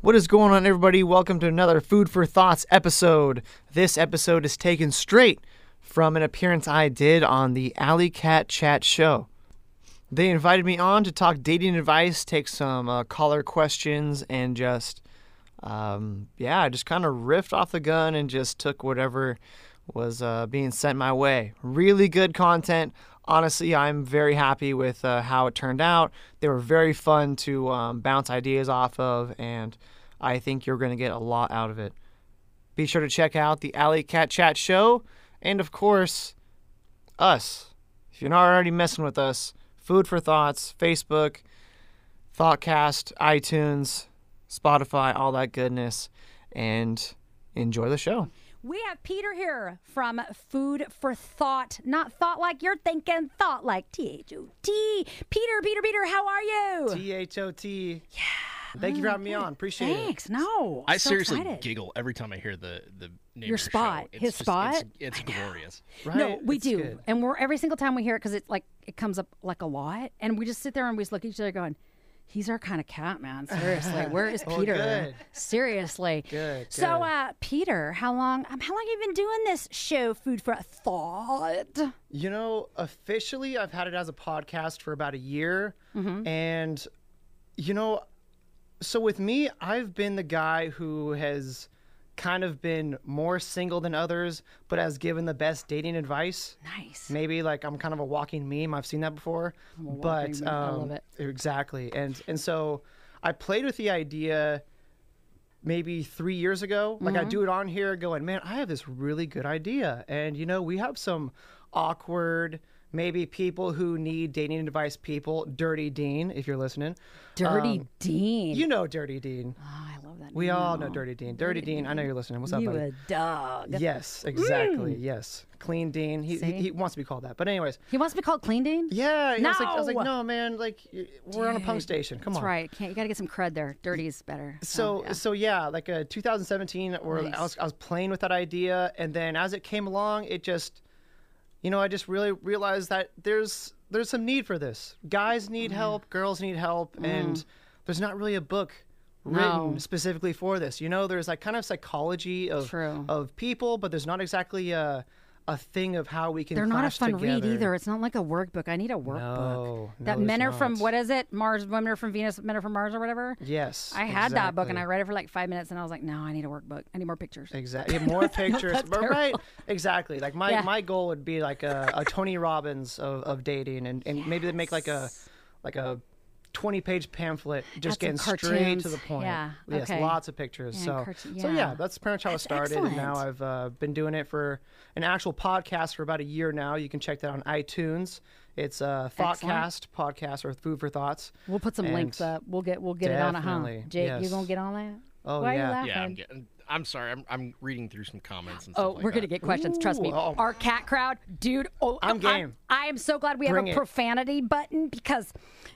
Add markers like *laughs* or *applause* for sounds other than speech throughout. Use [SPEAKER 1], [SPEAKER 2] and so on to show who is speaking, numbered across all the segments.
[SPEAKER 1] What is going on, everybody? Welcome to another Food for Thoughts episode. This episode is taken straight from an appearance I did on the Alley Cat Chat Show. They invited me on to talk dating advice, take some uh, caller questions, and just, um, yeah, I just kind of riffed off the gun and just took whatever was uh, being sent my way. Really good content. Honestly, I'm very happy with uh, how it turned out. They were very fun to um, bounce ideas off of, and I think you're going to get a lot out of it. Be sure to check out the Alley Cat Chat Show, and of course, us. If you're not already messing with us, Food for Thoughts, Facebook, Thoughtcast, iTunes, Spotify, all that goodness, and enjoy the show.
[SPEAKER 2] We have Peter here from Food for Thought. Not thought like you're thinking, thought like T H O T. Peter, Peter, Peter, how are you?
[SPEAKER 1] T H O T. Yeah. Thank you for having me on. Appreciate it.
[SPEAKER 2] Thanks. No.
[SPEAKER 3] I
[SPEAKER 2] so
[SPEAKER 3] seriously
[SPEAKER 2] excited.
[SPEAKER 3] giggle every time I hear the the name of
[SPEAKER 2] Your
[SPEAKER 3] show.
[SPEAKER 2] spot.
[SPEAKER 3] It's
[SPEAKER 2] His
[SPEAKER 3] just-
[SPEAKER 2] spot?
[SPEAKER 3] It's, it's glorious.
[SPEAKER 1] Right?
[SPEAKER 2] No, we
[SPEAKER 1] It's
[SPEAKER 2] do,
[SPEAKER 1] good.
[SPEAKER 2] and we're every single time we hear it because it's like it comes up like a lot, and we just sit there and we just look at each other going, "He's our kind of cat, man. Seriously,
[SPEAKER 1] *laughs*
[SPEAKER 2] where is Peter?
[SPEAKER 1] Oh, good.
[SPEAKER 2] Seriously,
[SPEAKER 1] Good,
[SPEAKER 2] So,
[SPEAKER 1] good.
[SPEAKER 2] uh, Peter, how long? Um, how long have you been doing this show, Food for Thought?
[SPEAKER 1] You know, officially, I've had it as a podcast for about a year. And, you know, so with me, I've been the guy who has kind of been more single than others, but has given the best dating advice.
[SPEAKER 2] Nice.
[SPEAKER 1] Maybe like I'm kind of a walking meme. I've seen that before. but
[SPEAKER 2] meme. I love
[SPEAKER 1] um,
[SPEAKER 2] it.
[SPEAKER 1] Exactly. And and so I played with the idea maybe three years ago. Like
[SPEAKER 2] Mm-hmm.
[SPEAKER 1] I do it on here going, man, I have this really good idea. And you know, we have some awkward maybe people who need dating advice people, Dirty Dean, if you're listening.
[SPEAKER 2] Dirty Dean.
[SPEAKER 1] You know Dirty Dean.
[SPEAKER 2] oh, I love that.
[SPEAKER 1] We
[SPEAKER 2] name.
[SPEAKER 1] all know Dirty Dean. Dirty Dean, I know you're listening. What's up,
[SPEAKER 2] you Mm.
[SPEAKER 1] buddy?
[SPEAKER 2] a dog.
[SPEAKER 1] Yes, exactly. Yes. Clean Dean. He, he, he wants to be called that. But anyways,
[SPEAKER 2] He wants to be called Clean Dean.
[SPEAKER 1] yeah, I, was like, I was
[SPEAKER 2] No!
[SPEAKER 1] like, no, man, like y- we're on a punk station. Come
[SPEAKER 2] That's
[SPEAKER 1] on.
[SPEAKER 2] right. Oh, Can't you got to get some cred there? Dirty's better.
[SPEAKER 1] So so yeah, like uh, 2017, where I, was, I was playing with that idea, and then as it came along, it just, you know, I just really realized that there's there's some need for this. Guys
[SPEAKER 2] Mm.
[SPEAKER 1] need help, girls need help, and there's not really a book written
[SPEAKER 2] No.
[SPEAKER 1] specifically for this. You know, there's like kind of psychology of
[SPEAKER 2] True.
[SPEAKER 1] of people, but there's not exactly a a thing of how we can.
[SPEAKER 2] They're not a
[SPEAKER 1] clash
[SPEAKER 2] fun read
[SPEAKER 1] together.
[SPEAKER 2] either. It's not like a workbook. I need a workbook.
[SPEAKER 1] No,
[SPEAKER 2] that
[SPEAKER 1] no,
[SPEAKER 2] men
[SPEAKER 1] there's
[SPEAKER 2] are from
[SPEAKER 1] not.
[SPEAKER 2] what is it? Mars, women are from Venus, men are from Mars, or whatever.
[SPEAKER 1] Yes,
[SPEAKER 2] I had that book and
[SPEAKER 1] exactly.
[SPEAKER 2] I read it for like five minutes, and I was like, no, I need a workbook. I need more pictures.
[SPEAKER 1] Exactly.
[SPEAKER 2] *laughs*
[SPEAKER 1] More pictures.
[SPEAKER 2] that's
[SPEAKER 1] but right. Exactly. Like my,
[SPEAKER 2] Yeah.
[SPEAKER 1] my goal would be like a, a Tony Robbins of, of dating and, and maybe they make like a like a twenty page pamphlet just
[SPEAKER 2] Add
[SPEAKER 1] getting
[SPEAKER 2] some
[SPEAKER 1] straight to
[SPEAKER 2] cartoons.
[SPEAKER 1] the point.
[SPEAKER 2] Yeah,
[SPEAKER 1] Yes,
[SPEAKER 2] okay.
[SPEAKER 1] lots of pictures.
[SPEAKER 2] Yeah,
[SPEAKER 1] so
[SPEAKER 2] and cartoon-
[SPEAKER 1] so yeah,
[SPEAKER 2] yeah.
[SPEAKER 1] that's pretty much how it started. And now
[SPEAKER 2] excellent.
[SPEAKER 1] I've uh, been doing it for an actual podcast for about a year now. You can check that on iTunes. It's uh, Thoughtcast podcast or Food for Thoughts.
[SPEAKER 2] We'll put some links
[SPEAKER 1] And
[SPEAKER 2] up. We'll get we'll get it on a home.
[SPEAKER 1] definitely,
[SPEAKER 2] Jake, you
[SPEAKER 1] yes.
[SPEAKER 2] gonna get on that?
[SPEAKER 1] Oh,
[SPEAKER 2] Why
[SPEAKER 1] yeah.
[SPEAKER 2] Are you
[SPEAKER 3] Yeah, I'm
[SPEAKER 2] laughing?
[SPEAKER 3] getting. I'm sorry. I'm, I'm reading through some comments and stuff
[SPEAKER 2] Oh,
[SPEAKER 3] like
[SPEAKER 2] we're gonna
[SPEAKER 3] that.
[SPEAKER 2] get questions. trust me.
[SPEAKER 1] Ooh, oh.
[SPEAKER 2] Our cat crowd, dude. Oh,
[SPEAKER 1] I'm
[SPEAKER 2] no,
[SPEAKER 1] game.
[SPEAKER 2] I am so glad we
[SPEAKER 1] Bring
[SPEAKER 2] have
[SPEAKER 1] it.
[SPEAKER 2] a profanity button because,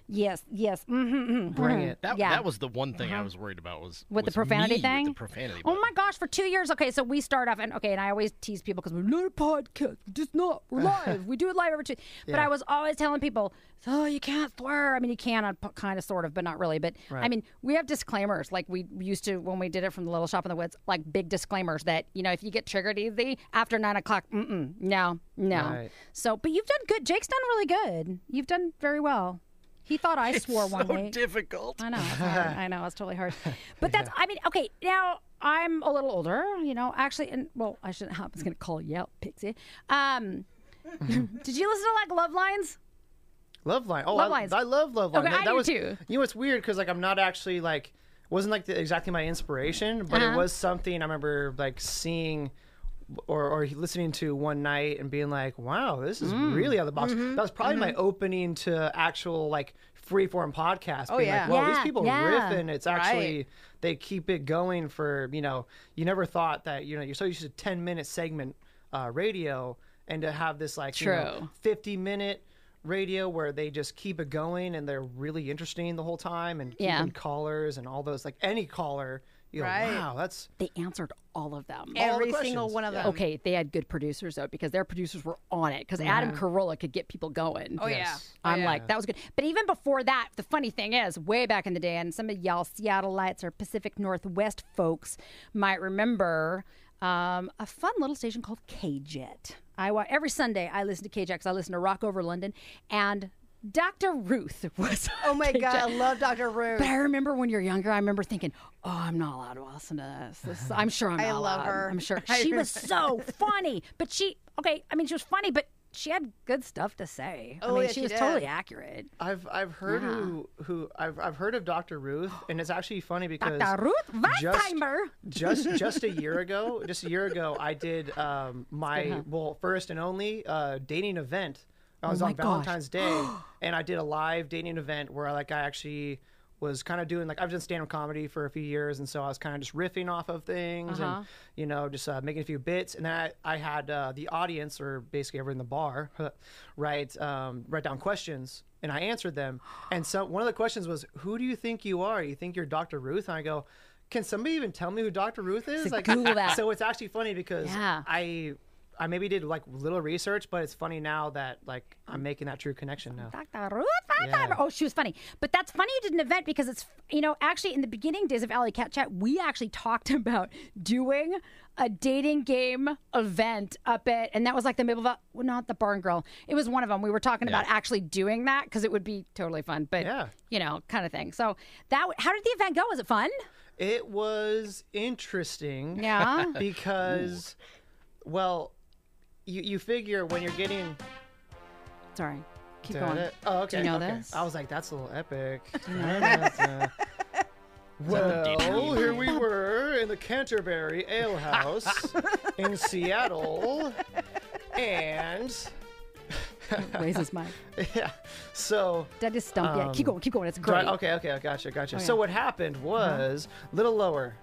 [SPEAKER 2] yes, yes. Mm-hmm,
[SPEAKER 1] Bring it.
[SPEAKER 3] That,
[SPEAKER 2] yeah. Uh-huh.
[SPEAKER 3] that was the one thing I was worried about was
[SPEAKER 2] with the
[SPEAKER 3] was
[SPEAKER 2] profanity
[SPEAKER 3] me
[SPEAKER 2] thing.
[SPEAKER 3] With the profanity.
[SPEAKER 2] Oh
[SPEAKER 3] button.
[SPEAKER 2] my gosh! For two years, okay. So we start off, and okay, and I always tease people because we're not a podcast. We're just not.
[SPEAKER 3] *laughs*
[SPEAKER 2] We're live. we do it live every two. But I was always telling people, oh, you can't swear. I mean, you can, on kind of, sort of, but not really. But I mean, we have disclaimers. Like we used to when we did it from the Little Shop in the Woods, like big disclaimers that you know if you get triggered easy after nine o'clock, mm-mm, no, no.
[SPEAKER 1] Right.
[SPEAKER 2] So, but you've done good. Jake's done really good. You've done very well. He thought
[SPEAKER 3] *laughs*
[SPEAKER 2] I swore one
[SPEAKER 3] so
[SPEAKER 2] week.
[SPEAKER 3] difficult.
[SPEAKER 2] I know. It's
[SPEAKER 4] *laughs*
[SPEAKER 2] hard. I know. It's totally hard. But that's, I mean, okay, now I'm a little older, you know, actually, and well, I shouldn't, *laughs* I was going to call you out, Pixie.
[SPEAKER 4] *laughs*
[SPEAKER 2] Um, did you listen to like Love Lines?
[SPEAKER 1] Love line. Oh,
[SPEAKER 2] Love
[SPEAKER 1] I,
[SPEAKER 2] Lines.
[SPEAKER 1] I love love line.
[SPEAKER 2] Okay,
[SPEAKER 1] that,
[SPEAKER 2] I
[SPEAKER 1] that
[SPEAKER 2] do
[SPEAKER 1] was,
[SPEAKER 2] too.
[SPEAKER 1] You know, it's weird because like I'm not actually like wasn't like the, exactly my inspiration, but
[SPEAKER 2] Uh-huh.
[SPEAKER 1] it was something I remember like seeing or, or listening to one night and being like, wow, this is
[SPEAKER 2] Mm.
[SPEAKER 1] really out of the box.
[SPEAKER 2] Mm-hmm.
[SPEAKER 1] That was probably my opening to actual like freeform podcast. Oh being
[SPEAKER 4] yeah.
[SPEAKER 1] like, wow, these
[SPEAKER 2] Yeah,
[SPEAKER 1] people
[SPEAKER 2] yeah.
[SPEAKER 1] riffing. It's actually they keep it going for you know you never thought that you know you're so used to 10 minute segment uh, radio and to have this like you know,
[SPEAKER 2] True.
[SPEAKER 1] 50 minute radio where they just keep it going and they're really interesting the whole time and keeping
[SPEAKER 2] Yeah.
[SPEAKER 1] callers and all those like any caller You go,
[SPEAKER 4] Right.
[SPEAKER 1] wow, that's
[SPEAKER 2] They answered all of them.
[SPEAKER 1] the
[SPEAKER 4] Every single
[SPEAKER 1] questions.
[SPEAKER 4] one of
[SPEAKER 1] Yeah.
[SPEAKER 4] them.
[SPEAKER 2] Okay, they had good producers though, because their producers were on it. Because Adam Carolla could get people going.
[SPEAKER 4] Oh
[SPEAKER 1] Yes.
[SPEAKER 4] yeah.
[SPEAKER 2] I'm
[SPEAKER 4] Yeah.
[SPEAKER 2] like, that was good. But even before that, the funny thing is, way back in the day, and some of y'all Seattle lights or Pacific Northwest folks might remember um, a fun little station called KJet. I wa- every Sunday I listen to KJet because I listen to Rock Over London and. Dr. Ruth *laughs* was.
[SPEAKER 4] Oh *laughs* my
[SPEAKER 2] on
[SPEAKER 4] god, I
[SPEAKER 2] KJET.
[SPEAKER 4] love Dr. Ruth.
[SPEAKER 2] But I remember when you're younger, I remember thinking, "Oh, I'm not allowed to listen to this. this I'm sure I'm
[SPEAKER 4] *laughs* I
[SPEAKER 2] not
[SPEAKER 4] love
[SPEAKER 2] allowed.
[SPEAKER 4] her.
[SPEAKER 2] I'm sure
[SPEAKER 4] *laughs* I
[SPEAKER 2] she was so funny, but she okay. I mean, she was funny, but she had good stuff to say. I
[SPEAKER 4] Oh,
[SPEAKER 2] mean,
[SPEAKER 4] yeah,
[SPEAKER 2] she,
[SPEAKER 4] she
[SPEAKER 2] was
[SPEAKER 4] did.
[SPEAKER 2] totally accurate.
[SPEAKER 1] I've I've heard who who I've I've heard of Dr. Ruth, and it's actually
[SPEAKER 2] *gasps*
[SPEAKER 1] funny because
[SPEAKER 2] Dr. Ruth Wertheimer. *laughs*
[SPEAKER 1] Just just just a year ago, just a year ago, I did um, my well first and only uh, dating event. I was
[SPEAKER 2] Oh my
[SPEAKER 1] on
[SPEAKER 2] gosh.
[SPEAKER 1] Valentine's Day, *gasps* and I did a live dating event where like I actually was kind of doing like I've done stand up comedy for a few years, and so I was kind of just riffing off of things
[SPEAKER 2] Uh-huh.
[SPEAKER 1] and you know just uh, making a few bits, and then I, I had uh, the audience or basically everyone in the bar *laughs* write um, write down questions. And I answered
[SPEAKER 2] *gasps*
[SPEAKER 1] them, and so one of the questions was, "Who do you think you are? You think you're Dr. Ruth?" And I go, "Can somebody even tell me who Dr. Ruth is?"
[SPEAKER 2] like, Google
[SPEAKER 1] *laughs*
[SPEAKER 2] that.
[SPEAKER 1] So it's actually funny because
[SPEAKER 2] Yeah.
[SPEAKER 1] I I maybe did like little research, but it's funny now that like I'm making that true connection now.
[SPEAKER 2] Dr. Ruth Wertheimer. Oh, she was funny. But that's funny you did an event because it's, you know, actually in the beginning days of Alley Cat Chat, we actually talked *laughs* about doing a dating game event up at, and that was like the middle of, a, well, not the Barn Girl. It was one of them. We were talking about actually doing that because it would be totally fun, but,
[SPEAKER 1] Yeah.
[SPEAKER 2] you know, kind of thing. So that, w- how did the event go? Was it fun?
[SPEAKER 1] It was interesting.
[SPEAKER 2] *laughs* Yeah.
[SPEAKER 1] Because well, you you figure when you're getting
[SPEAKER 2] Sorry. Keep
[SPEAKER 1] Dun-
[SPEAKER 2] going.
[SPEAKER 1] Oh, okay.
[SPEAKER 2] you know
[SPEAKER 1] okay.
[SPEAKER 2] this?
[SPEAKER 1] I was like, that's a little
[SPEAKER 2] *laughs*
[SPEAKER 1] epic.
[SPEAKER 3] that
[SPEAKER 1] *laughs*
[SPEAKER 3] the dating
[SPEAKER 1] well,
[SPEAKER 3] meme?
[SPEAKER 1] here we were in the Canterbury Ale House
[SPEAKER 2] *laughs*
[SPEAKER 1] in Seattle,
[SPEAKER 2] *laughs*
[SPEAKER 1] and
[SPEAKER 2] Raise
[SPEAKER 1] *laughs*
[SPEAKER 2] his mic.
[SPEAKER 1] yeah, so
[SPEAKER 2] Did I just stump you? Keep going. Keep going. It's great. Oh,
[SPEAKER 1] Right, okay, okay, Um, I gotcha, gotcha.
[SPEAKER 2] yeah. Uh-huh.
[SPEAKER 1] So what happened was little lower.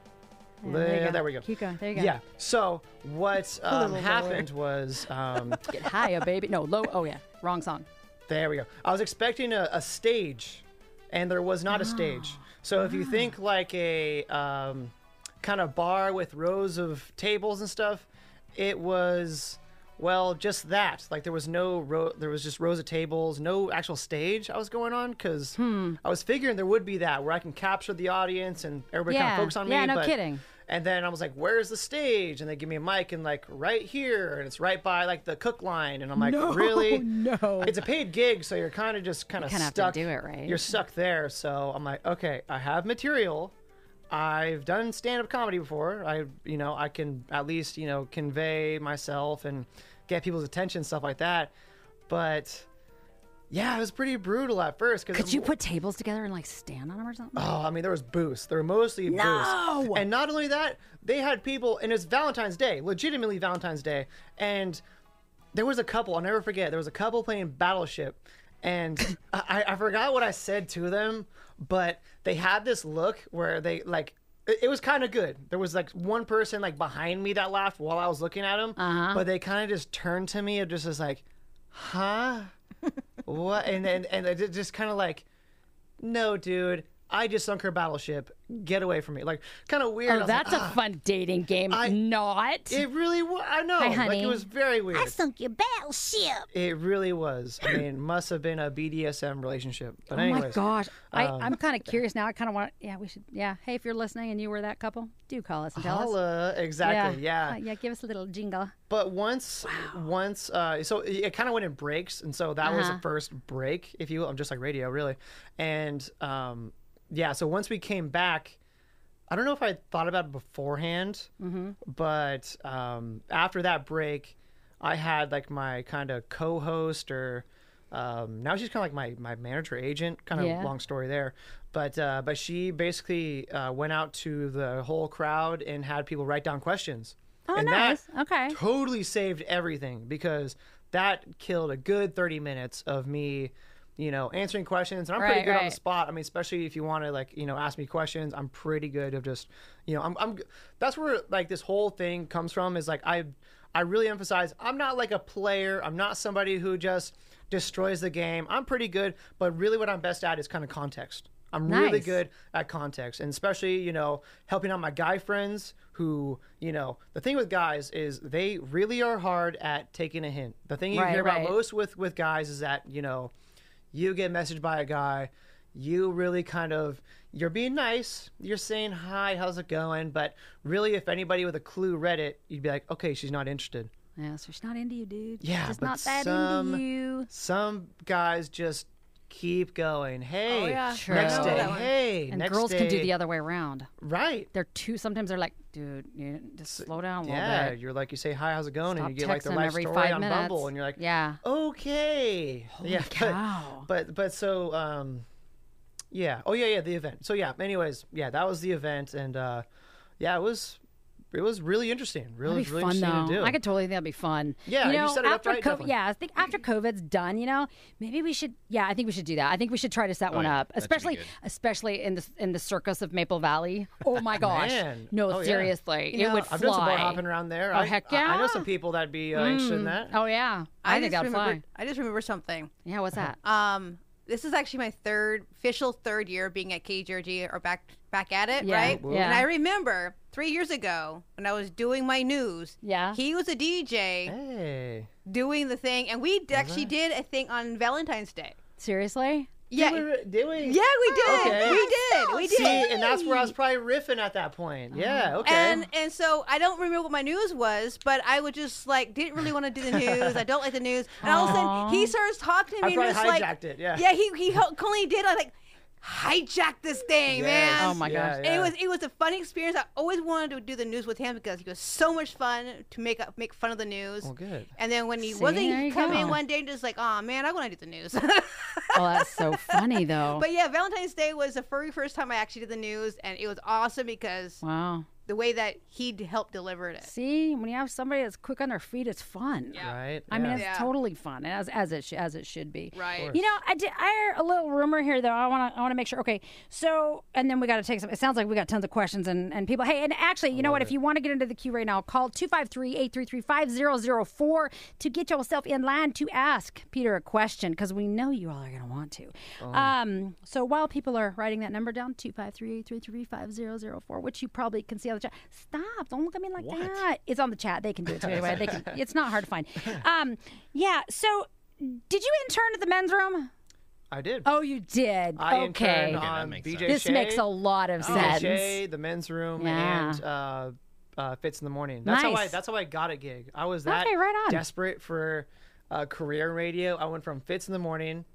[SPEAKER 2] Yeah,
[SPEAKER 1] Li-
[SPEAKER 2] there, you
[SPEAKER 1] there we go.
[SPEAKER 2] Keep going. There you go.
[SPEAKER 1] Yeah. So
[SPEAKER 2] *laughs*
[SPEAKER 1] what um,
[SPEAKER 4] lower.
[SPEAKER 1] happened was um,
[SPEAKER 2] Get higher, baby. No, low. Oh, yeah. Wrong song.
[SPEAKER 1] there we go. I was expecting a, a stage, and there was not a stage.
[SPEAKER 2] Ah.
[SPEAKER 1] So if you think like a um, kind of bar with rows of tables and stuff, it was well just that. Like there was no row, there was just rows of tables, no actual stage. I was going on because
[SPEAKER 2] Hmm.
[SPEAKER 1] I was figuring there would be that where I can capture the audience and everybody kind
[SPEAKER 2] Yeah.
[SPEAKER 1] of focus on me.
[SPEAKER 2] Yeah, no
[SPEAKER 1] but-
[SPEAKER 2] kidding.
[SPEAKER 1] and then I was like, "Where's the stage?" And they give me a mic and like right here, and it's right by like the cook line, and I'm like, "Really?
[SPEAKER 2] no.
[SPEAKER 1] It's a paid gig, so you're kind of just kind of
[SPEAKER 2] kinda have
[SPEAKER 1] stuck.
[SPEAKER 2] to do it, right?
[SPEAKER 1] You're stuck there. So I'm like, okay, I have material. I've done stand-up comedy before. I, you know, I can at least you know convey myself and get people's attention, stuff like that. But yeah, it was pretty brutal at first because
[SPEAKER 2] Could you put tables together and like stand on them or something?
[SPEAKER 1] Oh, I mean, there was booths. There were mostly booths. And not only that, they had people, and it's Valentine's Day, legitimately Valentine's Day. And there was a couple, I'll never forget, there was a couple playing Battleship. And *laughs* I, I forgot what I said to them, but they had this look where they, like, it it was kind of good. There was like one person like behind me that laughed while I was looking at him, but they kind of just turned to me and just was like, "Huh, what?" And then and they did- just kind of like, no, dude, I just sunk her battleship. Get away from me. Like, kind of weird. I
[SPEAKER 2] Oh,
[SPEAKER 1] was like,
[SPEAKER 2] that's a fun dating game. Not.
[SPEAKER 1] "Ah." it really was. I know. like,
[SPEAKER 2] honey.
[SPEAKER 1] it was very weird.
[SPEAKER 2] sunk your battleship.
[SPEAKER 1] It really was.
[SPEAKER 2] *laughs*
[SPEAKER 1] I mean, must have been a BDSM relationship. But,
[SPEAKER 2] Oh my
[SPEAKER 1] anyways. um,
[SPEAKER 2] gosh. I,
[SPEAKER 1] *laughs*
[SPEAKER 2] I'm kind of curious now. I kind of want Yeah, we should. Yeah. Hey, if you're listening and you were that couple, do call us and tell us.
[SPEAKER 1] Holla. Exactly.
[SPEAKER 2] Uh, yeah. Give us a little jingle.
[SPEAKER 1] But once, once, uh, so it, kind of went in breaks, and so that was
[SPEAKER 2] Uh-huh.
[SPEAKER 1] the first break, if you will. I'm just like radio, really, and um, yeah. So once we came back, I don't know if I thought about it beforehand,
[SPEAKER 2] Mm-hmm.
[SPEAKER 1] but um, after that break, I had like my kind of co-host or. Um, now she's kind of like my, my manager agent kind of
[SPEAKER 2] Yeah.
[SPEAKER 1] long story there but uh, but she basically uh, went out to the whole crowd and had people write down questions
[SPEAKER 2] Oh,
[SPEAKER 1] and
[SPEAKER 2] nice.
[SPEAKER 1] that
[SPEAKER 2] Okay.
[SPEAKER 1] totally saved everything because that killed a good 30 minutes of me, you know, answering questions. And I'm
[SPEAKER 2] Right,
[SPEAKER 1] pretty good on
[SPEAKER 2] right.
[SPEAKER 1] the spot. I mean, especially if you want to, like, you know, ask me questions, I'm pretty good of just, you know, I'm, I'm, that's where, like, this whole thing comes from is like, I, I really emphasize I'm not like a player. I'm not somebody who just destroys the game. I'm pretty good, but really what I'm best at is kind of context. I'm really
[SPEAKER 2] Nice.
[SPEAKER 1] good at context, and especially you know helping out my guy friends who you know the thing with guys is they really are hard at taking a hint. The thing you
[SPEAKER 2] Right,
[SPEAKER 1] hear
[SPEAKER 2] right.
[SPEAKER 1] about most with with guys is that you know you get messaged by a guy, you really kind of you're being nice, you're saying hi, how's it going, but really if anybody with a clue read it, you'd be like, okay, she's not interested.
[SPEAKER 2] Yeah, so she's not into you, dude.
[SPEAKER 1] Yeah,
[SPEAKER 2] She's
[SPEAKER 1] but
[SPEAKER 2] not that
[SPEAKER 1] some-
[SPEAKER 2] into you.
[SPEAKER 1] Some guys just keep going. Hey,
[SPEAKER 4] yeah.
[SPEAKER 2] True.
[SPEAKER 1] next
[SPEAKER 2] Oh, I know
[SPEAKER 1] day.
[SPEAKER 2] that
[SPEAKER 4] one.
[SPEAKER 1] Hey,
[SPEAKER 2] And
[SPEAKER 1] next
[SPEAKER 2] girls can do
[SPEAKER 1] day.
[SPEAKER 2] the other way around.
[SPEAKER 1] Right.
[SPEAKER 2] They're too. Sometimes they're like, dude, you just slow down a little
[SPEAKER 1] Yeah,
[SPEAKER 2] bit.
[SPEAKER 1] you're like you say hi, how's it going,
[SPEAKER 2] Stop
[SPEAKER 1] and you get like the
[SPEAKER 2] texting
[SPEAKER 1] life
[SPEAKER 2] every
[SPEAKER 1] story
[SPEAKER 2] five
[SPEAKER 1] on
[SPEAKER 2] minutes.
[SPEAKER 1] Bumble, and you're like,
[SPEAKER 2] yeah,
[SPEAKER 1] okay, *laughs* yeah, but-
[SPEAKER 2] cow.
[SPEAKER 1] But, but so um, yeah, oh yeah, yeah, the event. So yeah, anyways, yeah, that was the event, and uh, yeah, it was it was really interesting, really
[SPEAKER 2] That'd be
[SPEAKER 1] really
[SPEAKER 2] fun
[SPEAKER 1] interesting to
[SPEAKER 2] though.
[SPEAKER 1] do.
[SPEAKER 2] I could totally think that'd be fun.
[SPEAKER 1] Yeah,
[SPEAKER 2] you
[SPEAKER 1] if you
[SPEAKER 2] know,
[SPEAKER 1] set it up
[SPEAKER 2] after
[SPEAKER 1] right,
[SPEAKER 2] COVID,
[SPEAKER 1] definitely.
[SPEAKER 2] yeah, I think after COVID's done, you know, maybe we should. Yeah, I think we should do that. I think we should try to
[SPEAKER 1] Oh,
[SPEAKER 2] set one
[SPEAKER 3] yeah,
[SPEAKER 2] up,
[SPEAKER 3] that should be
[SPEAKER 2] especially
[SPEAKER 3] good.
[SPEAKER 2] especially in the in the circus of Maple Valley. Oh
[SPEAKER 1] *laughs*
[SPEAKER 2] my gosh,
[SPEAKER 1] Man.
[SPEAKER 2] no,
[SPEAKER 1] Oh, yeah.
[SPEAKER 2] seriously,
[SPEAKER 4] You
[SPEAKER 2] it
[SPEAKER 4] know,
[SPEAKER 2] would fly.
[SPEAKER 1] I've done some boat hopping around there.
[SPEAKER 2] Oh,
[SPEAKER 1] I,
[SPEAKER 2] heck
[SPEAKER 1] I, I know
[SPEAKER 2] yeah.
[SPEAKER 1] some people that'd be uh, interested in that.
[SPEAKER 2] Oh yeah, I, think
[SPEAKER 4] just
[SPEAKER 2] that'd
[SPEAKER 4] remembered-
[SPEAKER 2] fly.
[SPEAKER 4] I just remember something.
[SPEAKER 2] Yeah,
[SPEAKER 1] *laughs*
[SPEAKER 2] what's that?
[SPEAKER 4] Um, this is actually my third official third year being at KJRG or back back at it,
[SPEAKER 2] Yeah,
[SPEAKER 4] right?
[SPEAKER 2] Whoa. yeah.
[SPEAKER 4] And I remember three years ago when I was doing my news.
[SPEAKER 2] Yeah.
[SPEAKER 4] He was a DJ
[SPEAKER 1] Hey,
[SPEAKER 4] doing the thing, and we d- actually did a thing on Valentine's Day.
[SPEAKER 2] Seriously?
[SPEAKER 4] Yeah,
[SPEAKER 1] did we? Did we?
[SPEAKER 4] yeah, we did.
[SPEAKER 1] okay.
[SPEAKER 4] We did. We did.
[SPEAKER 1] See, and that's where I was probably riffing at that
[SPEAKER 2] Oh.
[SPEAKER 1] point. Yeah, okay.
[SPEAKER 4] And and so I don't remember what my news was, but I would just like didn't really want to do the news. I don't like the news. And all of a sudden he starts talking to
[SPEAKER 1] I
[SPEAKER 4] me and
[SPEAKER 1] probably
[SPEAKER 4] just like
[SPEAKER 1] hijacked it, yeah.
[SPEAKER 4] Yeah, he he ho- completely did I like hijack this thing,
[SPEAKER 1] Yes,
[SPEAKER 4] man.
[SPEAKER 2] Oh my
[SPEAKER 1] yeah,
[SPEAKER 2] gosh.
[SPEAKER 4] And it
[SPEAKER 1] yeah.
[SPEAKER 4] was it was a fun experience. I always wanted to do the news with him because he was so much fun to make up make fun of the news.
[SPEAKER 1] Well, good.
[SPEAKER 4] And then when he
[SPEAKER 2] Oh See,
[SPEAKER 4] wasn't
[SPEAKER 2] there you
[SPEAKER 4] he'd come
[SPEAKER 2] go.
[SPEAKER 4] in one day and just like, oh man, I want to do
[SPEAKER 2] *laughs*
[SPEAKER 4] the news. *laughs*
[SPEAKER 2] Oh, that's so funny
[SPEAKER 1] *laughs*
[SPEAKER 2] though.
[SPEAKER 4] but yeah, Valentine's Day was the very first time I actually did the news, and it was awesome because
[SPEAKER 2] wow.
[SPEAKER 4] the way that he d- helped deliver it.
[SPEAKER 2] See, when you have somebody that's quick on their feet, it's fun.
[SPEAKER 1] Right.
[SPEAKER 2] I mean,
[SPEAKER 1] yeah.
[SPEAKER 2] it's
[SPEAKER 4] Yeah.
[SPEAKER 2] totally fun as as it sh- as it should be.
[SPEAKER 4] Right. Of
[SPEAKER 2] You know, I did, I heard a little rumor here though. I want to I want to make sure. Okay, so and then we got to take some. It sounds like we got tons of questions and and people. Hey, and actually, you know what? If you want to get into the queue right now, call 253-833-5004 to get yourself in line to ask Peter a question because we know you all are going to want to. Um, so while people are writing that number down, 253-833-5004, which you probably can see on the chat. Stop! Don't look at me like that. It's on the chat. They can do it too. Anyway, they can. It's not hard to find. Um, yeah. So. Did you intern at the men's room?
[SPEAKER 1] I did.
[SPEAKER 2] Oh, you did.
[SPEAKER 1] I
[SPEAKER 2] okay.
[SPEAKER 1] interned
[SPEAKER 3] that
[SPEAKER 1] on
[SPEAKER 3] makes
[SPEAKER 1] BJ
[SPEAKER 3] sense.
[SPEAKER 2] This
[SPEAKER 1] Shea,
[SPEAKER 2] makes a lot of
[SPEAKER 1] BJ
[SPEAKER 2] sense.
[SPEAKER 1] Shea, the men's room,
[SPEAKER 2] Oh, Yeah.
[SPEAKER 1] and uh, uh, Fits in the Morning. That's how I.
[SPEAKER 2] Nice.
[SPEAKER 1] That's how I got a gig. I was that
[SPEAKER 2] Okay, right on.
[SPEAKER 1] desperate for uh, career radio. I went from Fits in the Morning,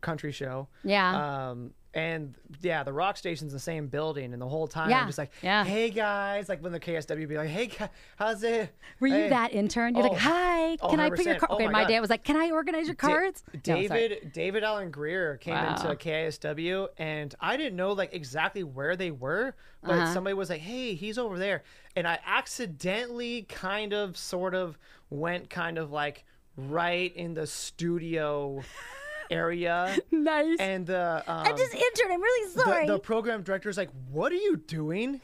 [SPEAKER 1] country show.
[SPEAKER 2] Yeah.
[SPEAKER 1] Um, and yeah, the rock station's in the same building, and the whole time
[SPEAKER 2] Yeah,
[SPEAKER 1] I'm just like,
[SPEAKER 2] yeah.
[SPEAKER 1] "Hey guys!" Like when the KSW be like, "Hey, gu- how's it?"
[SPEAKER 2] Were you
[SPEAKER 1] Hey.
[SPEAKER 2] that intern? You're
[SPEAKER 1] Oh.
[SPEAKER 2] like, hi,
[SPEAKER 1] Oh,
[SPEAKER 2] can I put your
[SPEAKER 1] 100%.
[SPEAKER 2] card?
[SPEAKER 1] Oh
[SPEAKER 2] Okay,
[SPEAKER 1] my
[SPEAKER 2] my,
[SPEAKER 1] God.
[SPEAKER 2] dad was like, can I organize your
[SPEAKER 1] Da-
[SPEAKER 2] cards? No, I'm sorry.
[SPEAKER 1] David David Allen Greer came
[SPEAKER 2] Wow.
[SPEAKER 1] into KSW and I didn't know like exactly where they were, but somebody was like, "Hey, he's over there." And I accidentally kind of sort of went kind of like right in the studio area
[SPEAKER 2] *laughs* Nice.
[SPEAKER 1] and the um,
[SPEAKER 2] I just interned. I'm really
[SPEAKER 1] the,
[SPEAKER 2] sorry.
[SPEAKER 1] the program director's like, "What are you doing?"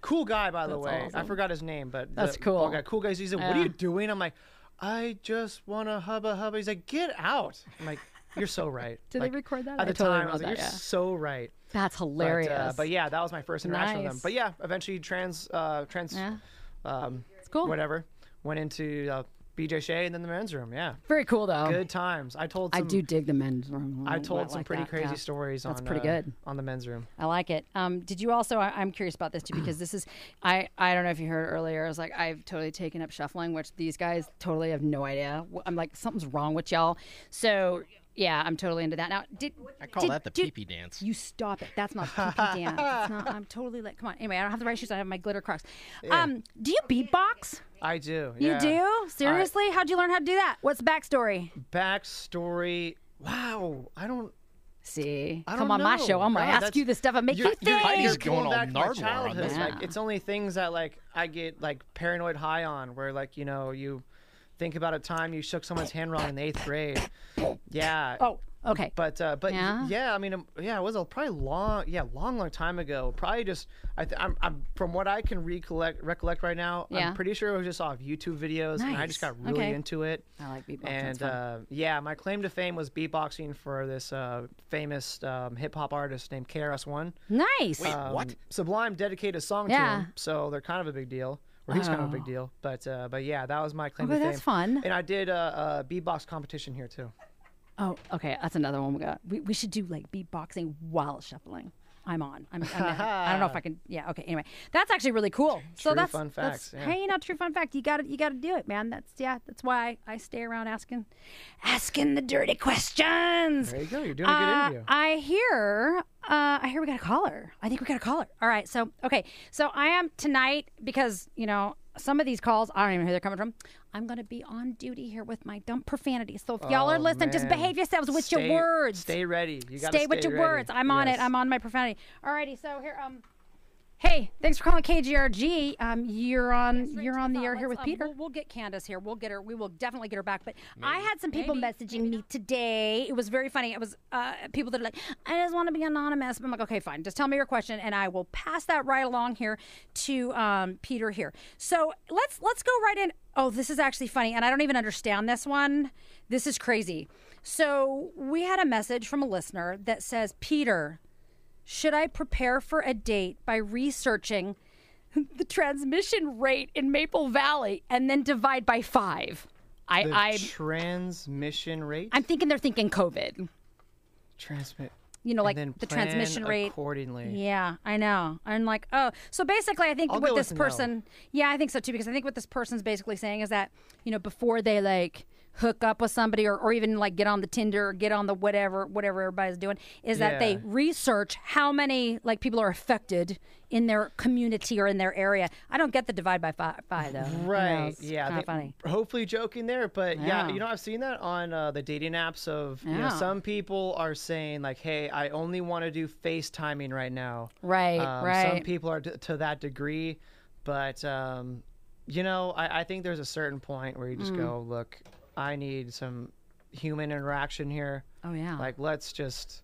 [SPEAKER 1] Cool guy, by the way. I
[SPEAKER 2] awesome.
[SPEAKER 1] forgot his name, but
[SPEAKER 2] That's
[SPEAKER 1] the-
[SPEAKER 2] cool.
[SPEAKER 1] oh, guy- cool guy. He's like, "What are you doing?" I'm like, "I just want to hubba hubba." He's like, "Get out!" I'm like, "You're so right."
[SPEAKER 2] Did they
[SPEAKER 1] Like,
[SPEAKER 2] record that?
[SPEAKER 1] At
[SPEAKER 2] I
[SPEAKER 1] the
[SPEAKER 2] totally
[SPEAKER 1] time, I was
[SPEAKER 2] wrote
[SPEAKER 1] like,
[SPEAKER 2] that,
[SPEAKER 1] "You're
[SPEAKER 2] yeah.
[SPEAKER 1] so right."
[SPEAKER 2] That's hilarious.
[SPEAKER 1] But, uh, but yeah, that was my first interaction with them.
[SPEAKER 2] Nice.
[SPEAKER 1] But yeah, eventually trans, uh, trans,
[SPEAKER 2] Yeah.
[SPEAKER 1] um,
[SPEAKER 2] it's cool.
[SPEAKER 1] whatever, went into uh, BJ Shea and then the men's room. Yeah,
[SPEAKER 2] Very cool, though.
[SPEAKER 1] good times. I told
[SPEAKER 2] I
[SPEAKER 1] some,
[SPEAKER 2] do dig the men's room.
[SPEAKER 1] I told
[SPEAKER 2] like
[SPEAKER 1] some pretty
[SPEAKER 2] that,
[SPEAKER 1] crazy
[SPEAKER 2] yeah.
[SPEAKER 1] stories
[SPEAKER 2] That's
[SPEAKER 1] on
[SPEAKER 2] pretty
[SPEAKER 1] uh,
[SPEAKER 2] good.
[SPEAKER 1] on the men's room.
[SPEAKER 2] I like it. Um, did you also? I, I'm curious about this too because this is I I don't know if you heard earlier. I was like I've totally taken up shuffling, which these guys totally have no idea. Wh- I'm like something's wrong with y'all. So yeah, I'm totally into that now. Did
[SPEAKER 3] I call
[SPEAKER 2] did-
[SPEAKER 3] that the
[SPEAKER 2] did-
[SPEAKER 3] pee pee dance.
[SPEAKER 2] You stop it. That's not PP dance. It's not, I'm totally like come on. Anyway, I don't have the right shoes. I have my glitter Crocs. Um, do you beatbox?
[SPEAKER 1] I do.
[SPEAKER 2] You
[SPEAKER 1] yeah.
[SPEAKER 2] do? Seriously? How'd you learn how to do that? What's the backstory?
[SPEAKER 1] backstory. Wow, I don't.
[SPEAKER 2] See,
[SPEAKER 1] I
[SPEAKER 2] come
[SPEAKER 1] don't
[SPEAKER 2] on my
[SPEAKER 1] know.
[SPEAKER 2] show. I'm
[SPEAKER 1] God,
[SPEAKER 2] gonna ask
[SPEAKER 1] that's-
[SPEAKER 2] you the stuff I make you
[SPEAKER 1] You're,
[SPEAKER 2] think.
[SPEAKER 1] you're,
[SPEAKER 3] Heidi's
[SPEAKER 1] you're
[SPEAKER 3] going
[SPEAKER 1] going
[SPEAKER 3] all
[SPEAKER 1] back to my
[SPEAKER 3] Nardwar on
[SPEAKER 1] childhood.
[SPEAKER 3] this
[SPEAKER 2] one.
[SPEAKER 1] Like it's only things that like I get like paranoid high on, where like you know you think about a time you shook someone's hand wrong in the eighth grade. Yeah.
[SPEAKER 2] Oh, Okay.
[SPEAKER 1] But uh, but y- yeah.
[SPEAKER 2] Yeah?
[SPEAKER 1] I mean, um, yeah, it was a probably long, yeah, long, long time ago. Probably just, I th- I'm, I'm from what I can recollect, recollect right now.
[SPEAKER 2] Yeah.
[SPEAKER 1] I'm pretty sure it was just off YouTube videos, and I just
[SPEAKER 2] Nice.
[SPEAKER 1] got really
[SPEAKER 2] Okay.
[SPEAKER 1] into it.
[SPEAKER 2] I like beatboxing.
[SPEAKER 1] And
[SPEAKER 2] That's fun.
[SPEAKER 1] uh, yeah, my claim to fame was beatboxing for this uh, famous um, hip hop artist named KRS One.
[SPEAKER 2] nice.
[SPEAKER 1] Um, Sublime dedicated a song to
[SPEAKER 2] Yeah. Oh.
[SPEAKER 1] him, so they're kind of a big deal. Or he's kind of a big deal, but uh, but yeah, that was my claim to
[SPEAKER 2] Okay,
[SPEAKER 1] fame.
[SPEAKER 2] that's fun.
[SPEAKER 1] And I did a, a beatbox competition here too.
[SPEAKER 2] oh, okay. That's another one we got. We, we should do like beatboxing while shuffling. I'm on. I'm, I'm in. I don't know
[SPEAKER 1] *laughs*
[SPEAKER 2] if I can. Yeah. Okay. Anyway, that's actually really cool. so
[SPEAKER 1] True
[SPEAKER 2] that's
[SPEAKER 1] fun
[SPEAKER 2] that's-
[SPEAKER 1] facts, yeah.
[SPEAKER 2] Hey, you know, true fun fact. You got to You got to do it, man. That's yeah. That's why I, I stay around asking, asking the dirty questions.
[SPEAKER 1] There you go. You're doing a good
[SPEAKER 2] Uh,
[SPEAKER 1] interview.
[SPEAKER 2] I hear, uh, I hear we got a caller. I think we got a caller. All right. So, okay. So I am tonight because, you know, some of these calls, I don't even know who they're coming from. I'm going to be on duty here with my dumb profanity. So if y'all are
[SPEAKER 1] Oh,
[SPEAKER 2] listening, just
[SPEAKER 1] man.
[SPEAKER 2] behave yourselves with
[SPEAKER 1] Stay-
[SPEAKER 2] your words.
[SPEAKER 1] Stay ready. You gotta
[SPEAKER 2] Stay with your
[SPEAKER 1] ready.
[SPEAKER 2] words. I'm on it.
[SPEAKER 1] Yes.
[SPEAKER 2] I'm on my profanity. All righty. So here, um, Hey, thanks for calling KGRG. Um, you're on you're on the air here with Peter. um, We'll, we'll get Candace here. We'll get her. We will definitely get her back. But I had some people messaging me today. It was very funny. It was uh, people that are like, I just want to be anonymous. But I'm like, okay, fine. Just tell me your question, and I will pass that right along here to um, Peter here. So let's let's go right in. Oh, this is actually funny, and I don't even understand this one. This is crazy. So we had a message from a listener that says, Peter. Should I prepare for a date by researching *laughs* the transmission rate in Maple Valley and then divide by five? I,
[SPEAKER 1] The
[SPEAKER 2] I
[SPEAKER 1] transmission rate.
[SPEAKER 2] I'm thinking they're thinking COVID.
[SPEAKER 1] transmit.
[SPEAKER 2] You know, like
[SPEAKER 1] and then
[SPEAKER 2] the
[SPEAKER 1] plan
[SPEAKER 2] transmission rate.
[SPEAKER 1] accordingly.
[SPEAKER 2] Yeah, I know. I'm like, oh, so basically, I think
[SPEAKER 1] I'll
[SPEAKER 2] what
[SPEAKER 1] go with
[SPEAKER 2] this
[SPEAKER 1] no.
[SPEAKER 2] person, yeah, I think so too, because I think what this person's basically saying is that you know before they like hook up with somebody or, or even like get on the Tinder or get on the whatever whatever everybody's doing is that they
[SPEAKER 1] Yeah.
[SPEAKER 2] research how many like people are affected in their community or in their area. I don't get the divide by five, five though. You know,
[SPEAKER 1] Right.
[SPEAKER 2] it's
[SPEAKER 1] yeah.
[SPEAKER 2] kinda
[SPEAKER 1] they-
[SPEAKER 2] funny.
[SPEAKER 1] Hopefully joking there, but yeah.
[SPEAKER 2] Yeah.
[SPEAKER 1] you know, I've seen that on uh, the dating apps of you know,
[SPEAKER 2] Yeah.
[SPEAKER 1] some people are saying like, "Hey, I only want to do FaceTiming right now."
[SPEAKER 2] Right,
[SPEAKER 1] Um, Some
[SPEAKER 2] right.
[SPEAKER 1] people are t- to that degree, but um, you know, I, I think there's a certain point where you
[SPEAKER 2] Mm.
[SPEAKER 1] just go, "Look, I need some human interaction here."
[SPEAKER 2] Oh yeah.
[SPEAKER 1] Like, let's just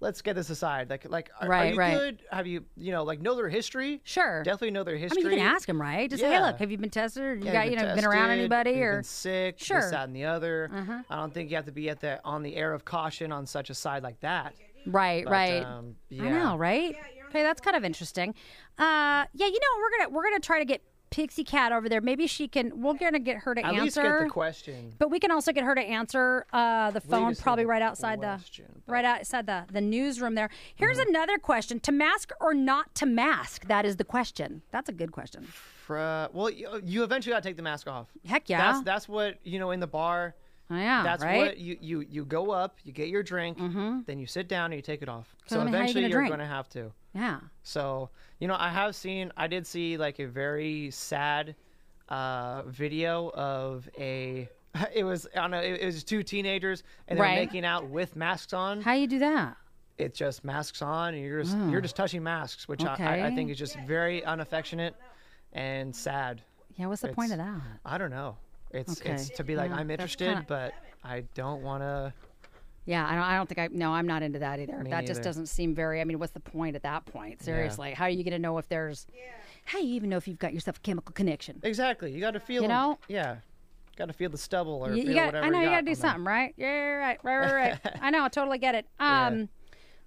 [SPEAKER 1] let's get this aside. Like, like, are, are
[SPEAKER 2] Right,
[SPEAKER 1] you
[SPEAKER 2] right.
[SPEAKER 1] good? Have you, you know, like know their history?
[SPEAKER 2] Sure.
[SPEAKER 1] Definitely know their
[SPEAKER 2] I
[SPEAKER 1] history.
[SPEAKER 2] mean, you can ask them, right? Just say, hey,
[SPEAKER 1] Yeah.
[SPEAKER 2] look, have you been tested? Or you
[SPEAKER 1] Yeah,
[SPEAKER 2] got, you
[SPEAKER 1] you've
[SPEAKER 2] know, been around
[SPEAKER 1] tested,
[SPEAKER 2] anybody
[SPEAKER 1] you've
[SPEAKER 2] or
[SPEAKER 1] been sick,
[SPEAKER 2] Sure. Uh-huh.
[SPEAKER 1] this, that, and the other. I don't think you have to be at the on the air of caution on such a side like that.
[SPEAKER 2] right,
[SPEAKER 1] But,
[SPEAKER 2] right.
[SPEAKER 1] Um, yeah.
[SPEAKER 2] I know, right? okay, that's kind of interesting. Uh, yeah, you know, we're gonna we're gonna try to get Pixie Cat over there. Maybe she can. We're gonna get her to
[SPEAKER 1] At least
[SPEAKER 2] answer.
[SPEAKER 1] get the question.
[SPEAKER 2] but we can also get her to answer uh, the phone,
[SPEAKER 1] just need
[SPEAKER 2] probably
[SPEAKER 1] the
[SPEAKER 2] right outside the
[SPEAKER 1] question, but-
[SPEAKER 2] right outside the the newsroom. There. Here's
[SPEAKER 1] Mm-hmm.
[SPEAKER 2] another question: to mask or not to mask? That is the question. That's a good question.
[SPEAKER 1] Fra- well, you, you eventually got to take the mask off.
[SPEAKER 2] Heck yeah.
[SPEAKER 1] That's that's what you know in the bar.
[SPEAKER 2] Oh, yeah,
[SPEAKER 1] That's
[SPEAKER 2] right.
[SPEAKER 1] what you, you you go up, you get your drink, then you sit down and you take it off. So
[SPEAKER 2] I mean, Mm-hmm. how you
[SPEAKER 1] eventually
[SPEAKER 2] gonna
[SPEAKER 1] you're
[SPEAKER 2] drink?
[SPEAKER 1] going to have to.
[SPEAKER 2] yeah.
[SPEAKER 1] So, you know, I have seen, I did see like a very sad uh, video of a, *laughs* it was, I don't know, it, it was two teenagers and they're
[SPEAKER 2] Right.
[SPEAKER 1] making out with masks on.
[SPEAKER 2] How you do that?
[SPEAKER 1] It's just masks on and you're
[SPEAKER 2] Oh.
[SPEAKER 1] just, you're just touching masks, which I, I, I
[SPEAKER 2] Okay.
[SPEAKER 1] think is just very unaffectionate and sad.
[SPEAKER 2] Yeah. What's the point of that?
[SPEAKER 1] I don't know. It's,
[SPEAKER 2] Okay.
[SPEAKER 1] it's to be like,
[SPEAKER 2] Yeah,
[SPEAKER 1] I'm
[SPEAKER 2] that's
[SPEAKER 1] interested,
[SPEAKER 2] kinda-
[SPEAKER 1] but I don't want to.
[SPEAKER 2] Yeah, I don't, I don't think I. No, I'm not into that either. that
[SPEAKER 1] neither.
[SPEAKER 2] just doesn't seem very. I mean, what's the point at that point? Seriously, how are you going to know if there's? How do you even know if you've got yourself a chemical connection?
[SPEAKER 1] Exactly. You got to feel,
[SPEAKER 2] You
[SPEAKER 1] 'em.
[SPEAKER 2] know?
[SPEAKER 1] yeah. Got to feel the stubble or
[SPEAKER 2] You,
[SPEAKER 1] feel
[SPEAKER 2] you got.
[SPEAKER 1] whatever
[SPEAKER 2] I know you, got
[SPEAKER 1] got
[SPEAKER 2] to do
[SPEAKER 1] on them.
[SPEAKER 2] something, right? Yeah, right,
[SPEAKER 1] *laughs*
[SPEAKER 2] right, right, right. I know. I totally get it. Um,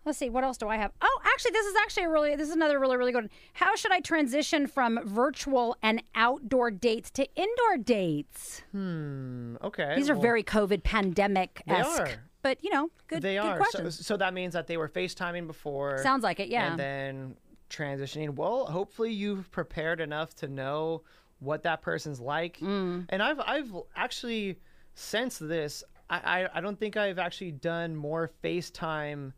[SPEAKER 2] let's see. What else do I have? Oh, actually, this is actually a really. This is another really, really good. One. How should I transition from virtual and outdoor dates to indoor dates?
[SPEAKER 1] Okay.
[SPEAKER 2] These are
[SPEAKER 1] well-
[SPEAKER 2] very COVID pandemic
[SPEAKER 1] are.
[SPEAKER 2] esque. But you know, good.
[SPEAKER 1] They
[SPEAKER 2] good
[SPEAKER 1] are. So,
[SPEAKER 2] Questions.
[SPEAKER 1] so that means that they were FaceTiming before.
[SPEAKER 2] Sounds like it, yeah.
[SPEAKER 1] And then transitioning. Well, hopefully you've prepared enough to know what that person's like.
[SPEAKER 2] Mm.
[SPEAKER 1] And I've I've actually since this, I, I I don't think I've actually done more FaceTime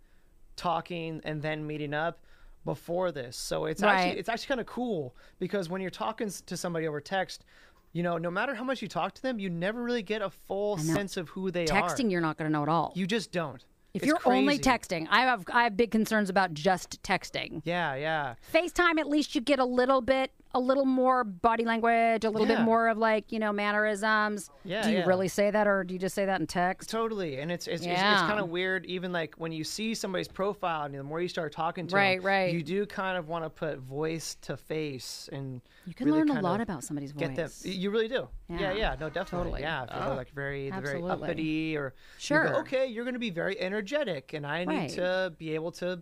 [SPEAKER 1] talking and then meeting up before this. So it's
[SPEAKER 2] Right.
[SPEAKER 1] actually it's actually kind of cool because when you're talking s- to somebody over text. You know, no matter how much you talk to them, you never really get a full sense of who they are.
[SPEAKER 2] Texting, you're not going to know at all.
[SPEAKER 1] You just don't.
[SPEAKER 2] If
[SPEAKER 1] It's
[SPEAKER 2] you're only
[SPEAKER 1] crazy.
[SPEAKER 2] texting, I have I have big concerns about just texting.
[SPEAKER 1] Yeah, yeah.
[SPEAKER 2] FaceTime, at least you get a little bit a little more body language, a little
[SPEAKER 1] Yeah.
[SPEAKER 2] bit more of like you know mannerisms.
[SPEAKER 1] Yeah,
[SPEAKER 2] do you
[SPEAKER 1] yeah.
[SPEAKER 2] really say that, or do you just say that in text?
[SPEAKER 1] Totally, and it's it's, it's,
[SPEAKER 2] Yeah.
[SPEAKER 1] it's kind of weird. Even like when you see somebody's profile, and the more you start talking to 'em,
[SPEAKER 2] Right, right.
[SPEAKER 1] you do kind of want to put voice to face, and
[SPEAKER 2] You can
[SPEAKER 1] really
[SPEAKER 2] learn a
[SPEAKER 1] kind
[SPEAKER 2] lot
[SPEAKER 1] of
[SPEAKER 2] about somebody's voice.
[SPEAKER 1] Get them. You really do. Yeah, yeah.
[SPEAKER 2] Yeah.
[SPEAKER 1] no, definitely.
[SPEAKER 2] Totally. Oh,
[SPEAKER 1] Yeah, if you're like very, the very
[SPEAKER 2] Absolutely.
[SPEAKER 1] uppity, or you
[SPEAKER 2] Sure.
[SPEAKER 1] go, okay, you're going to be very energetic, and I need
[SPEAKER 2] Right.
[SPEAKER 1] to be able to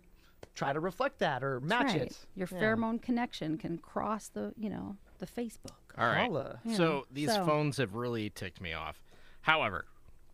[SPEAKER 1] try to reflect that or match
[SPEAKER 2] right.
[SPEAKER 1] it.
[SPEAKER 2] Your pheromone connection can cross the you know the Facebook.
[SPEAKER 3] All right.
[SPEAKER 1] Holla.
[SPEAKER 3] So these
[SPEAKER 2] so-
[SPEAKER 3] phones have really ticked me off. However,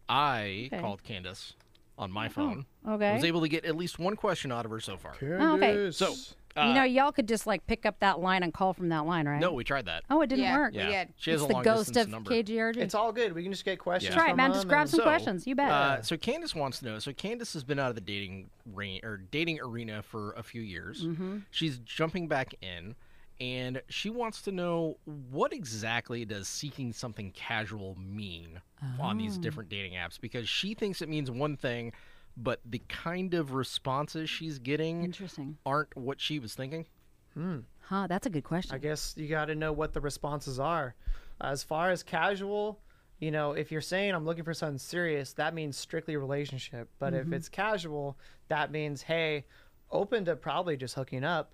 [SPEAKER 3] I
[SPEAKER 2] Okay. Oh,
[SPEAKER 3] called Candace on my phone. I was
[SPEAKER 2] okay.
[SPEAKER 3] able to get at least one question out of her so far.
[SPEAKER 2] Oh, okay.
[SPEAKER 3] So,
[SPEAKER 2] you
[SPEAKER 3] uh,
[SPEAKER 2] know, y'all could just like pick up that line and call from that line, right?
[SPEAKER 3] no, we tried that.
[SPEAKER 2] Oh, it didn't
[SPEAKER 4] Yeah.
[SPEAKER 2] work.
[SPEAKER 4] we
[SPEAKER 3] yeah.
[SPEAKER 4] did.
[SPEAKER 3] She has
[SPEAKER 2] it's
[SPEAKER 3] a
[SPEAKER 2] the
[SPEAKER 3] long
[SPEAKER 2] ghost
[SPEAKER 3] distance
[SPEAKER 2] of
[SPEAKER 3] number.
[SPEAKER 2] KGRG.
[SPEAKER 1] It's all good. We can just get questions.
[SPEAKER 3] That's
[SPEAKER 2] That's
[SPEAKER 1] from
[SPEAKER 2] right, man. Just
[SPEAKER 1] them
[SPEAKER 2] grab
[SPEAKER 1] and-
[SPEAKER 2] some questions. You bet.
[SPEAKER 3] Uh, so Candace wants to know. So Candace has been out of the dating ring or dating arena for a few years.
[SPEAKER 2] Mm-hmm.
[SPEAKER 3] She's jumping back in, and she wants to know what exactly does seeking something casual mean on
[SPEAKER 2] Oh.
[SPEAKER 3] these different dating apps? Because she thinks it means one thing, but the kind of responses she's getting
[SPEAKER 2] Interesting.
[SPEAKER 3] aren't what she was thinking.
[SPEAKER 2] Huh? That's a good
[SPEAKER 1] I
[SPEAKER 2] question.
[SPEAKER 1] guess you got to know what the responses are. As far as casual, you know, if you're saying I'm looking for something serious, that means strictly relationship. But if it's casual, that means hey, open to probably just hooking up.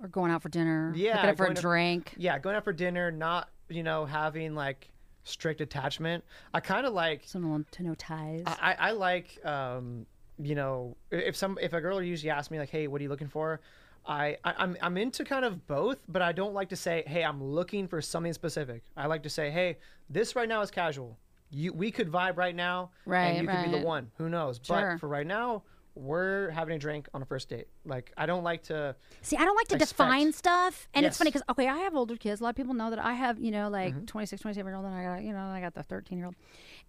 [SPEAKER 2] Or going out for dinner.
[SPEAKER 1] Yeah,
[SPEAKER 2] Hooking up for a
[SPEAKER 1] going to-
[SPEAKER 2] drink.
[SPEAKER 1] Yeah, going out for dinner, not you know having like strict attachment. I kind of like
[SPEAKER 2] Some little to no ties.
[SPEAKER 1] I, I like um, you know if some if a girl usually asks me like hey what are you looking for I, I I'm I'm into kind of both but I don't like to say hey I'm looking for something specific I like to say hey this right now is casual you we could vibe right now and
[SPEAKER 2] Right,
[SPEAKER 1] you could be the
[SPEAKER 2] right.
[SPEAKER 1] one who knows
[SPEAKER 2] Sure.
[SPEAKER 1] but for right now we're having a drink on a first date like I don't like to
[SPEAKER 2] See, I don't like to define
[SPEAKER 1] Expect.
[SPEAKER 2] stuff. And it's funny
[SPEAKER 1] Yes. Mm-hmm.
[SPEAKER 2] because, okay, I have older kids. A lot of people know that I have, you know, like 26, 27 year old, and I got, you know, I got the 13 year old.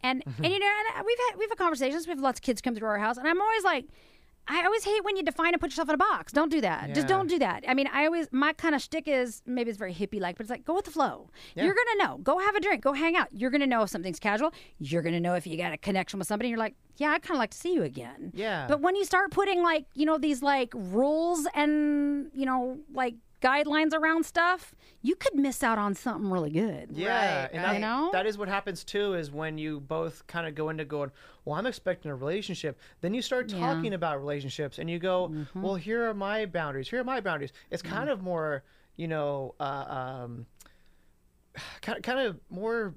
[SPEAKER 2] And,
[SPEAKER 1] Mm-hmm.
[SPEAKER 2] and you know, and I- we've had, we've had conversations. We have lots of kids come through our house. And I'm always like, I always hate when you define and put yourself in a box. Don't do that.
[SPEAKER 1] Yeah.
[SPEAKER 2] Just don't do that. I mean, I always, my kind of shtick is maybe it's very hippie like, but it's like, go with the flow. You're going to know. Go have a drink. Go hang out. You're going to know if something's casual. You're going to know if you got a connection with somebody. You're like, yeah, I kind of like to see you again.
[SPEAKER 1] Yeah.
[SPEAKER 2] But when you start putting like you know these like rules and you know like guidelines around stuff you could miss out on something really good
[SPEAKER 1] Yeah, and that,
[SPEAKER 2] You know?
[SPEAKER 1] that is what happens too. Is when you both kind of go into going, well, I'm expecting a relationship. Then you start talking about relationships, and you go,
[SPEAKER 2] Mm-hmm.
[SPEAKER 1] well, here are my boundaries. Here are my boundaries. It's kind of more, you know, uh, um, *sighs* kind of, kind of more,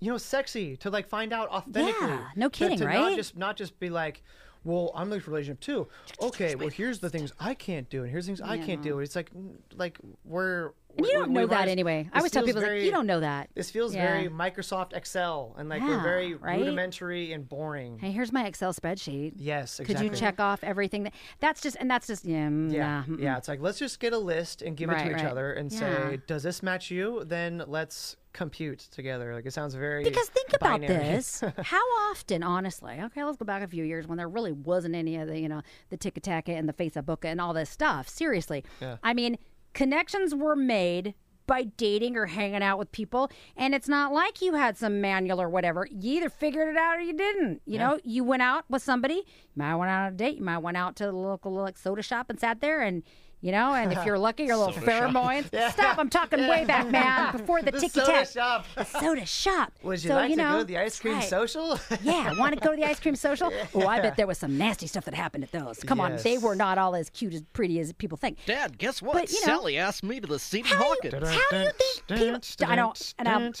[SPEAKER 1] you know, sexy to like find out authentically.
[SPEAKER 2] Yeah, no
[SPEAKER 1] To-
[SPEAKER 2] kidding,
[SPEAKER 1] to Not
[SPEAKER 2] right?
[SPEAKER 1] just not just be like. Well, I'm looking for a relationship too. Okay, well, here's the things I can't do, and here's the things I can't do. It's like, like we're
[SPEAKER 2] you don't know that anyway i always tell people like you
[SPEAKER 1] know
[SPEAKER 2] don't know that
[SPEAKER 1] this feels
[SPEAKER 2] Yeah.
[SPEAKER 1] very Microsoft Excel and like we're
[SPEAKER 2] Yeah,
[SPEAKER 1] very
[SPEAKER 2] right?
[SPEAKER 1] rudimentary and boring.
[SPEAKER 2] hey here's my excel spreadsheet
[SPEAKER 1] Yes,
[SPEAKER 2] could
[SPEAKER 1] exactly.
[SPEAKER 2] you check off everything that, that's just and that's just yeah mm,
[SPEAKER 1] Yeah,
[SPEAKER 2] nah, mm,
[SPEAKER 1] yeah. It's like let's just get a list and give it to
[SPEAKER 2] Right,
[SPEAKER 1] each
[SPEAKER 2] right.
[SPEAKER 1] other and
[SPEAKER 2] Yeah.
[SPEAKER 1] say, does this match you? Then let's compute together. Like it sounds very
[SPEAKER 2] Because think about
[SPEAKER 1] binary. *laughs*
[SPEAKER 2] this. How often, honestly, okay, let's go back a few years when there really wasn't any of the, you know, the tick attack and the face of book and all this stuff. Seriously. I mean, connections were made by dating or hanging out with people. And it's not like you had some manual or whatever. You either figured it out or you didn't. You know, you went out with somebody, you might went out on a date, you might went out to the local like soda shop and sat there and you know, and if you're lucky,
[SPEAKER 1] *laughs*
[SPEAKER 2] your little pheromones. Stop! I'm talking way back, man. Before the,
[SPEAKER 1] The
[SPEAKER 2] ticky
[SPEAKER 1] soda
[SPEAKER 2] tack
[SPEAKER 1] shop.
[SPEAKER 2] soda shop.
[SPEAKER 1] Would you
[SPEAKER 2] So,
[SPEAKER 1] like to
[SPEAKER 2] know,
[SPEAKER 1] go to the ice cream
[SPEAKER 2] that's right.
[SPEAKER 1] social?
[SPEAKER 2] *laughs*
[SPEAKER 1] *laughs*
[SPEAKER 2] Yeah, want to go to the ice cream social? Oh, I bet there was some nasty stuff that happened at those. Come on, they
[SPEAKER 1] Yes.
[SPEAKER 2] were not all as cute as pretty as people think.
[SPEAKER 3] Dad, guess what?
[SPEAKER 2] But, you know-
[SPEAKER 3] Sally asked me to the Stephen
[SPEAKER 2] How
[SPEAKER 3] Hawking.
[SPEAKER 2] you- How do you think people- I don't- and I'm-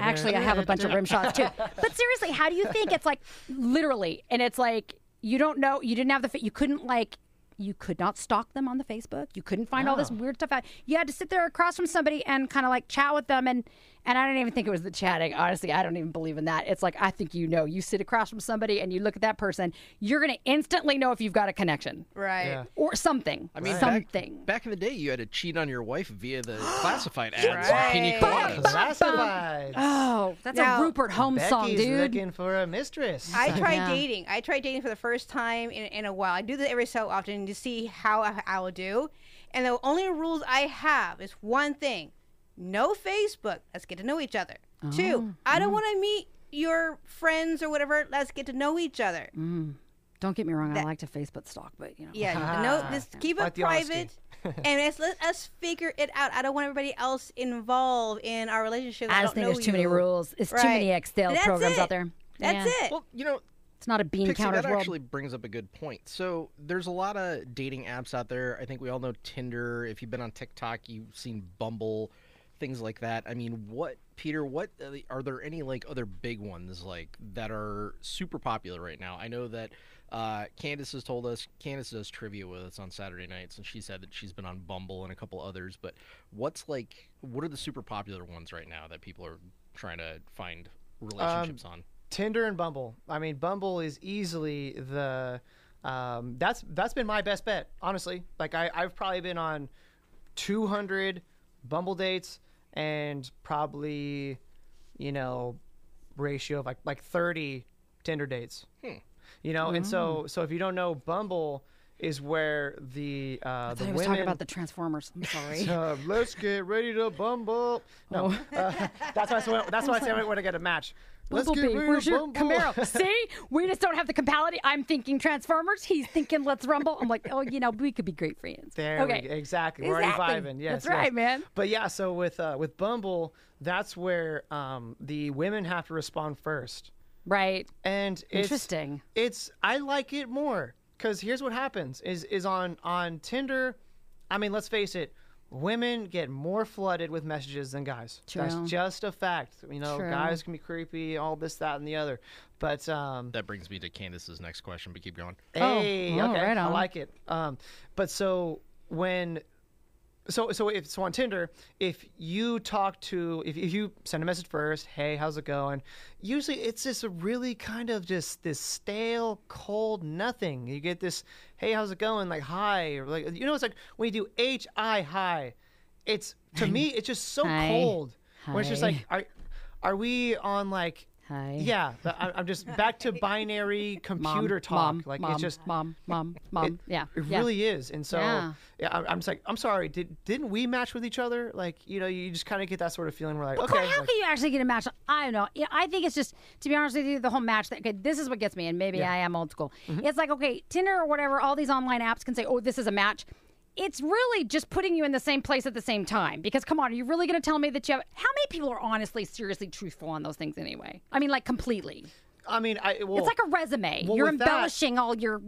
[SPEAKER 2] Actually, I have a bunch of rim shots *laughs* too. But seriously, how do you think it's like literally? And it's like you don't know. You didn't have the. fa- You couldn't like. You could not stalk them on the Facebook. You couldn't find all this weird stuff out. You had to sit there across from somebody and kind of like chat with them. And and I don't even think it was the chatting. Honestly, I don't even believe in that. It's like I think you know. You sit across from somebody and you look at that person. You're gonna instantly know if you've got a connection
[SPEAKER 4] Right.
[SPEAKER 1] Yeah.
[SPEAKER 2] or something. I mean,
[SPEAKER 3] back-
[SPEAKER 2] something.
[SPEAKER 3] Back in the day, you had to cheat on your wife
[SPEAKER 2] *gasps*
[SPEAKER 3] via the classified ads
[SPEAKER 4] right.
[SPEAKER 3] on Pina
[SPEAKER 2] Bum,
[SPEAKER 3] Coladas.
[SPEAKER 2] bum.
[SPEAKER 1] Classified.
[SPEAKER 2] Oh, that's
[SPEAKER 4] Now-
[SPEAKER 2] a Rupert Holmes
[SPEAKER 1] Becky's
[SPEAKER 2] song, dude.
[SPEAKER 1] looking for a mistress.
[SPEAKER 4] I tried
[SPEAKER 2] Yeah.
[SPEAKER 4] dating. I tried dating for the first time in, in a while. I do that every so often to see how I, I will do. And the only rules I have is one thing no Facebook. Let's get to know each other.
[SPEAKER 2] Oh.
[SPEAKER 4] Two, I
[SPEAKER 2] Mm.
[SPEAKER 4] don't want to meet your friends or whatever. Let's get to know each other.
[SPEAKER 2] Mm. Don't get me wrong, I like to Facebook stalk, but you know.
[SPEAKER 1] *laughs*
[SPEAKER 4] Yeah, no, just keep it
[SPEAKER 1] Like the
[SPEAKER 4] private.
[SPEAKER 1] honesty. *laughs*
[SPEAKER 4] and it's, let us figure it out. I don't want everybody else involved in our relationship. that
[SPEAKER 2] I just
[SPEAKER 4] don't
[SPEAKER 2] think
[SPEAKER 4] know
[SPEAKER 2] there's too many
[SPEAKER 4] you.
[SPEAKER 2] rules. It's too
[SPEAKER 4] Right.
[SPEAKER 2] many Excel
[SPEAKER 4] That's
[SPEAKER 2] programs
[SPEAKER 4] it.
[SPEAKER 2] out there.
[SPEAKER 4] That's
[SPEAKER 2] Yeah.
[SPEAKER 4] it.
[SPEAKER 3] Well, you know,
[SPEAKER 2] It's not a bean
[SPEAKER 3] Pixie,
[SPEAKER 2] counter's
[SPEAKER 3] that
[SPEAKER 2] world.
[SPEAKER 3] actually brings up a good point. So there's a lot of dating apps out there. I think we all know Tinder. If you've been on TikTok, you've seen Bumble, things like that. I mean, what, Peter? What uh, are there any like other big ones like that are super popular right now? I know that uh, Candace has told us. Candace does trivia with us on Saturday nights, and she said that she's been on Bumble and a couple others. But what's like? What are the super popular ones right now that people are trying to find relationships on?
[SPEAKER 1] Tinder and Bumble. I mean, Bumble is easily the um, that's that's been my best bet, honestly. Like I, I've probably been on 200 Bumble dates and probably you know ratio of like like 30 Tinder dates. You know, and
[SPEAKER 2] Mm.
[SPEAKER 1] so so if you don't know, Bumble is where the uh,
[SPEAKER 2] I
[SPEAKER 1] the
[SPEAKER 2] thought he was
[SPEAKER 1] women
[SPEAKER 2] talking about the Transformers.
[SPEAKER 1] *laughs*
[SPEAKER 2] I'm sorry.
[SPEAKER 1] uh, let's get ready to bumble. No, uh, *laughs* that's why. I swear- That's why I say I want to get a match. Let's
[SPEAKER 2] Oh. *laughs* Bumblebee,
[SPEAKER 1] get ready
[SPEAKER 2] where's
[SPEAKER 1] to
[SPEAKER 2] your
[SPEAKER 1] bumble. *laughs*
[SPEAKER 2] Camaro? See, we just don't have the compality. I'm thinking Transformers. He's thinking Let's Rumble. I'm like, oh, you know, we could be great friends.
[SPEAKER 1] There we
[SPEAKER 2] okay,
[SPEAKER 1] go. exactly. We're already
[SPEAKER 2] Exactly.
[SPEAKER 1] vibing. Yes,
[SPEAKER 2] That's right,
[SPEAKER 1] yes.
[SPEAKER 2] man.
[SPEAKER 1] But yeah, so with uh, with Bumble, that's where um, the women have to respond first,
[SPEAKER 2] Right.
[SPEAKER 1] and it's,
[SPEAKER 2] Interesting.
[SPEAKER 1] It's I like it more because here's what happens: is is on on Tinder. I mean, let's face it. Women get more flooded with messages than guys.
[SPEAKER 2] True.
[SPEAKER 1] That's just a fact. You know,
[SPEAKER 2] True.
[SPEAKER 1] guys can be creepy, all this, that, and the other. But um,
[SPEAKER 3] That brings me to Candace's next question, but keep going.
[SPEAKER 2] Oh,
[SPEAKER 1] Hey,
[SPEAKER 2] oh,
[SPEAKER 1] okay,
[SPEAKER 2] right
[SPEAKER 1] I
[SPEAKER 2] on.
[SPEAKER 1] like it. Um, but so when, so so if so on Tinder, if you talk to, if, if you send a message first, hey, how's it going? Usually it's just a really kind of just this stale, cold nothing. You get this, hey, how's it going? Like hi, or like you know, it's like when you do H I hi, it's to
[SPEAKER 2] *laughs*
[SPEAKER 1] me it's just so
[SPEAKER 2] Hi.
[SPEAKER 1] cold. Where it's just
[SPEAKER 2] Hi.
[SPEAKER 1] like are, are we on like.
[SPEAKER 2] Hi.
[SPEAKER 1] Yeah,
[SPEAKER 2] *laughs*
[SPEAKER 1] but I- I'm just back to binary
[SPEAKER 2] Mom,
[SPEAKER 1] computer talk.
[SPEAKER 2] Mom,
[SPEAKER 1] like
[SPEAKER 2] mom,
[SPEAKER 1] it's just
[SPEAKER 2] mom,
[SPEAKER 1] *laughs*
[SPEAKER 2] mom, mom. yeah.
[SPEAKER 1] it
[SPEAKER 2] yeah.
[SPEAKER 1] really is. And so
[SPEAKER 2] Yeah.
[SPEAKER 1] yeah. I'm, I'm just like, I'm sorry, did didn't we match with each other? Like, you know, you just kind of get that sort of feeling. We're like,
[SPEAKER 2] But
[SPEAKER 1] okay,
[SPEAKER 2] how
[SPEAKER 1] like,
[SPEAKER 2] can you actually get a match? I don't know. Yeah, I think it's just to be honest with you, the whole match. That, okay, this is what gets me, and maybe I am old school.
[SPEAKER 1] Mm-hmm.
[SPEAKER 2] It's like okay, Tinder or whatever. All these online apps can say, "Oh, this is a match." It's really just putting you in the same place at the same time. Because come on, are you really going to tell me that you have? How many people are honestly, seriously truthful on those things anyway? I mean, like completely.
[SPEAKER 1] I mean, I well,
[SPEAKER 2] It's like a resume.
[SPEAKER 1] well,
[SPEAKER 2] You're
[SPEAKER 1] with that-
[SPEAKER 2] embellishing all your.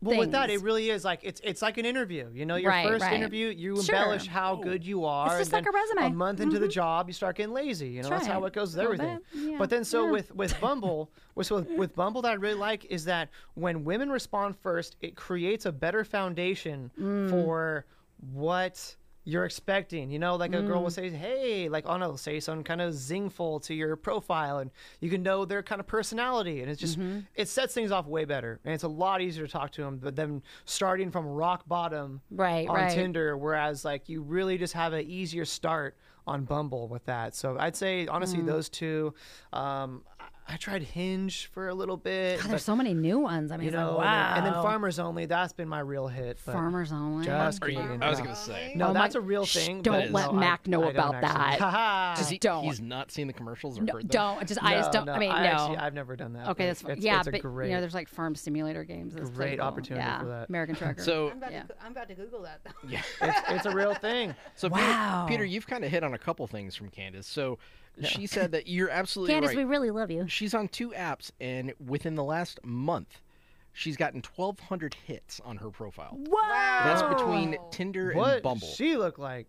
[SPEAKER 1] well, with that,
[SPEAKER 2] things.
[SPEAKER 1] it really is like it's it's like an interview. You know, your
[SPEAKER 2] Right,
[SPEAKER 1] first
[SPEAKER 2] right.
[SPEAKER 1] interview, you
[SPEAKER 2] Sure. Oh.
[SPEAKER 1] embellish how good you are. and
[SPEAKER 2] just like
[SPEAKER 1] then
[SPEAKER 2] a resume. Mm-hmm.
[SPEAKER 1] A month into the job, you start getting lazy. You know, that's, how
[SPEAKER 2] right.
[SPEAKER 1] it goes with
[SPEAKER 2] A little
[SPEAKER 1] everything.
[SPEAKER 2] bit, yeah,
[SPEAKER 1] But then, so
[SPEAKER 2] yeah.
[SPEAKER 1] with with Bumble, *laughs* with so with, with Bumble, that I really like is that when women respond first, it creates a better foundation
[SPEAKER 2] Mm.
[SPEAKER 1] for what you're expecting. You know, like a girl will
[SPEAKER 2] Mm.
[SPEAKER 1] say, "Hey," like oh no, say some kind of zingful to your profile, and you can know their kind of personality, and it's just
[SPEAKER 2] Mm-hmm.
[SPEAKER 1] it sets things off way better, and it's a lot easier to talk to them But then starting from rock bottom,
[SPEAKER 2] Right,
[SPEAKER 1] on
[SPEAKER 2] right.
[SPEAKER 1] Tinder, whereas like you really just have an easier start on Bumble with that. So I'd say honestly,
[SPEAKER 2] Hmm.
[SPEAKER 1] those two. Um, I- I tried Hinge for a little bit.
[SPEAKER 2] God,
[SPEAKER 1] but,
[SPEAKER 2] there's so many new ones. I mean,
[SPEAKER 1] you
[SPEAKER 2] it's
[SPEAKER 1] know,
[SPEAKER 2] like, wow.
[SPEAKER 1] and, then, and then Farmers Only. That's been my real hit. But
[SPEAKER 2] farmers only.
[SPEAKER 1] Just
[SPEAKER 3] Are you-
[SPEAKER 1] kidding.
[SPEAKER 3] I was
[SPEAKER 1] No.
[SPEAKER 3] gonna say.
[SPEAKER 1] No,
[SPEAKER 2] Oh my-
[SPEAKER 1] that's a real
[SPEAKER 2] Shh,
[SPEAKER 1] thing. but
[SPEAKER 2] don't let
[SPEAKER 1] no, I-
[SPEAKER 2] Mac know
[SPEAKER 1] I don't
[SPEAKER 2] about
[SPEAKER 1] actually.
[SPEAKER 2] that.
[SPEAKER 1] Haha.
[SPEAKER 2] Just don't.
[SPEAKER 3] He's not seen the commercials or heard them.
[SPEAKER 2] don't just I just
[SPEAKER 1] No,
[SPEAKER 2] don't. I mean, no.
[SPEAKER 1] actually- I've never done that.
[SPEAKER 2] Okay,
[SPEAKER 1] but
[SPEAKER 2] that's fine.
[SPEAKER 1] it's,
[SPEAKER 2] yeah,
[SPEAKER 1] it's a
[SPEAKER 2] but
[SPEAKER 1] great.
[SPEAKER 2] you know, there's like farm simulator games. That's pretty
[SPEAKER 1] great
[SPEAKER 2] cool.
[SPEAKER 1] opportunity
[SPEAKER 2] yeah.
[SPEAKER 1] for that. *laughs*
[SPEAKER 2] American Trucker.
[SPEAKER 3] So,
[SPEAKER 4] I'm about,
[SPEAKER 2] Yeah.
[SPEAKER 4] to, Goo- I'm about to Google that. Though. *laughs*
[SPEAKER 3] yeah.
[SPEAKER 1] it's, it's a real thing.
[SPEAKER 3] So,
[SPEAKER 2] Wow.
[SPEAKER 3] Peter, Peter, you've kind of hit on a couple things from Candace. So, she said that you're absolutely
[SPEAKER 2] Candace,
[SPEAKER 3] right.
[SPEAKER 2] we really
[SPEAKER 1] *laughs*
[SPEAKER 2] love you.
[SPEAKER 3] She's on two apps, and within the last month, she's gotten 1,200 hits on her profile.
[SPEAKER 2] *laughs* Whoa!
[SPEAKER 3] That's between
[SPEAKER 4] Oh.
[SPEAKER 3] Tinder
[SPEAKER 1] What
[SPEAKER 3] and Bumble.
[SPEAKER 1] she look like?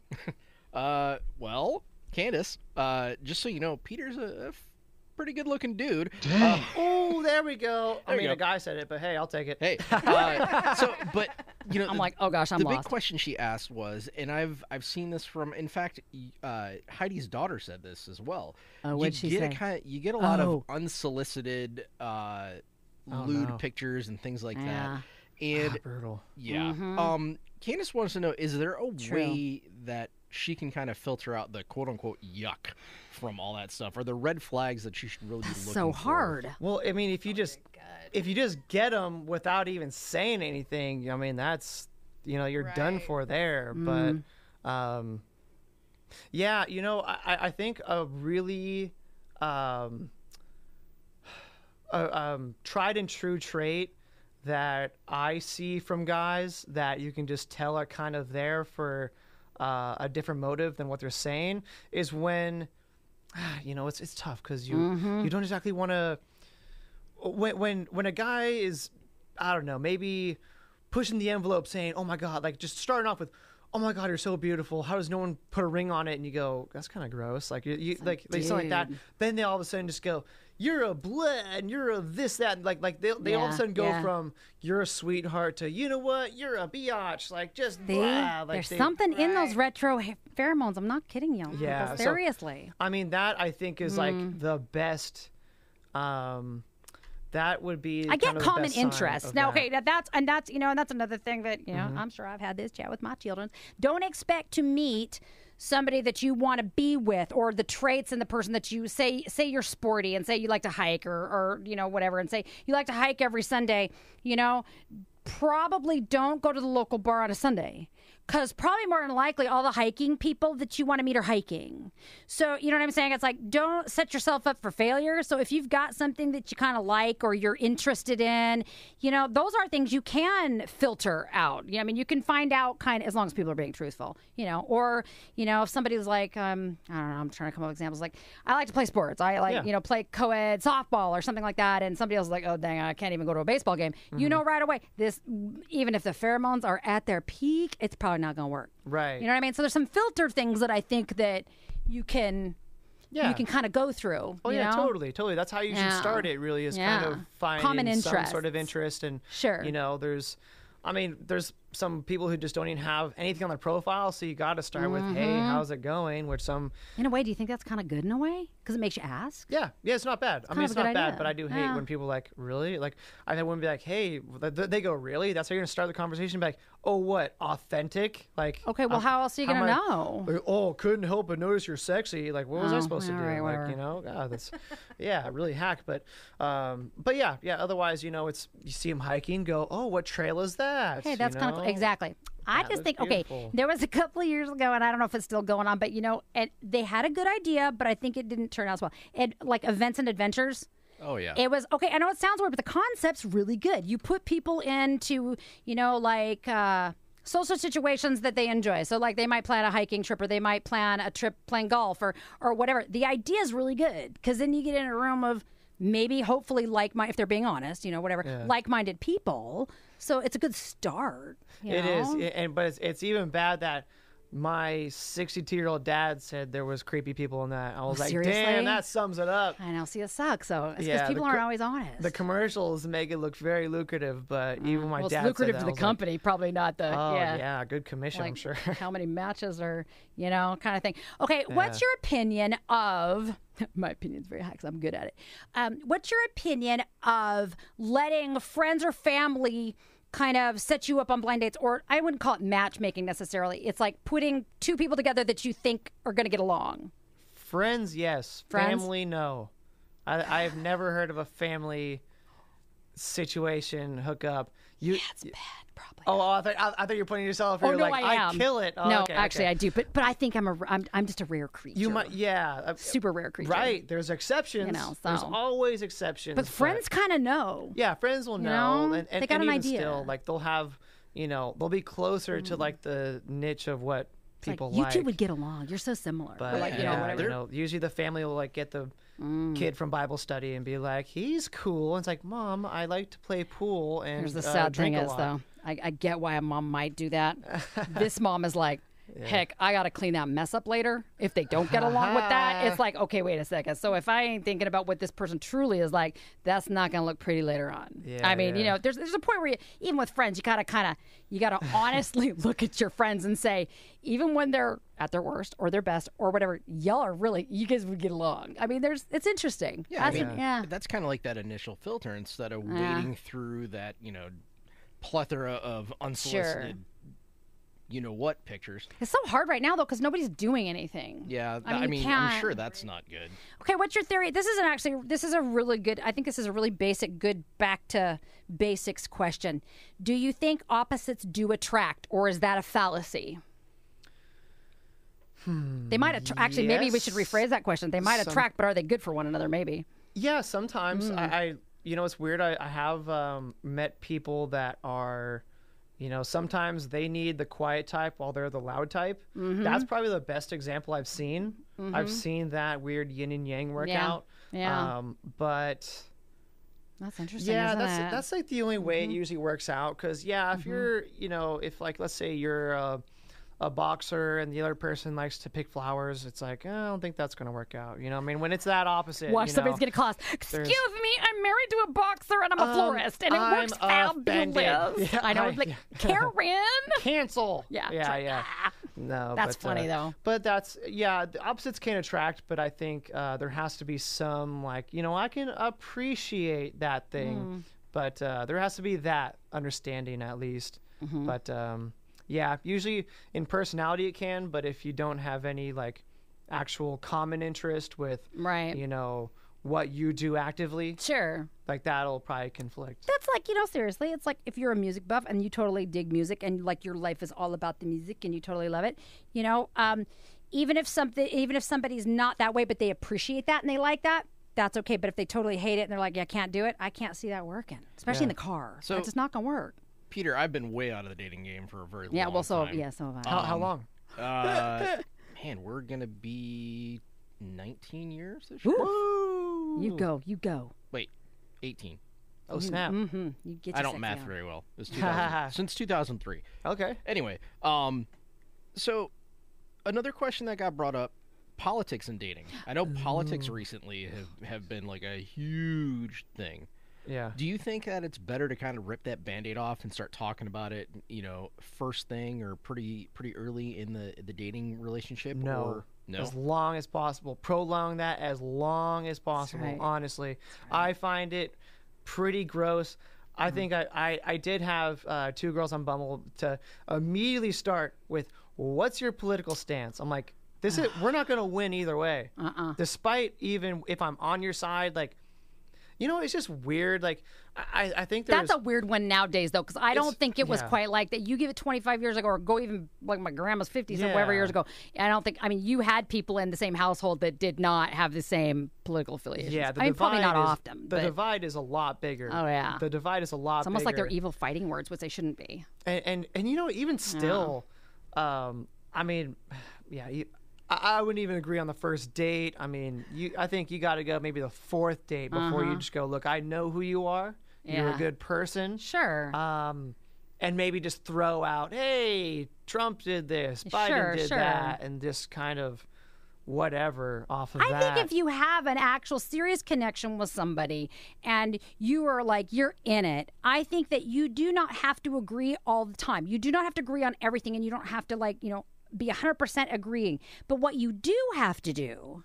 [SPEAKER 3] Uh, well, Candace, uh, just so you know, Peter's a, a f- pretty good-looking dude.
[SPEAKER 1] *laughs*
[SPEAKER 3] Uh,
[SPEAKER 1] Oh, there we go. I
[SPEAKER 3] There you
[SPEAKER 1] mean,
[SPEAKER 3] go.
[SPEAKER 1] a guy said it, but hey, I'll take it.
[SPEAKER 3] hey, uh, so but you know,
[SPEAKER 2] I'm like, oh gosh, I'm
[SPEAKER 3] the
[SPEAKER 2] lost.
[SPEAKER 3] big question she asked was, and I've I've seen this from, in fact, y- uh, Heidi's daughter said this as well.
[SPEAKER 2] Oh,
[SPEAKER 3] you
[SPEAKER 2] what'd she
[SPEAKER 3] get
[SPEAKER 2] say?
[SPEAKER 3] A kind you get a lot
[SPEAKER 2] Oh.
[SPEAKER 3] of unsolicited uh,
[SPEAKER 1] Oh,
[SPEAKER 3] lewd
[SPEAKER 1] no.
[SPEAKER 3] pictures and things like
[SPEAKER 2] Yeah. *sighs*
[SPEAKER 3] that, and
[SPEAKER 1] Ah, Brutal.
[SPEAKER 3] yeah,
[SPEAKER 2] Mhm.
[SPEAKER 3] um, Candace wants to know: Is there a
[SPEAKER 2] True.
[SPEAKER 3] way that she can kind of filter out the quote unquote yuck from all that stuff, or the red flags that she should really
[SPEAKER 2] That's
[SPEAKER 3] be looking
[SPEAKER 2] so
[SPEAKER 3] for?
[SPEAKER 2] hard.
[SPEAKER 1] Well, I mean,
[SPEAKER 4] Oh
[SPEAKER 1] if you just if you just get them without even saying anything, I mean, that's you know, you're done
[SPEAKER 4] Right.
[SPEAKER 1] for there. But um, yeah, you know, I, I- I think a really um, a um, tried and true trait that I see from guys that you can just tell are kind of there for uh, a different motive than what they're saying is when you know it's it's tough because you
[SPEAKER 2] Mm-hmm.
[SPEAKER 1] you don't exactly want to when when when a guy is I don't know maybe pushing the envelope saying oh my god like just starting off with oh my god you're so beautiful how does no one put a ring on it and you go that's kind of gross like you, you like like something like that then they all of a sudden just go you're a blah and you're a this that and like like they they all of a
[SPEAKER 2] Yeah,
[SPEAKER 1] sudden go
[SPEAKER 2] yeah.
[SPEAKER 1] from you're a sweetheart to you know what you're a biatch like just
[SPEAKER 2] See?
[SPEAKER 1] blah like
[SPEAKER 2] There's
[SPEAKER 1] they-
[SPEAKER 2] something in those retro he- pheromones. I'm not kidding you.
[SPEAKER 1] Yeah,
[SPEAKER 2] People,
[SPEAKER 1] so-
[SPEAKER 2] seriously.
[SPEAKER 1] I mean, that I think is
[SPEAKER 2] Hmm.
[SPEAKER 1] like the best. Um, that would be.
[SPEAKER 2] I get
[SPEAKER 1] kind of the
[SPEAKER 2] common
[SPEAKER 1] best sign
[SPEAKER 2] interests.
[SPEAKER 1] of
[SPEAKER 2] Now,
[SPEAKER 1] that. Mm-hmm.
[SPEAKER 2] okay, that, that's and that's you know, and that's another thing that you know, I'm sure I've had this chat with my children. Don't expect to meet somebody that you want to be with or the traits in the person that you say say you're sporty and say you like to hike or or you know whatever and say you like to hike every Sunday. You know, probably don't go to the local bar on a Sunday. Because probably more than likely, all the hiking people that you want to meet are hiking. So, you know what I'm saying? It's like, don't set yourself up for failure. So, if you've got something that you kind of like or you're interested in, you know, those are things you can filter out. You know, I mean, you can find out kind of as long as people are being truthful, you know, or, you know, if somebody's like, um, I don't know, I'm trying to come up with examples like, I like to play sports. I like,
[SPEAKER 1] Yeah.
[SPEAKER 2] you know, play co ed softball or something like that. And somebody else is like, oh, dang, I can't even go to a baseball game. You know, right away, this, even if the pheromones are at their peak, it's probably not going to work.
[SPEAKER 1] Right.
[SPEAKER 2] You know what I mean? So there's some filter things that I think that you can
[SPEAKER 1] Yeah.
[SPEAKER 2] you can kind of go through.
[SPEAKER 1] Oh
[SPEAKER 2] you
[SPEAKER 1] yeah,
[SPEAKER 2] know?
[SPEAKER 1] totally, totally. That's how you should
[SPEAKER 2] Yeah.
[SPEAKER 1] start it. Really, is
[SPEAKER 2] Yeah.
[SPEAKER 1] kind of finding
[SPEAKER 2] Common
[SPEAKER 1] some sort of interest,
[SPEAKER 2] interests.
[SPEAKER 1] and
[SPEAKER 2] Sure.
[SPEAKER 1] you know, there's, I mean, there's some people who just don't even have anything on their profile, so you got to start with, hey,
[SPEAKER 2] Mm-hmm.
[SPEAKER 1] how's it going? Which some,
[SPEAKER 2] In a way, do you think that's kind of good in a way? Because it makes you ask.
[SPEAKER 1] yeah, yeah, it's not bad. I mean,
[SPEAKER 2] kind of
[SPEAKER 1] it's
[SPEAKER 2] a good
[SPEAKER 1] not bad,
[SPEAKER 2] idea.
[SPEAKER 1] but I do hate
[SPEAKER 2] Yeah.
[SPEAKER 1] when people like really like. I had women be like, hey, th- th- they go really. That's how you're gonna start the conversation. Be like, oh, what, authentic? Like,
[SPEAKER 2] Okay, well,
[SPEAKER 1] um,
[SPEAKER 2] Oh, how else are you gonna
[SPEAKER 1] am I-
[SPEAKER 2] know?
[SPEAKER 1] Like, oh, couldn't help but notice you're sexy. Like, what was I
[SPEAKER 2] Oh,
[SPEAKER 1] supposed to do?
[SPEAKER 2] all right,
[SPEAKER 1] like,
[SPEAKER 2] whatever.
[SPEAKER 1] you know, God, that's, *laughs* yeah, really hack. But, um, but yeah, yeah. Otherwise, you know, it's you see him hiking, go, oh, what trail is that?
[SPEAKER 2] Hey, that's kind of
[SPEAKER 1] exactly.
[SPEAKER 2] exactly. I
[SPEAKER 1] That
[SPEAKER 2] just
[SPEAKER 1] looks
[SPEAKER 2] think okay.
[SPEAKER 1] beautiful.
[SPEAKER 2] There was a couple of years ago, and I don't know if it's still going on, but you know, and they had a good idea, but I think it didn't turn out as well. It like events and adventures.
[SPEAKER 3] Oh yeah.
[SPEAKER 2] It was okay. I know it sounds weird, but the concept's really good. You put people into, you know, like uh, social situations that they enjoy. So, like, they might plan a hiking trip, or they might plan a trip playing golf, or or whatever. The idea is really good because then you get in a room of maybe, hopefully, like my if they're being honest, you know, whatever, like-minded people. So it's a good start. you
[SPEAKER 1] It is,
[SPEAKER 2] know?
[SPEAKER 1] i- and but it's, it's even bad that my 62 year old dad said there was creepy people in that. I was like, damn,
[SPEAKER 2] Oh, seriously?
[SPEAKER 1] that sums it up.
[SPEAKER 2] I know. See, it sucks. So it's because
[SPEAKER 1] Yeah, the
[SPEAKER 2] people aren't
[SPEAKER 1] co-
[SPEAKER 2] always honest.
[SPEAKER 1] The commercials make it look very lucrative, but even my
[SPEAKER 2] well,
[SPEAKER 1] dad
[SPEAKER 2] it's lucrative
[SPEAKER 1] said that.
[SPEAKER 2] to
[SPEAKER 1] I
[SPEAKER 2] the
[SPEAKER 1] was
[SPEAKER 2] company, probably not the.
[SPEAKER 1] Like, oh
[SPEAKER 2] yeah.
[SPEAKER 1] yeah. good commission, I'm sure. *laughs*
[SPEAKER 2] how many matches are you know kind of thing okay what's your opinion of *laughs* my opinion's very high because i'm good at it um, what's your opinion of letting friends or family kind of set you up on blind dates or i wouldn't call it matchmaking necessarily it's like putting two people together that you think are going to get along
[SPEAKER 1] Friends, yes.
[SPEAKER 2] Friends?
[SPEAKER 1] Family, no. I, I have never heard of a family situation hookup. You,
[SPEAKER 2] it's bad probably
[SPEAKER 1] oh, I thought, I, I thought you were pointing yourself.
[SPEAKER 2] Oh
[SPEAKER 1] you're
[SPEAKER 2] no,
[SPEAKER 1] like,
[SPEAKER 2] I am.
[SPEAKER 1] kill it. Oh,
[SPEAKER 2] no,
[SPEAKER 1] okay,
[SPEAKER 2] actually,
[SPEAKER 1] okay.
[SPEAKER 2] I do, but but I think I'm a I'm, I'm just a rare creature.
[SPEAKER 1] you might, yeah,
[SPEAKER 2] *laughs*
[SPEAKER 1] uh,
[SPEAKER 2] super rare creature,
[SPEAKER 1] right. There's exceptions.
[SPEAKER 2] know,
[SPEAKER 1] There's
[SPEAKER 2] so.
[SPEAKER 1] always exceptions.
[SPEAKER 2] But friends kind of know.
[SPEAKER 1] yeah, friends will know,
[SPEAKER 2] know?
[SPEAKER 1] and, and
[SPEAKER 2] They got
[SPEAKER 1] and
[SPEAKER 2] an
[SPEAKER 1] even
[SPEAKER 2] idea. Mm-hmm.
[SPEAKER 1] Still, like they'll have, you know, they'll be closer to like the niche of what
[SPEAKER 2] Like,
[SPEAKER 1] people
[SPEAKER 2] you
[SPEAKER 1] like.
[SPEAKER 2] two would get along. You're so similar.
[SPEAKER 1] But
[SPEAKER 2] Or like, you know,
[SPEAKER 1] yeah,
[SPEAKER 2] whatever. Mm.
[SPEAKER 1] you know, usually the family will like get the kid from Bible study and be like, "He's cool." And it's like, "Mom, I like to play pool and
[SPEAKER 2] Here's the
[SPEAKER 1] uh,
[SPEAKER 2] sad thing
[SPEAKER 1] drink a
[SPEAKER 2] is
[SPEAKER 1] lot."
[SPEAKER 2] though, I, I get why a mom might
[SPEAKER 1] *laughs*
[SPEAKER 2] do that. this mom is like, heck, I gotta clean that mess up later. If they don't get along with
[SPEAKER 1] *laughs*
[SPEAKER 2] that, it's like, okay, wait a second. So if I ain't thinking about what this person truly is like, that's not gonna look pretty later on.
[SPEAKER 1] Yeah,
[SPEAKER 2] I mean, you
[SPEAKER 1] yeah.
[SPEAKER 2] know, there's there's a point where you, even with friends, you gotta kind of
[SPEAKER 1] *laughs*
[SPEAKER 2] you gotta honestly look at your friends and say, even when they're at their worst or their best or whatever, y'all are really you guys would get along. I mean, there's it's interesting.
[SPEAKER 3] Yeah, I
[SPEAKER 2] That's-
[SPEAKER 3] mean,
[SPEAKER 2] yeah.
[SPEAKER 3] That's kind of like that initial filter instead of wading through that, you know, plethora of unsolicited, you know what pictures.
[SPEAKER 2] It's so hard right now though because nobody's doing anything.
[SPEAKER 3] Yeah, th-
[SPEAKER 2] I mean, you
[SPEAKER 3] I'm
[SPEAKER 2] can't-
[SPEAKER 3] sure that's not good.
[SPEAKER 2] Okay, what's your theory? This isn't actually. This is a really good. I think this is a really basic, good back to basics question. Do you think opposites do attract, or is that a fallacy? they might attra- actually. Maybe we should
[SPEAKER 1] Hmm. yes.
[SPEAKER 2] rephrase that question. They might attract, but are they good for one another? Maybe.
[SPEAKER 1] Hmm. Yeah, sometimes I, I you know it's weird i, I have um, met people that are you know sometimes they need the quiet type while they're the loud type that's probably the best example i've seen i've seen that weird yin and yang workout
[SPEAKER 2] Yeah.
[SPEAKER 1] um but
[SPEAKER 2] That's interesting.
[SPEAKER 1] yeah
[SPEAKER 2] isn't
[SPEAKER 1] that's
[SPEAKER 2] it?
[SPEAKER 1] that's like the only way it usually works out because yeah if you're you know if like let's say you're a, a boxer and the other person likes to pick flowers it's like "Eh, i don't think that's gonna work out you know i mean when it's that opposite
[SPEAKER 2] Watch
[SPEAKER 1] you know?
[SPEAKER 2] somebody's get a class. Excuse me, I'm married to a boxer and I'm a
[SPEAKER 1] Um,
[SPEAKER 2] florist, and it
[SPEAKER 1] I'm
[SPEAKER 2] works fabulous.
[SPEAKER 1] offended. *laughs* Yeah,
[SPEAKER 2] I know,
[SPEAKER 1] I- *laughs*
[SPEAKER 2] like
[SPEAKER 1] yeah.
[SPEAKER 2] Karen.
[SPEAKER 1] cancel.
[SPEAKER 2] *laughs* Yeah,
[SPEAKER 1] yeah,
[SPEAKER 2] try-
[SPEAKER 1] yeah.
[SPEAKER 2] ah.
[SPEAKER 1] No,
[SPEAKER 2] That's
[SPEAKER 1] but, uh,
[SPEAKER 2] funny, though.
[SPEAKER 1] But that's yeah. The opposites can attract, but I think uh, there has to be some like you know I can appreciate that thing,
[SPEAKER 2] Hmm.
[SPEAKER 1] but uh, there has to be that understanding at least.
[SPEAKER 2] Mm-hmm.
[SPEAKER 1] But um, yeah, usually in personality it can, but if you don't have any like actual common interest with
[SPEAKER 2] Right.
[SPEAKER 1] you know what you do actively,
[SPEAKER 2] Sure.
[SPEAKER 1] like that'll probably conflict.
[SPEAKER 2] That's like, you know, seriously, it's like if you're a music buff and you totally dig music and like your life is all about the music and you totally love it, you know, um, even if something, even if somebody's not that way, but they appreciate that and they like that, that's okay. But if they totally hate it and they're like, yeah, I can't do it, I can't see that working, especially in the car. So
[SPEAKER 3] So-
[SPEAKER 2] it's just not gonna work.
[SPEAKER 3] Peter, I've been way out of the dating game for a very
[SPEAKER 2] Yeah.
[SPEAKER 3] long
[SPEAKER 2] Well, so
[SPEAKER 3] time.
[SPEAKER 2] yeah, so have I.
[SPEAKER 1] How, how long?
[SPEAKER 3] Uh, man, we're gonna be 19 years this year.
[SPEAKER 2] you go, you go.
[SPEAKER 3] Wait, 18.
[SPEAKER 1] Oh snap!
[SPEAKER 2] Mm-hmm. You get. Your
[SPEAKER 3] I don't
[SPEAKER 2] sex
[SPEAKER 3] math
[SPEAKER 2] on.
[SPEAKER 3] very well. It
[SPEAKER 2] *laughs*
[SPEAKER 3] was 2000, since 2003.
[SPEAKER 1] Okay.
[SPEAKER 3] Anyway, um, so another question that got brought up: politics and dating. I know politics recently have have been like a huge thing.
[SPEAKER 1] Yeah.
[SPEAKER 3] Do you think that it's better to kind of rip that band-aid off and start talking about it, you know, first thing or pretty pretty early in the the dating relationship?
[SPEAKER 1] No.
[SPEAKER 3] Or, no.
[SPEAKER 1] As long as possible. Prolong that as long as possible,
[SPEAKER 2] right.
[SPEAKER 1] honestly. I find it pretty gross. I
[SPEAKER 2] Mm-hmm.
[SPEAKER 1] think I, I, I did have uh, two girls on Bumble to immediately start with, What's your political stance? I'm like, this is we're not gonna win either way. Uh-uh. Despite even if I'm on your side, like you know, it's just weird. Like I, I think there's
[SPEAKER 2] That's a weird one nowadays, though, because I don't think it was
[SPEAKER 1] yeah.
[SPEAKER 2] quite like that. You give it 25 years ago, or go even like my grandma's 50s or whatever
[SPEAKER 1] Yeah.
[SPEAKER 2] years ago. I don't think. I mean, you had people in the same household that did not have the same political affiliations.
[SPEAKER 1] yeah, the
[SPEAKER 2] I mean, probably not
[SPEAKER 1] divide is-
[SPEAKER 2] often,
[SPEAKER 1] The
[SPEAKER 2] but
[SPEAKER 1] divide is a lot bigger.
[SPEAKER 2] Oh, yeah.
[SPEAKER 1] the divide is a lot.
[SPEAKER 2] it's almost like they're
[SPEAKER 1] bigger.
[SPEAKER 2] evil fighting words, which they shouldn't be.
[SPEAKER 1] and and, and you know even still um i mean *sighs* yeah you, I, I wouldn't even agree on the first date i mean you i think you got to go maybe the fourth date before you just go look i know who you are you're
[SPEAKER 2] Uh-huh. Yeah.
[SPEAKER 1] a good person
[SPEAKER 2] Sure.
[SPEAKER 1] um and maybe just throw out hey trump did this biden
[SPEAKER 2] Sure,
[SPEAKER 1] did
[SPEAKER 2] sure.
[SPEAKER 1] that and just kind of whatever off of
[SPEAKER 2] I
[SPEAKER 1] that
[SPEAKER 2] think if you have an actual serious connection with somebody and you are like, you're in it, I think that you do not have to agree all the time. You do not have to agree on everything and you don't have to, like, you know, be 100% agreeing. But what you do have to do,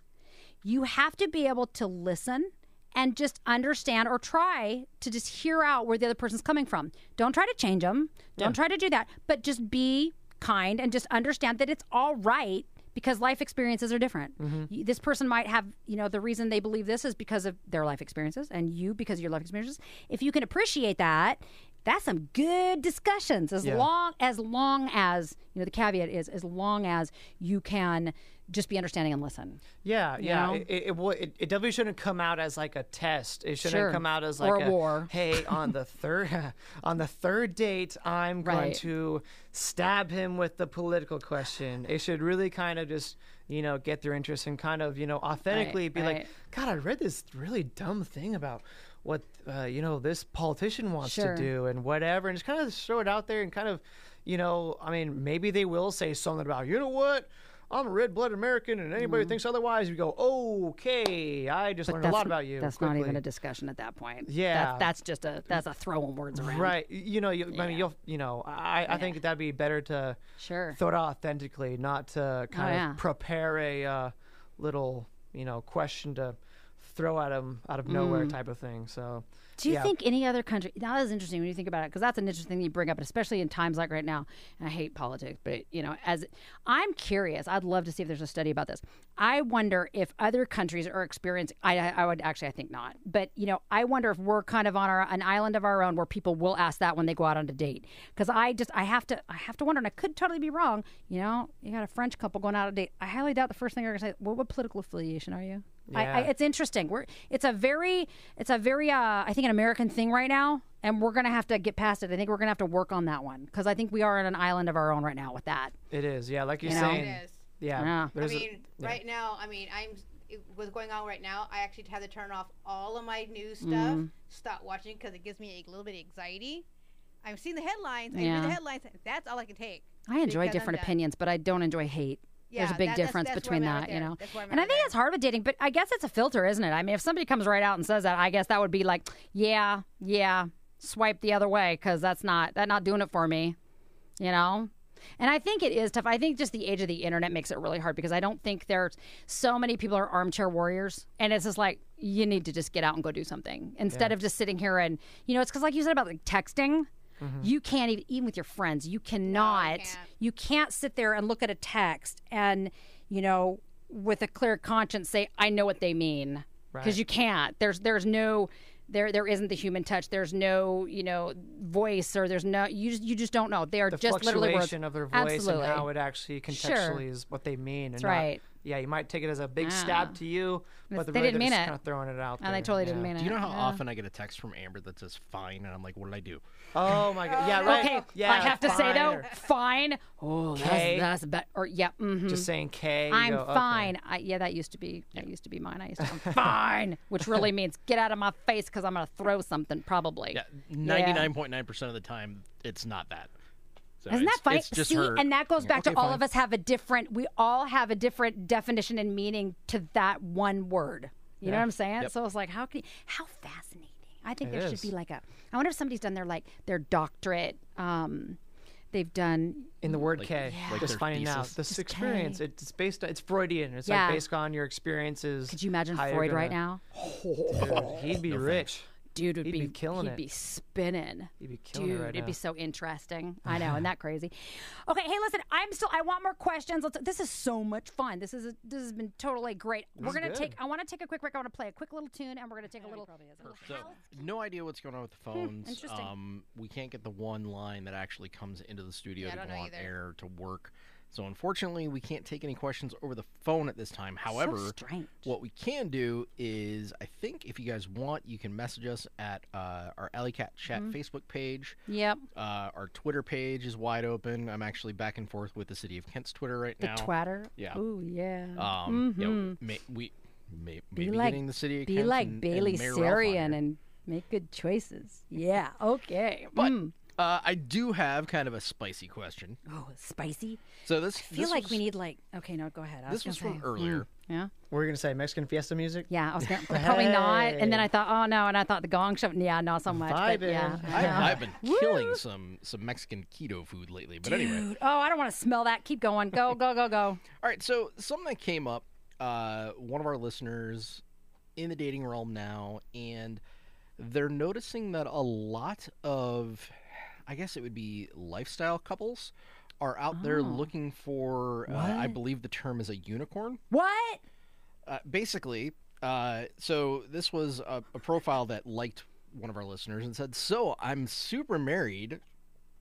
[SPEAKER 2] you have to be able to listen and just understand or try to just hear out where the other person's coming from. Don't try to change them. Don't try to do that, but just be kind and just understand that it's all right because life experiences are different. You- This person might have, you know, the reason they believe this is because of their life experiences and you because of your life experiences. If you can appreciate that, that's some good discussions as
[SPEAKER 1] Yeah.
[SPEAKER 2] long as long as, you know, the caveat is as long as you can just be understanding and listen.
[SPEAKER 1] Yeah, yeah.
[SPEAKER 2] know?
[SPEAKER 1] It, it, it, wa- it, it definitely shouldn't come out as like a test. It shouldn't
[SPEAKER 2] Sure.
[SPEAKER 1] come out as like
[SPEAKER 2] Or a war. *laughs*
[SPEAKER 1] Hey, on the third *laughs* on the third date, I'm going
[SPEAKER 2] Right.
[SPEAKER 1] to stab him with the political question. It should really kind of just you know get their interest and kind of you know authentically be like,
[SPEAKER 2] right.
[SPEAKER 1] God, I read this really dumb thing about what uh, you know this politician wants
[SPEAKER 2] Sure.
[SPEAKER 1] to do and whatever, and just kind of throw it out there and kind of, you know, I mean, maybe they will say something about you know what. I'm a red-blooded American, and anybody who thinks otherwise, you go, okay, I just learned a
[SPEAKER 2] Mm-hmm. That's-
[SPEAKER 1] lot about you.
[SPEAKER 2] That's not even
[SPEAKER 1] quickly."
[SPEAKER 2] a discussion at that point.
[SPEAKER 1] Yeah.
[SPEAKER 2] that's, that's just a that's a throwing words around.
[SPEAKER 1] right. You know, you, I mean, you'll, you know, I, I think that'd be better to
[SPEAKER 2] Sure.
[SPEAKER 1] throw it out authentically, not to kind
[SPEAKER 2] Oh, yeah.
[SPEAKER 1] of prepare a uh, little, you know, question to throw at them out of nowhere
[SPEAKER 2] Mm.
[SPEAKER 1] type of thing. So,
[SPEAKER 2] Do you
[SPEAKER 1] yeah.
[SPEAKER 2] think any other country? Now that is interesting when you think about it, because that's an interesting thing you bring up, and especially in times like right now. And I hate politics, but you know, as I'm curious, I'd love to see if there's a study about this. I wonder if other countries are experiencing. I, I I would actually, I think not, but you know, I wonder if we're kind of on our an island of our own where people will ask that when they go out on a date. Because I just I have to I have to wonder, and I could totally be wrong. You know, you got a French couple going out on a date. I highly doubt the first thing they're going to say, "What, what political affiliation are you?" I, I,
[SPEAKER 1] Yeah.
[SPEAKER 2] it's interesting. We're it's a very it's a very uh, I think an American thing right now, and we're gonna have to get past it. I think we're gonna have to work on that one because I think we are on an island of our own right now with that.
[SPEAKER 1] It is. Yeah, like you're
[SPEAKER 2] You know?
[SPEAKER 1] saying.
[SPEAKER 4] It is.
[SPEAKER 1] Yeah.
[SPEAKER 2] Yeah. I
[SPEAKER 4] I
[SPEAKER 1] there's a-
[SPEAKER 4] mean, right now, I mean, I'm it- what's going on right now. I actually had to turn off all of my news stuff,
[SPEAKER 2] Mm-hmm.
[SPEAKER 4] stop watching because it gives me a little bit of anxiety. I'm seeing the headlines. I read
[SPEAKER 2] Yeah.
[SPEAKER 4] the headlines. That's all I can take.
[SPEAKER 2] I enjoy
[SPEAKER 4] Because I'm
[SPEAKER 2] different
[SPEAKER 4] done.
[SPEAKER 2] opinions, but I don't enjoy hate. There's
[SPEAKER 4] Yeah,
[SPEAKER 2] a big
[SPEAKER 4] that- that's-
[SPEAKER 2] difference
[SPEAKER 4] that's where
[SPEAKER 2] between
[SPEAKER 4] I'm at
[SPEAKER 2] that,
[SPEAKER 4] right
[SPEAKER 2] you
[SPEAKER 4] there.
[SPEAKER 2] know.
[SPEAKER 4] That's where I'm
[SPEAKER 2] And I
[SPEAKER 4] at
[SPEAKER 2] think
[SPEAKER 4] right
[SPEAKER 2] it's hard with dating, but I guess it's a filter, isn't it? I mean, if somebody comes right out and says that, I guess that would be like, yeah, yeah, swipe the other way because that's not that not doing it for me, you know. And I think it is tough. I think just the age of the internet makes it really hard because I don't think there's so many people are armchair warriors, and it's just like you need to just get out and go do something instead of just sitting here and you know it's because like you said about like texting. You can't even even with your friends. You cannot.
[SPEAKER 4] can't.
[SPEAKER 2] You can't sit there and look at a text and you know with a clear conscience say I know what they mean because
[SPEAKER 1] Right.
[SPEAKER 2] you can't. There's there's no there there isn't the human touch. There's no you know voice or there's no you just you just don't know. They are
[SPEAKER 1] the
[SPEAKER 2] just literally words.
[SPEAKER 1] fluctuation of their voice
[SPEAKER 2] Absolutely.
[SPEAKER 1] and how it actually contextually is what they mean. That's and not-
[SPEAKER 2] right.
[SPEAKER 1] yeah, you might take it as a big stab to you, but
[SPEAKER 2] they
[SPEAKER 1] really
[SPEAKER 2] didn't
[SPEAKER 1] they're
[SPEAKER 2] mean
[SPEAKER 1] just
[SPEAKER 2] it.
[SPEAKER 1] kind of throwing it out.
[SPEAKER 2] and they
[SPEAKER 1] there.
[SPEAKER 2] totally
[SPEAKER 1] yeah.
[SPEAKER 2] didn't mean it.
[SPEAKER 3] Do you know how often I get a text from Amber that says "fine" and I'm like, "What did I do?"
[SPEAKER 1] Oh my god! Yeah, right.
[SPEAKER 2] Okay,
[SPEAKER 1] yeah,
[SPEAKER 2] I have to say
[SPEAKER 1] fine,
[SPEAKER 2] though,
[SPEAKER 1] or
[SPEAKER 2] fine. Oh,
[SPEAKER 1] Okay.
[SPEAKER 2] that's that's bet or yeah. mhm.
[SPEAKER 1] just saying K. you
[SPEAKER 2] I'm
[SPEAKER 1] go, okay.
[SPEAKER 2] fine. I, yeah, that used to be that used to be mine. I used to I'm fine,
[SPEAKER 1] *laughs*
[SPEAKER 2] which really means get out of my face because I'm gonna throw something probably.
[SPEAKER 3] Yeah, ninety-nine point nine percent of the time, it's not that. So
[SPEAKER 2] Isn't
[SPEAKER 3] it's-
[SPEAKER 2] that funny?
[SPEAKER 3] It's just
[SPEAKER 2] See,
[SPEAKER 3] her.
[SPEAKER 2] and that goes
[SPEAKER 3] Yeah,
[SPEAKER 2] back
[SPEAKER 3] okay,
[SPEAKER 2] to all
[SPEAKER 3] fine.
[SPEAKER 2] of us have a different. We all have a different definition and meaning to that one word. You know what I'm saying? So it's like, how can how fascinating? I think there
[SPEAKER 1] is.
[SPEAKER 2] should be like a. I wonder if somebody's done their like their doctorate. Um, they've done
[SPEAKER 1] in the word K.
[SPEAKER 3] like
[SPEAKER 1] just
[SPEAKER 3] their
[SPEAKER 1] finding out
[SPEAKER 3] thesis.
[SPEAKER 1] this experience. It's based. on It's Freudian. It's
[SPEAKER 2] Yeah.
[SPEAKER 1] like based on your experiences.
[SPEAKER 2] Could you imagine
[SPEAKER 1] how you're
[SPEAKER 2] Freud right
[SPEAKER 1] gonna-
[SPEAKER 2] now?
[SPEAKER 1] He'd be rich.
[SPEAKER 2] Dude would
[SPEAKER 1] He'd be killing
[SPEAKER 2] he'd
[SPEAKER 1] it.
[SPEAKER 2] be spinning.
[SPEAKER 1] He'd be killing
[SPEAKER 2] Dude,
[SPEAKER 1] it right
[SPEAKER 2] it'd
[SPEAKER 1] now.
[SPEAKER 2] be so interesting. I know,
[SPEAKER 3] *laughs*
[SPEAKER 2] isn't that crazy? Okay, hey, listen, I'm still. I want more questions. Let's, this is so much fun. This is this has been totally great. we're gonna
[SPEAKER 1] good.
[SPEAKER 2] take. I want to take a quick break. I want to play a quick little tune, and we're gonna take a little. little
[SPEAKER 3] So,
[SPEAKER 2] house-
[SPEAKER 3] no idea what's going on with the phones.
[SPEAKER 2] Hmm, interesting.
[SPEAKER 3] Um, we can't get the one line that actually comes into the studio
[SPEAKER 4] Yeah, I
[SPEAKER 3] to
[SPEAKER 4] don't
[SPEAKER 3] go
[SPEAKER 4] know
[SPEAKER 3] on
[SPEAKER 4] either.
[SPEAKER 3] air to work. So unfortunately, we can't take any questions over the phone at this time. However,
[SPEAKER 2] strange.
[SPEAKER 3] what we can do is, I think if you guys want, you can message us at uh, our Alley Cat Chat
[SPEAKER 2] Mm-hmm.
[SPEAKER 3] Facebook page.
[SPEAKER 2] Yep.
[SPEAKER 3] Uh, our Twitter page is wide open. I'm actually back and forth with the city of Kent's Twitter right
[SPEAKER 2] The
[SPEAKER 3] now.
[SPEAKER 2] twatter.
[SPEAKER 3] Yeah.
[SPEAKER 2] Ooh yeah.
[SPEAKER 3] Um, you know, may, we may, maybe
[SPEAKER 2] like-
[SPEAKER 3] getting the city of
[SPEAKER 2] Be
[SPEAKER 3] Kent
[SPEAKER 2] like
[SPEAKER 3] and- and
[SPEAKER 2] Bailey
[SPEAKER 3] Mayor Ralph on
[SPEAKER 2] Sarian
[SPEAKER 3] here.
[SPEAKER 2] and make good choices.
[SPEAKER 3] *laughs*
[SPEAKER 2] Yeah. Okay.
[SPEAKER 3] But
[SPEAKER 2] Mm.
[SPEAKER 3] uh, I do have kind of a spicy question.
[SPEAKER 2] Oh, spicy.
[SPEAKER 3] So this
[SPEAKER 2] Feel
[SPEAKER 3] this
[SPEAKER 2] like
[SPEAKER 3] was,
[SPEAKER 2] we need like. Okay, no, go ahead. I
[SPEAKER 3] this was
[SPEAKER 2] gonna
[SPEAKER 3] from
[SPEAKER 2] say. mm.
[SPEAKER 3] earlier.
[SPEAKER 2] Yeah.
[SPEAKER 1] What Were you gonna say Mexican fiesta music?
[SPEAKER 2] Yeah, I
[SPEAKER 1] *laughs*
[SPEAKER 2] was gonna, probably not. And then I thought, oh no, and I thought the gong show. Yeah, not so much. But
[SPEAKER 1] Vibin'.
[SPEAKER 2] yeah.
[SPEAKER 1] I
[SPEAKER 3] I, I've been killing some some Mexican keto food lately. But anyway,
[SPEAKER 2] Dude, oh, I don't want to smell that. Keep going. Go, go, go, go.
[SPEAKER 3] All right, so something that came up, uh, one of our listeners in the dating realm now, and they're noticing that a lot of, I guess it would be lifestyle couples, are out
[SPEAKER 2] Oh.
[SPEAKER 3] there looking for, uh, I believe the term is a unicorn.
[SPEAKER 2] What?
[SPEAKER 3] Uh, basically, uh, so this was a, a profile that liked one of our listeners and said, "So I'm super married."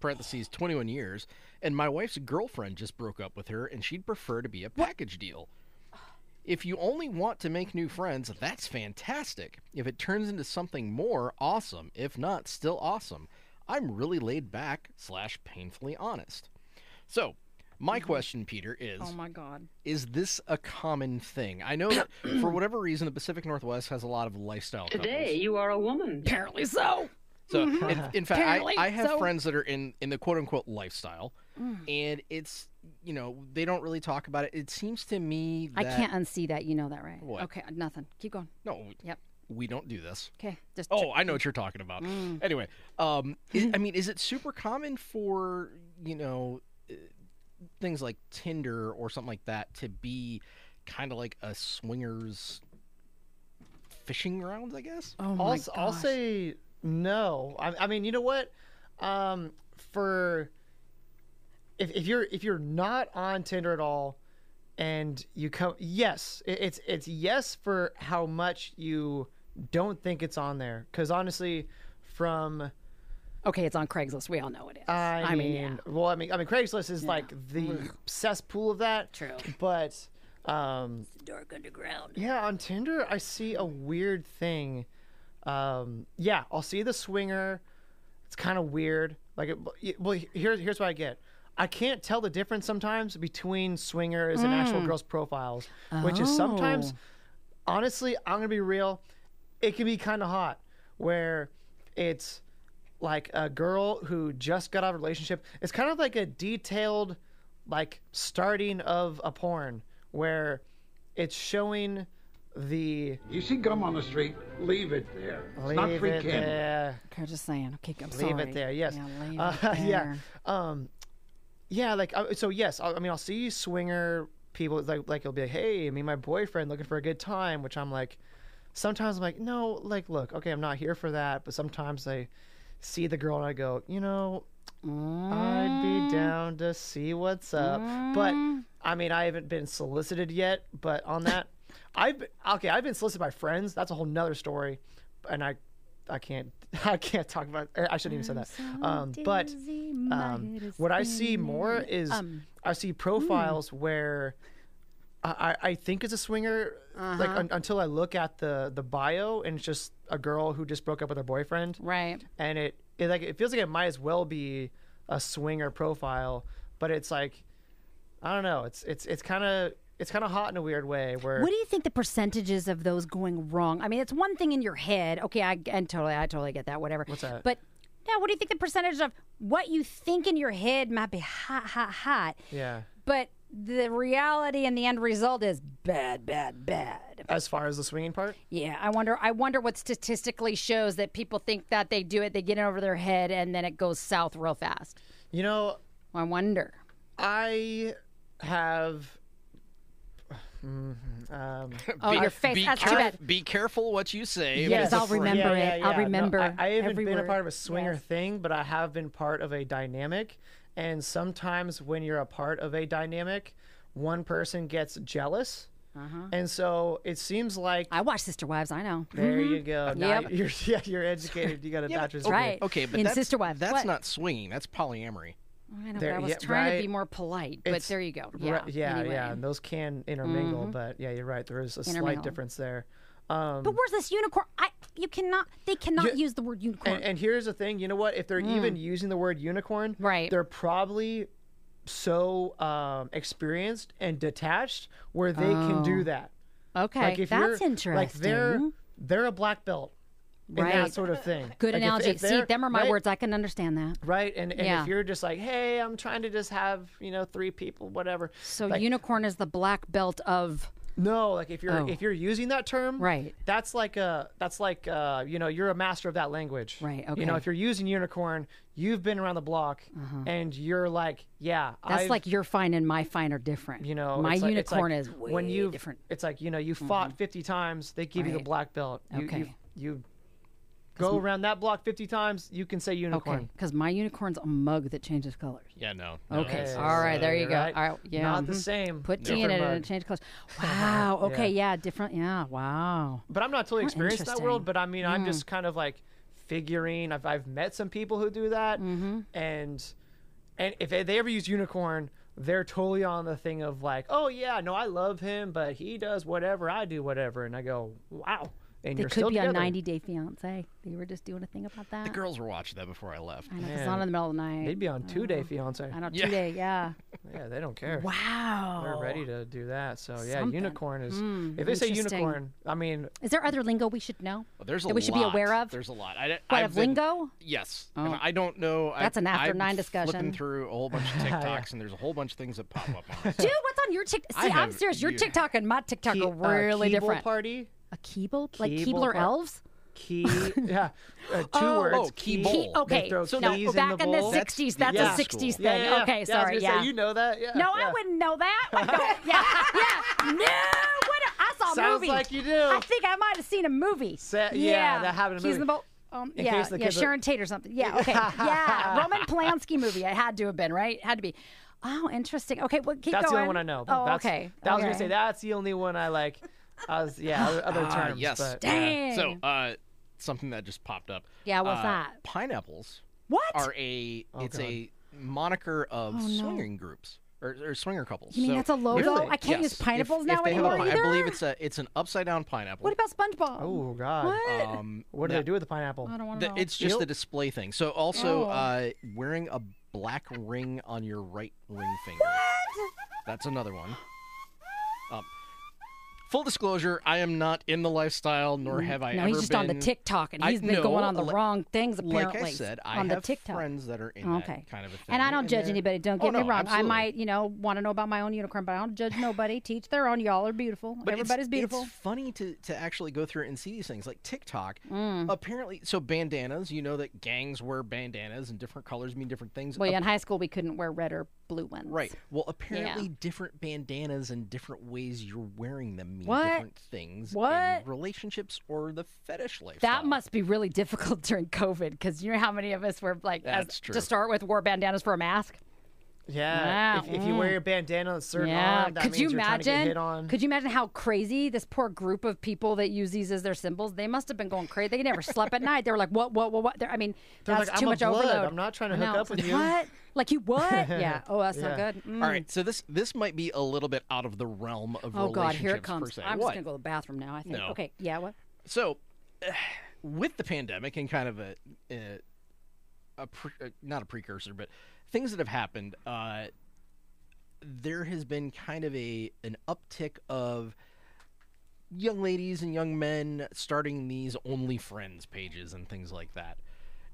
[SPEAKER 3] Parentheses, 21 years, and my wife's girlfriend just broke up with her, and she'd prefer to be a package deal. If you only want to make new friends, that's fantastic. If it turns into something more, awesome. If not, still awesome. I'm really laid back slash painfully honest. So, my question, Peter, is
[SPEAKER 2] Mm-hmm. Oh my god.
[SPEAKER 3] is this a common thing? I know that
[SPEAKER 2] *clears throat*
[SPEAKER 3] for whatever reason, the Pacific Northwest has a lot of lifestyle.
[SPEAKER 5] Today
[SPEAKER 3] couples.
[SPEAKER 5] you are a woman.
[SPEAKER 2] Apparently so.
[SPEAKER 3] so in, in fact,
[SPEAKER 2] Mm-hmm. Apparently,
[SPEAKER 3] I, I have
[SPEAKER 2] so-
[SPEAKER 3] friends that are in in the quote unquote lifestyle, and it's you know they don't really talk about it. It seems to me that
[SPEAKER 2] I can't unsee that. You know that, right?
[SPEAKER 3] What?
[SPEAKER 2] Okay, nothing. Keep going.
[SPEAKER 3] No,
[SPEAKER 2] Yep.
[SPEAKER 3] we don't do this.
[SPEAKER 2] Okay, just. Mm.
[SPEAKER 3] Oh, I know what you're talking about. Anyway, um, i I mean, is it super common for you know uh, things like Tinder or something like that to be kind of like a swingers fishing grounds? I guess.
[SPEAKER 2] Oh my
[SPEAKER 1] I'll,
[SPEAKER 2] gosh.
[SPEAKER 1] s- I'll say no. I, I mean, you know what? Um, for if, if you're if you're not on Tinder at all, and you come, yes, it, it's it's yes for how much you don't think it's on there. Because honestly, from
[SPEAKER 2] okay, it's on Craigslist. We all know it is.
[SPEAKER 1] I,
[SPEAKER 2] I
[SPEAKER 1] mean,
[SPEAKER 2] yeah.
[SPEAKER 1] well, I mean, I mean, Craigslist is like the cesspool of that.
[SPEAKER 2] True.
[SPEAKER 1] But Um,
[SPEAKER 2] Dark underground.
[SPEAKER 1] yeah, on Tinder, I see a weird thing. Um, yeah, I'll see the swinger. It's kind of weird. Like, it, well, here's here's what I get. I can't tell the difference sometimes between swingers and actual girls' profiles, which is sometimes,
[SPEAKER 5] Oh.
[SPEAKER 1] honestly, I'm gonna be real. It can be kind of hot where it's like a girl who just got out of a relationship. It's kind of like a detailed, like starting of a porn where it's showing the
[SPEAKER 5] You see gum on the street, leave it there. It's not
[SPEAKER 1] Leave
[SPEAKER 5] free
[SPEAKER 1] it
[SPEAKER 5] candy.
[SPEAKER 1] there.
[SPEAKER 2] Okay, just saying. Okay, I'm
[SPEAKER 1] Leave
[SPEAKER 2] sorry.
[SPEAKER 1] it there, yes.
[SPEAKER 2] Yeah, leave
[SPEAKER 1] Uh, *laughs*
[SPEAKER 2] it there.
[SPEAKER 1] yeah. Um, yeah, like uh, so. Yes, I, I mean, I'll see swinger people like like it'll be like, hey, I mean, my boyfriend looking for a good time, which I'm like, sometimes I'm like, no, like, look, okay, I'm not here for that, but sometimes I see the girl and I go, you know,
[SPEAKER 2] Mm.
[SPEAKER 1] I'd be down to see what's up, but I mean, I haven't been solicited yet, but on that, *laughs* I've been, okay, I've been solicited by friends. That's a whole nother story, and I. I can't. *laughs* I can't talk about. I shouldn't even say that. Um, but
[SPEAKER 2] Dizzy, my head
[SPEAKER 1] um,
[SPEAKER 2] is um,
[SPEAKER 1] what I see
[SPEAKER 2] spinning.
[SPEAKER 1] more is I see profiles
[SPEAKER 2] hmm.
[SPEAKER 1] where I, I I think it's a swinger, like
[SPEAKER 2] Uh-huh.
[SPEAKER 1] un- until I look at the the bio and it's just a girl who just broke up with her boyfriend,
[SPEAKER 2] Right.
[SPEAKER 1] and it, it like it feels like it might as well be a swinger profile, but it's like I don't know, it's it's it's kind of it's kind of hot in a weird way where
[SPEAKER 2] What do you think the percentages of those going wrong? I mean, it's one thing in your head. Okay, I and totally, I totally get that. Whatever. What's
[SPEAKER 1] that?
[SPEAKER 2] But yeah, what do you think the percentage of what you think in your head might be hot, hot, hot?
[SPEAKER 1] yeah.
[SPEAKER 2] But the reality and the end result is bad, bad, bad.
[SPEAKER 1] As far as the swinging part,
[SPEAKER 2] Yeah, I wonder. I wonder what statistically shows that people think that they do it, they get it over their head, and then it goes south real fast.
[SPEAKER 1] you know,
[SPEAKER 2] I wonder.
[SPEAKER 1] I have *sighs* mm-hmm, um,
[SPEAKER 2] Oh, your face.
[SPEAKER 3] Be,
[SPEAKER 2] That's too
[SPEAKER 3] caref-
[SPEAKER 2] bad.
[SPEAKER 3] be careful what you say.
[SPEAKER 2] Yes,
[SPEAKER 3] because
[SPEAKER 2] I'll
[SPEAKER 3] the fr-
[SPEAKER 2] remember it. I'll
[SPEAKER 1] No,
[SPEAKER 2] remember
[SPEAKER 1] I, I haven't
[SPEAKER 2] every
[SPEAKER 1] been a
[SPEAKER 2] word.
[SPEAKER 1] part of a swinger
[SPEAKER 2] Yes.
[SPEAKER 1] thing, but I have been part of a dynamic. And sometimes when you're a part of a dynamic, one person gets jealous. And so it seems like
[SPEAKER 2] I watch Sister Wives. I know. Mm-hmm.
[SPEAKER 1] there you go. Now
[SPEAKER 2] Yep.
[SPEAKER 1] you're *laughs* yeah, you're educated.
[SPEAKER 2] *laughs*
[SPEAKER 1] You got a bachelor's degree.
[SPEAKER 2] Right.
[SPEAKER 3] Okay, but
[SPEAKER 2] In
[SPEAKER 3] that's,
[SPEAKER 2] Sister Wives.
[SPEAKER 3] that's
[SPEAKER 2] What?
[SPEAKER 3] not swinging. That's polyamory.
[SPEAKER 2] I know,
[SPEAKER 1] There-
[SPEAKER 2] but I was
[SPEAKER 1] yeah,
[SPEAKER 2] trying to be
[SPEAKER 1] right.
[SPEAKER 2] more polite, but
[SPEAKER 1] It's-
[SPEAKER 2] there you go. Yeah,
[SPEAKER 1] Right, yeah,
[SPEAKER 2] anyway. Mm-hmm.
[SPEAKER 1] yeah, and those can intermingle, but yeah, you're right. There is a slight
[SPEAKER 2] Intermingle.
[SPEAKER 1] difference there. Um,
[SPEAKER 2] But where's this unicorn? I you cannot. They cannot
[SPEAKER 1] Yeah.
[SPEAKER 2] use the word unicorn.
[SPEAKER 1] And, and here's the thing, you know what? If they're
[SPEAKER 2] Mm.
[SPEAKER 1] even using the word unicorn,
[SPEAKER 2] Right.
[SPEAKER 1] They're probably so um, experienced and detached where they can do that.
[SPEAKER 2] okay,
[SPEAKER 1] Like if
[SPEAKER 2] that's
[SPEAKER 1] you're,
[SPEAKER 2] interesting.
[SPEAKER 1] Like they're they're a black belt, and
[SPEAKER 2] Right.
[SPEAKER 1] that sort of thing.
[SPEAKER 2] Good
[SPEAKER 1] Like, if-
[SPEAKER 2] analogy.
[SPEAKER 1] if
[SPEAKER 2] See,
[SPEAKER 1] they're-
[SPEAKER 2] them are my
[SPEAKER 1] right,
[SPEAKER 2] words. I can understand that.
[SPEAKER 1] Right, and, and
[SPEAKER 2] Yeah.
[SPEAKER 1] if you're just like, hey, I'm trying to just have you know three people, whatever.
[SPEAKER 2] So
[SPEAKER 1] like,
[SPEAKER 2] unicorn is the black belt of
[SPEAKER 1] no, like if you're
[SPEAKER 2] Oh.
[SPEAKER 1] if you're using that term,
[SPEAKER 2] Right.
[SPEAKER 1] That's like a that's like uh you know you're a master of that language,
[SPEAKER 2] Right,
[SPEAKER 1] You know
[SPEAKER 2] okay. Uh-huh.
[SPEAKER 1] if you're using unicorn, you've been around the block, and you're like, yeah,
[SPEAKER 2] that's
[SPEAKER 1] I've,
[SPEAKER 2] like your fine and my fine are different.
[SPEAKER 1] you know
[SPEAKER 2] my
[SPEAKER 1] it's like- it's like
[SPEAKER 2] unicorn is way
[SPEAKER 1] when you
[SPEAKER 2] different. Mm-hmm.
[SPEAKER 1] It's like you know you fought fifty times, they give you the
[SPEAKER 2] Right.
[SPEAKER 1] black belt. You,
[SPEAKER 2] Okay.
[SPEAKER 1] you, you go around that block fifty times, you can say unicorn.
[SPEAKER 2] Okay, because my unicorn's a mug that changes colors.
[SPEAKER 3] Yeah, no. no,
[SPEAKER 2] Okay,
[SPEAKER 3] it's-
[SPEAKER 2] all right, there you
[SPEAKER 1] you're
[SPEAKER 2] go.
[SPEAKER 1] right.
[SPEAKER 2] All right, yeah,
[SPEAKER 1] Not the
[SPEAKER 2] mhm.
[SPEAKER 1] same.
[SPEAKER 2] Put tea in
[SPEAKER 1] Different
[SPEAKER 2] it and
[SPEAKER 1] mug.
[SPEAKER 2] it changes
[SPEAKER 1] *laughs*
[SPEAKER 2] colors. Wow. Okay. Yeah. Different. Yeah. Wow.
[SPEAKER 1] but I'm not totally experienced in that world.
[SPEAKER 2] interesting.
[SPEAKER 1] But I mean, I'm just kind of like figuring. I've I've met some people who do that,
[SPEAKER 2] Mm-hmm.
[SPEAKER 1] and and if they, they ever use unicorn, they're totally on the thing of like, oh yeah, no, I love him, but he does whatever I do, whatever, and I go, wow, and
[SPEAKER 2] They
[SPEAKER 1] you're
[SPEAKER 2] could
[SPEAKER 1] still
[SPEAKER 2] be
[SPEAKER 1] together.
[SPEAKER 2] on 90 Day Fiance. They were just doing a thing about that.
[SPEAKER 3] The girls were watching that before I left.
[SPEAKER 2] I know, 'cause it's not in the middle of the night.
[SPEAKER 1] They'd be on two day fiance.
[SPEAKER 2] Oh. I know,
[SPEAKER 3] Yeah.
[SPEAKER 2] two day, yeah.
[SPEAKER 1] Yeah, they don't care.
[SPEAKER 2] Wow.
[SPEAKER 1] They're ready to do that. So yeah,
[SPEAKER 2] Something. Hmm,
[SPEAKER 1] unicorn is. if they say
[SPEAKER 2] interesting.
[SPEAKER 1] unicorn, I mean,
[SPEAKER 2] Is there other lingo we should know?
[SPEAKER 3] Well, there's a
[SPEAKER 2] that we should be
[SPEAKER 3] lot.
[SPEAKER 2] aware of?
[SPEAKER 3] There's a lot. I,
[SPEAKER 2] What,
[SPEAKER 3] I've
[SPEAKER 2] of
[SPEAKER 3] been-
[SPEAKER 2] lingo?
[SPEAKER 3] Yes. And I don't know. I-
[SPEAKER 2] Oh. That's an after
[SPEAKER 3] I'm
[SPEAKER 2] nine discussion.
[SPEAKER 3] Flipping through a whole bunch
[SPEAKER 2] *laughs*
[SPEAKER 3] of TikToks, and there's a whole bunch of things that pop up. on us.
[SPEAKER 2] Dude, what's on your TikTok?
[SPEAKER 3] I
[SPEAKER 2] See, I'm
[SPEAKER 3] have-
[SPEAKER 2] serious. Your
[SPEAKER 3] you-
[SPEAKER 2] TikTok and my TikTok
[SPEAKER 1] Ke-
[SPEAKER 2] are
[SPEAKER 1] uh,
[SPEAKER 2] really
[SPEAKER 1] Keeble
[SPEAKER 2] different.
[SPEAKER 1] party.
[SPEAKER 2] a Keeble? Like
[SPEAKER 1] Keeble
[SPEAKER 2] Keebler
[SPEAKER 1] part-
[SPEAKER 2] elves?
[SPEAKER 1] Key, *laughs* yeah, uh, two
[SPEAKER 2] Oh,
[SPEAKER 1] words.
[SPEAKER 3] oh, key
[SPEAKER 1] key-
[SPEAKER 3] bowl.
[SPEAKER 2] Key- okay.
[SPEAKER 1] They throw
[SPEAKER 2] so
[SPEAKER 1] keys
[SPEAKER 2] no,
[SPEAKER 1] in
[SPEAKER 2] back
[SPEAKER 1] the
[SPEAKER 2] in the
[SPEAKER 1] bowl.
[SPEAKER 2] 60s.
[SPEAKER 3] That's
[SPEAKER 2] That's
[SPEAKER 1] the old
[SPEAKER 2] a
[SPEAKER 1] school.
[SPEAKER 2] 60s thing.
[SPEAKER 1] Yeah, yeah, yeah.
[SPEAKER 2] Okay,
[SPEAKER 1] Yeah, I
[SPEAKER 2] sorry.
[SPEAKER 1] was gonna
[SPEAKER 2] yeah.
[SPEAKER 1] Say, you know that? Yeah.
[SPEAKER 2] no,
[SPEAKER 1] yeah.
[SPEAKER 2] I wouldn't know that.
[SPEAKER 1] *laughs*
[SPEAKER 2] What the- yeah, yeah. No, what a- I saw a
[SPEAKER 1] Sounds
[SPEAKER 2] movie.
[SPEAKER 1] like you do.
[SPEAKER 2] I think I might have seen a movie.
[SPEAKER 1] Sa- yeah, that happened in a
[SPEAKER 2] Keys
[SPEAKER 1] movie.
[SPEAKER 2] the Boat. Um,
[SPEAKER 1] In
[SPEAKER 2] yeah,
[SPEAKER 1] case the
[SPEAKER 2] yeah,
[SPEAKER 1] kids are-
[SPEAKER 2] Sharon Tate or something. Yeah,
[SPEAKER 1] *laughs*
[SPEAKER 2] okay. yeah, Roman Polanski movie. It had to have been, right? It had to be. Oh, interesting. Okay, well, keep
[SPEAKER 1] That's the
[SPEAKER 2] going.
[SPEAKER 1] only one I know.
[SPEAKER 2] Oh,
[SPEAKER 1] that's,
[SPEAKER 2] okay.
[SPEAKER 1] That I was
[SPEAKER 2] okay.
[SPEAKER 1] gonna say that's the only one I like. I was yeah, other, other terms.
[SPEAKER 3] Ah, Uh, yes.
[SPEAKER 1] But, yeah.
[SPEAKER 2] Dang.
[SPEAKER 3] so, uh, something that just popped up.
[SPEAKER 2] Yeah, what's
[SPEAKER 3] Uh,
[SPEAKER 2] that?
[SPEAKER 3] Pineapples
[SPEAKER 2] what? Oh,
[SPEAKER 3] are a. it's a moniker of swinging groups. or, or swinger couples.
[SPEAKER 2] You mean
[SPEAKER 3] So-
[SPEAKER 2] that's a logo?
[SPEAKER 1] Really?
[SPEAKER 2] I can't
[SPEAKER 3] Yes.
[SPEAKER 2] use pineapples
[SPEAKER 3] If-
[SPEAKER 2] now
[SPEAKER 3] if they have a
[SPEAKER 2] anymore
[SPEAKER 3] pine-
[SPEAKER 2] either.
[SPEAKER 3] I believe it's a it's an upside down pineapple.
[SPEAKER 2] What about SpongeBob?
[SPEAKER 1] Oh God.
[SPEAKER 2] What?
[SPEAKER 3] um,
[SPEAKER 1] What do
[SPEAKER 3] that-
[SPEAKER 1] they do with the pineapple?
[SPEAKER 2] I don't want to
[SPEAKER 3] the-
[SPEAKER 2] know.
[SPEAKER 3] it's just
[SPEAKER 1] Yep.
[SPEAKER 3] the display thing. So also
[SPEAKER 2] Oh.
[SPEAKER 3] uh, wearing a black ring on your right ring finger. That's another one. Um, full disclosure: I am not in the lifestyle, nor have I
[SPEAKER 2] no,
[SPEAKER 3] ever
[SPEAKER 2] he's just on the
[SPEAKER 3] been-
[SPEAKER 2] TikTok, and
[SPEAKER 3] I-
[SPEAKER 2] he's been
[SPEAKER 3] no,
[SPEAKER 2] going on the
[SPEAKER 3] like-
[SPEAKER 2] wrong things
[SPEAKER 3] Like
[SPEAKER 2] apparently.
[SPEAKER 3] I said, I
[SPEAKER 2] on
[SPEAKER 3] have
[SPEAKER 2] the TikTok. Oh,
[SPEAKER 3] friends that are in
[SPEAKER 2] Okay.
[SPEAKER 3] that kind of a thing,
[SPEAKER 2] and I don't judge
[SPEAKER 3] they're-
[SPEAKER 2] anybody. Don't
[SPEAKER 3] Oh,
[SPEAKER 2] get me
[SPEAKER 3] no,
[SPEAKER 2] wrong.
[SPEAKER 3] absolutely.
[SPEAKER 2] I might, you know, want to know about my own unicorn, but I don't judge nobody. Teach their own. Y'all are beautiful.
[SPEAKER 3] But it's-
[SPEAKER 2] Everybody's beautiful.
[SPEAKER 3] It's funny to, to actually go through and see these things like TikTok.
[SPEAKER 2] Mm.
[SPEAKER 3] Apparently, so bandanas. You know that gangs wear bandanas and different colors mean different things.
[SPEAKER 2] Well,
[SPEAKER 3] Ap-
[SPEAKER 2] yeah, in high school we couldn't wear red or blue ones.
[SPEAKER 3] Right. Well, apparently, different bandanas and different ways you're wearing them mean
[SPEAKER 2] What?
[SPEAKER 3] different things in
[SPEAKER 2] What?
[SPEAKER 3] relationships or the fetish life.
[SPEAKER 2] That must be really *laughs* difficult during COVID because you know how many of us were like, as-
[SPEAKER 3] That's true.
[SPEAKER 2] to start with, wore bandanas for a mask.
[SPEAKER 1] Yeah.
[SPEAKER 2] Wow,
[SPEAKER 1] If, if you wear your bandana with a certain arm, that
[SPEAKER 2] could
[SPEAKER 1] means
[SPEAKER 2] you
[SPEAKER 1] are trying to
[SPEAKER 2] imagine?
[SPEAKER 1] get hit on.
[SPEAKER 2] Could you imagine how crazy this poor group of people that use these as their symbols? They must have been going crazy. They never slept at night. They were like, "What? What? What? What?" They're, I mean,
[SPEAKER 1] They're
[SPEAKER 2] that's
[SPEAKER 1] like,
[SPEAKER 2] too
[SPEAKER 1] "I'm a
[SPEAKER 2] much
[SPEAKER 1] blood.
[SPEAKER 2] overload.
[SPEAKER 1] I'm not trying to
[SPEAKER 2] I
[SPEAKER 1] hook
[SPEAKER 2] know.
[SPEAKER 1] up with you."
[SPEAKER 2] What? Like you? What?
[SPEAKER 1] *laughs*
[SPEAKER 2] yeah. Oh, that's not
[SPEAKER 1] Yeah.
[SPEAKER 2] good. Mm.
[SPEAKER 3] All right. So this this might be a little bit out of the realm of
[SPEAKER 2] Oh God,
[SPEAKER 3] relationships
[SPEAKER 2] here it
[SPEAKER 3] per
[SPEAKER 2] comes.
[SPEAKER 3] se.
[SPEAKER 2] I'm
[SPEAKER 3] What?
[SPEAKER 2] just gonna go to the bathroom now. I think.
[SPEAKER 3] No.
[SPEAKER 2] Okay. Yeah. What?
[SPEAKER 3] So, *sighs* with the pandemic and kind of a, a, a pre, uh, not a precursor, but things that have happened, uh, there has been kind of a an uptick of young ladies and young men starting these only friends pages and things like that.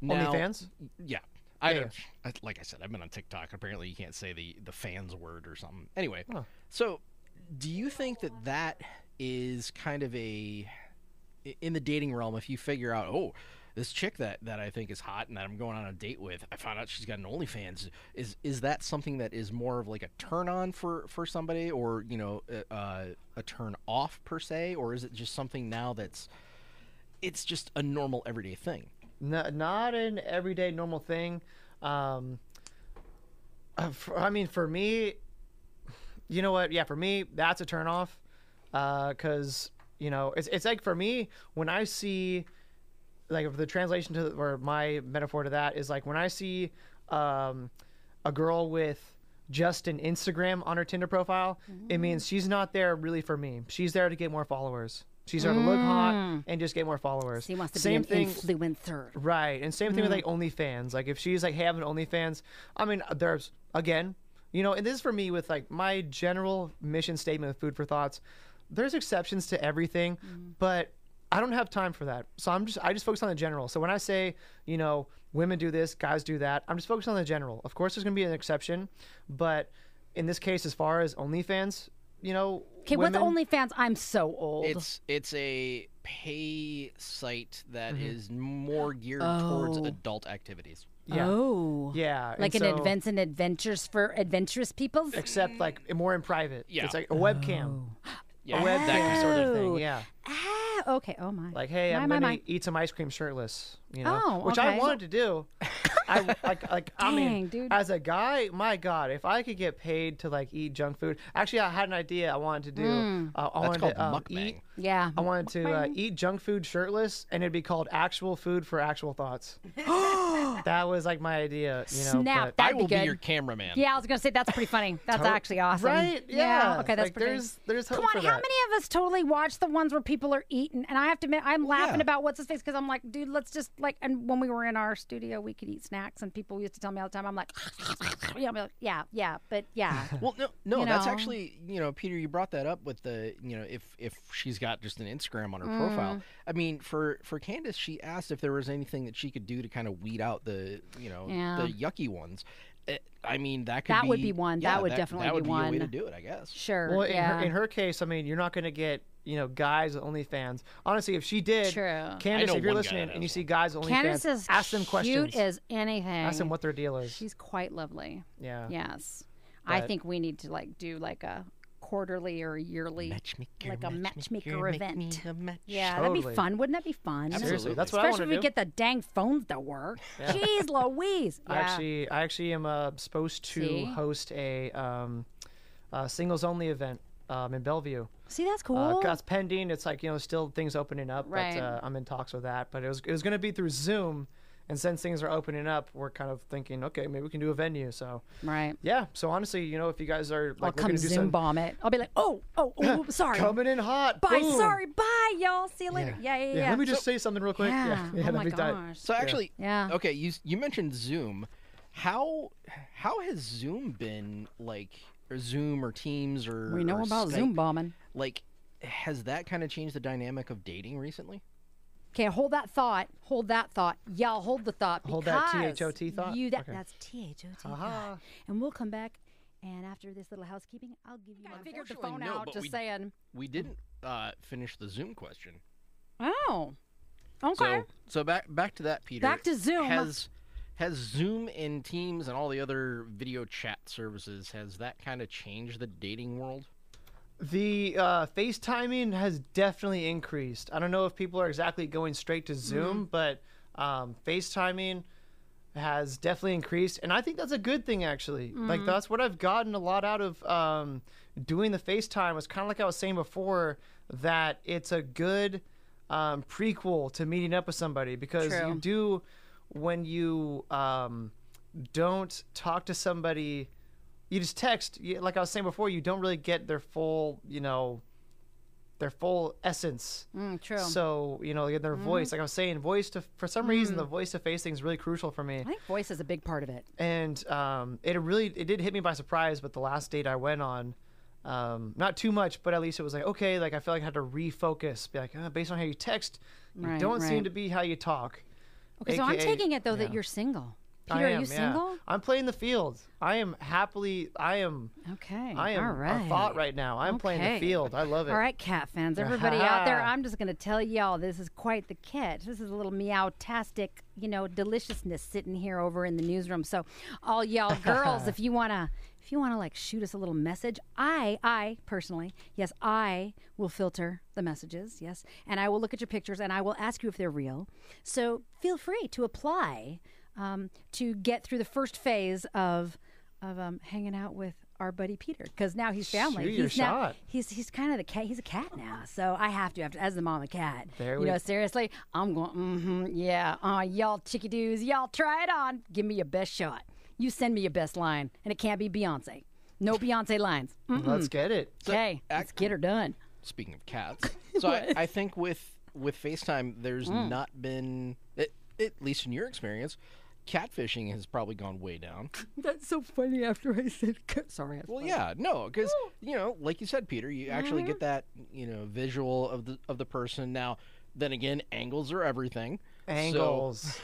[SPEAKER 3] Now-
[SPEAKER 1] OnlyFans?
[SPEAKER 3] Yeah. I
[SPEAKER 1] Yeah,
[SPEAKER 3] don't, I- like I said, I've been on TikTok. Apparently, you can't say the the fans word or something. Anyway, so do you think that that is kind of a i- in the dating realm? If you figure out, oh, this chick that that I think is hot and that I'm going on a date with, I found out she's got an OnlyFans. Is is that something that is more of like a turn on for for somebody, or you know, a, uh, a turn off per se, or is it just something now that's it's just a normal everyday thing?
[SPEAKER 1] No, not an everyday normal thing. Um, uh, for, I mean, for me, you know what? Yeah, for me, that's a turnoff. Because you know, it's it's like for me when I see, like the translation to or my metaphor to that is like when I see, um, a girl with just an Instagram on her Tinder profile, it
[SPEAKER 2] Mm-hmm.
[SPEAKER 1] means she's not there really for me. She's there to get more followers. She's there to look hot and just get more followers.
[SPEAKER 2] He Mm. wants to
[SPEAKER 1] Same
[SPEAKER 2] be an
[SPEAKER 1] thing.
[SPEAKER 2] influencer.
[SPEAKER 1] Right, and same thing
[SPEAKER 2] Hmm.
[SPEAKER 1] with like OnlyFans. Like if she's like having OnlyFans, I mean, there's again, you know, and this is for me with like my general mission statement of food for thoughts. There's exceptions to everything,
[SPEAKER 2] Mm-hmm.
[SPEAKER 1] but I don't have time for that. So I'm just I just focus on the general. So when I say you know women do this, guys do that, I'm just focused on the general. Of course, there's gonna be an exception, but in this case, as far as OnlyFans, you know,
[SPEAKER 2] Okay. With
[SPEAKER 1] women-
[SPEAKER 2] OnlyFans, I'm so old.
[SPEAKER 3] It's it's a pay site that is more geared towards adult activities.
[SPEAKER 1] yeah,
[SPEAKER 2] Oh.
[SPEAKER 1] yeah, and
[SPEAKER 2] Like an
[SPEAKER 1] so-
[SPEAKER 2] events and adventures for adventurous people.
[SPEAKER 1] except like more in private.
[SPEAKER 3] Yeah.
[SPEAKER 1] it's like a webcam.
[SPEAKER 3] Yeah,
[SPEAKER 1] web
[SPEAKER 3] that kind
[SPEAKER 1] cam
[SPEAKER 3] of
[SPEAKER 1] sort
[SPEAKER 3] stuff.
[SPEAKER 1] of
[SPEAKER 2] Oh.
[SPEAKER 1] thing. Yeah,
[SPEAKER 2] Ah, okay. Oh my.
[SPEAKER 1] like hey,
[SPEAKER 2] my,
[SPEAKER 1] I'm
[SPEAKER 2] my,
[SPEAKER 1] gonna
[SPEAKER 2] my.
[SPEAKER 1] eat some ice cream shirtless. You know,
[SPEAKER 2] Oh,
[SPEAKER 1] which I
[SPEAKER 2] okay.
[SPEAKER 1] wanted to
[SPEAKER 2] *laughs*
[SPEAKER 1] do. I like, like I mean,
[SPEAKER 2] Dang, dude.
[SPEAKER 1] as a guy, my God, if I could get paid to like eat junk food. Actually, I had an idea I wanted to do.
[SPEAKER 2] Hmm.
[SPEAKER 1] Uh, I
[SPEAKER 3] That's
[SPEAKER 1] wanted to
[SPEAKER 3] called
[SPEAKER 1] um,
[SPEAKER 3] mukbang.
[SPEAKER 1] eat.
[SPEAKER 2] Yeah.
[SPEAKER 1] I wanted to uh, eat junk food shirtless, and it'd be called actual food for actual
[SPEAKER 2] *laughs*
[SPEAKER 1] thoughts. that was like my idea. You know,
[SPEAKER 2] Snap.
[SPEAKER 1] but-
[SPEAKER 3] I
[SPEAKER 2] That'd be
[SPEAKER 3] will be,
[SPEAKER 2] good.
[SPEAKER 3] your cameraman.
[SPEAKER 2] Yeah, I was gonna say that's
[SPEAKER 1] *laughs*
[SPEAKER 2] pretty funny. That's actually awesome.
[SPEAKER 1] Right?
[SPEAKER 2] Yeah.
[SPEAKER 1] Yeah.
[SPEAKER 2] Okay, that's
[SPEAKER 1] Like,
[SPEAKER 2] pretty.
[SPEAKER 1] there's- there's hope
[SPEAKER 2] Come on,
[SPEAKER 1] for
[SPEAKER 2] how
[SPEAKER 1] that.
[SPEAKER 2] many of us totally watch the ones where people are eating? And I have to admit, I'm laughing
[SPEAKER 3] yeah.
[SPEAKER 2] about what's his face because I'm like, dude, let's just like. And when we were in our studio, we could eat snacks, and people used to tell me all the time, I'm like, *laughs* yeah, I'm like, yeah, yeah, but
[SPEAKER 1] *laughs*
[SPEAKER 2] yeah.
[SPEAKER 3] Well, no, no,
[SPEAKER 2] You
[SPEAKER 3] that's
[SPEAKER 2] know.
[SPEAKER 3] actually you know, Peter, you brought that up with the you know, if if she's got just an Instagram on her
[SPEAKER 2] Mm.
[SPEAKER 3] profile. I mean, for for Candace, she asked if there was anything that she could do to kind of weed out the you know
[SPEAKER 2] Yeah.
[SPEAKER 3] the yucky ones. Eh, I mean, that could
[SPEAKER 2] That
[SPEAKER 3] be,
[SPEAKER 2] would be one.
[SPEAKER 3] yeah,
[SPEAKER 2] That would definitely
[SPEAKER 3] that
[SPEAKER 2] be
[SPEAKER 3] would be, a way
[SPEAKER 2] one.
[SPEAKER 3] to do it, I guess.
[SPEAKER 2] sure.
[SPEAKER 1] Well,
[SPEAKER 2] yeah.
[SPEAKER 1] in, her, in her case, I mean, you're not going to get you know guys with OnlyFans. Honestly, if she did,
[SPEAKER 2] True.
[SPEAKER 1] Candace,
[SPEAKER 3] know
[SPEAKER 1] if you're
[SPEAKER 3] one guy
[SPEAKER 1] listening
[SPEAKER 3] that
[SPEAKER 1] and you
[SPEAKER 3] has
[SPEAKER 1] see guys with
[SPEAKER 2] Candace
[SPEAKER 1] OnlyFans,
[SPEAKER 2] is
[SPEAKER 1] ask them
[SPEAKER 2] cute
[SPEAKER 1] questions.
[SPEAKER 2] as anything.
[SPEAKER 1] ask them what their deal is.
[SPEAKER 2] She's quite lovely.
[SPEAKER 1] yeah.
[SPEAKER 2] Yes. I
[SPEAKER 1] But-
[SPEAKER 2] think we need to like do like a quarterly or yearly
[SPEAKER 3] Matchmaker,
[SPEAKER 2] like a matchmaker, event. Yeah, that'd
[SPEAKER 1] Totally.
[SPEAKER 2] be fun. Wouldn't that be fun?
[SPEAKER 1] Seriously, that's what
[SPEAKER 2] Especially
[SPEAKER 1] I
[SPEAKER 2] if
[SPEAKER 1] want to
[SPEAKER 2] we
[SPEAKER 1] do.
[SPEAKER 2] get the dang phones
[SPEAKER 1] *laughs*
[SPEAKER 2] to work. Jeez Louise.
[SPEAKER 1] I
[SPEAKER 2] Yeah.
[SPEAKER 1] actually, I actually am uh, supposed to
[SPEAKER 2] See?
[SPEAKER 1] host a, um, a singles only event um, in Bellevue.
[SPEAKER 2] See, that's cool.
[SPEAKER 1] Uh, that's pending. It's like you know, still things opening up,
[SPEAKER 2] Right.
[SPEAKER 1] but uh, I'm in talks with that. But it was it was going to be through Zoom, And since things are opening up, we're kind of thinking, okay, maybe we can do a venue. So
[SPEAKER 2] right.
[SPEAKER 1] yeah. So honestly, you know, if you guys are
[SPEAKER 2] I'll
[SPEAKER 1] like looking
[SPEAKER 2] come
[SPEAKER 1] to do some
[SPEAKER 2] Zim bomb it. I'll be like, oh, oh,
[SPEAKER 1] *laughs*
[SPEAKER 2] oh oops, sorry.
[SPEAKER 1] coming in hot,
[SPEAKER 2] Bye.
[SPEAKER 1] boom.
[SPEAKER 2] Sorry. Bye, y'all. See you later. Yeah, yeah, yeah.
[SPEAKER 1] Let me just say something real quick.
[SPEAKER 2] yeah.
[SPEAKER 1] Yeah, *laughs*
[SPEAKER 2] oh
[SPEAKER 1] that'd
[SPEAKER 2] my
[SPEAKER 1] be tight.
[SPEAKER 2] gosh.
[SPEAKER 3] So actually,
[SPEAKER 2] Yeah.
[SPEAKER 3] Okay, you s- you mentioned Zoom. How how has Zoom been like or Zoom or Teams or
[SPEAKER 2] we know
[SPEAKER 3] or
[SPEAKER 2] about
[SPEAKER 3] Skype?
[SPEAKER 2] Zoom bombing.
[SPEAKER 3] Like, has that kind of changed the dynamic of dating recently?
[SPEAKER 2] Okay, hold that thought. Hold that thought. Y'all hold the thought.
[SPEAKER 1] Hold that
[SPEAKER 2] because
[SPEAKER 1] THOT thought?
[SPEAKER 2] You that,
[SPEAKER 1] Okay. Uh-huh.
[SPEAKER 2] That's T-H-O-T
[SPEAKER 1] Aha.
[SPEAKER 2] thought. And we'll come back. And after this little housekeeping, I'll give you my figured the
[SPEAKER 3] Unfortunately,
[SPEAKER 2] phone
[SPEAKER 3] no,
[SPEAKER 2] out.
[SPEAKER 3] but
[SPEAKER 2] Just
[SPEAKER 3] we-
[SPEAKER 2] saying.
[SPEAKER 3] We didn't uh, finish the Zoom question.
[SPEAKER 2] Oh. Okay.
[SPEAKER 3] So so back back to that, Peter.
[SPEAKER 2] Back to Zoom.
[SPEAKER 3] Has has Zoom and Teams and all the other video chat services has that kind of changed the dating world?
[SPEAKER 1] The uh, FaceTiming has definitely increased. I don't know if people are exactly going straight to Zoom, but um, FaceTiming has definitely increased, and I think that's a good thing actually. Like that's what I've gotten a lot out of um, doing the FaceTime. Was kind of like I was saying before that it's a good um, prequel to meeting up with somebody because you
[SPEAKER 2] True.
[SPEAKER 1] do when you um, don't talk to somebody you just text you, like i was saying before you don't really get their full you know their full essence
[SPEAKER 2] Mm, true. Mm-hmm. Mm.
[SPEAKER 1] so you know get their voice like i was saying voice to for some reason the voice to face thing is really crucial for me
[SPEAKER 2] I think voice is a big part of it.
[SPEAKER 1] and um, it really it did hit me by surprise but the last date i went on um, not too much but at least it was like okay like i feel like i had to refocus be like uh, based on how you text you
[SPEAKER 2] Right,
[SPEAKER 1] don't seem
[SPEAKER 2] right.
[SPEAKER 1] to be how you talk
[SPEAKER 2] Okay, so I'm
[SPEAKER 1] AKA
[SPEAKER 2] taking it though
[SPEAKER 1] yeah.
[SPEAKER 2] that you're single.
[SPEAKER 1] I
[SPEAKER 2] Peter, are
[SPEAKER 1] am,
[SPEAKER 2] you
[SPEAKER 1] yeah.
[SPEAKER 2] single?
[SPEAKER 1] i'm playing the field i am happily i am
[SPEAKER 2] Okay.
[SPEAKER 1] I am
[SPEAKER 2] All right.
[SPEAKER 1] a thought right now. I'm playing the
[SPEAKER 2] Okay.
[SPEAKER 1] field. I love it.
[SPEAKER 2] All right, cat fans, everybody out there,
[SPEAKER 1] Ah.
[SPEAKER 2] I'm just going to tell y'all this is quite the catch. This is a little meow-tastic, you know, deliciousness sitting here over in the newsroom. So,
[SPEAKER 1] *laughs*
[SPEAKER 2] all y'all girls, if you want to if you want to like shoot us a little message, I I personally, yes, I will filter the messages, yes, and I will look at your pictures and I will ask you if they're real. So, feel free to apply um, to get through the first phase of of um, hanging out with our buddy Peter because now he's family.
[SPEAKER 1] Shoot your
[SPEAKER 2] he's now-
[SPEAKER 1] shot.
[SPEAKER 2] He's he's kind of the cat. He's a cat now, so I have to have to as the mama cat.
[SPEAKER 1] There
[SPEAKER 2] you
[SPEAKER 1] we-
[SPEAKER 2] know, seriously, I'm going. Mm-hmm, yeah, uh, y'all chicky doos, y'all try it on. Give me your best shot. You send me your best line, and it can't be Beyonce. No Beyonce lines. Mm,
[SPEAKER 1] Let's get it.
[SPEAKER 2] Okay, let's get her done.
[SPEAKER 3] Speaking
[SPEAKER 2] *laughs*
[SPEAKER 3] of cats, so I, I think with with FaceTime, there's
[SPEAKER 2] Mm.
[SPEAKER 3] not been at, at least in your experience, catfishing has probably gone way down.
[SPEAKER 2] That's so funny. After I said, sorry.
[SPEAKER 3] Well, yeah, no, because you know, like you said, Peter, you actually
[SPEAKER 2] Mm-hmm.
[SPEAKER 3] get that you know visual of the of the person. Now, then again, angles are everything. So-
[SPEAKER 1] Angles.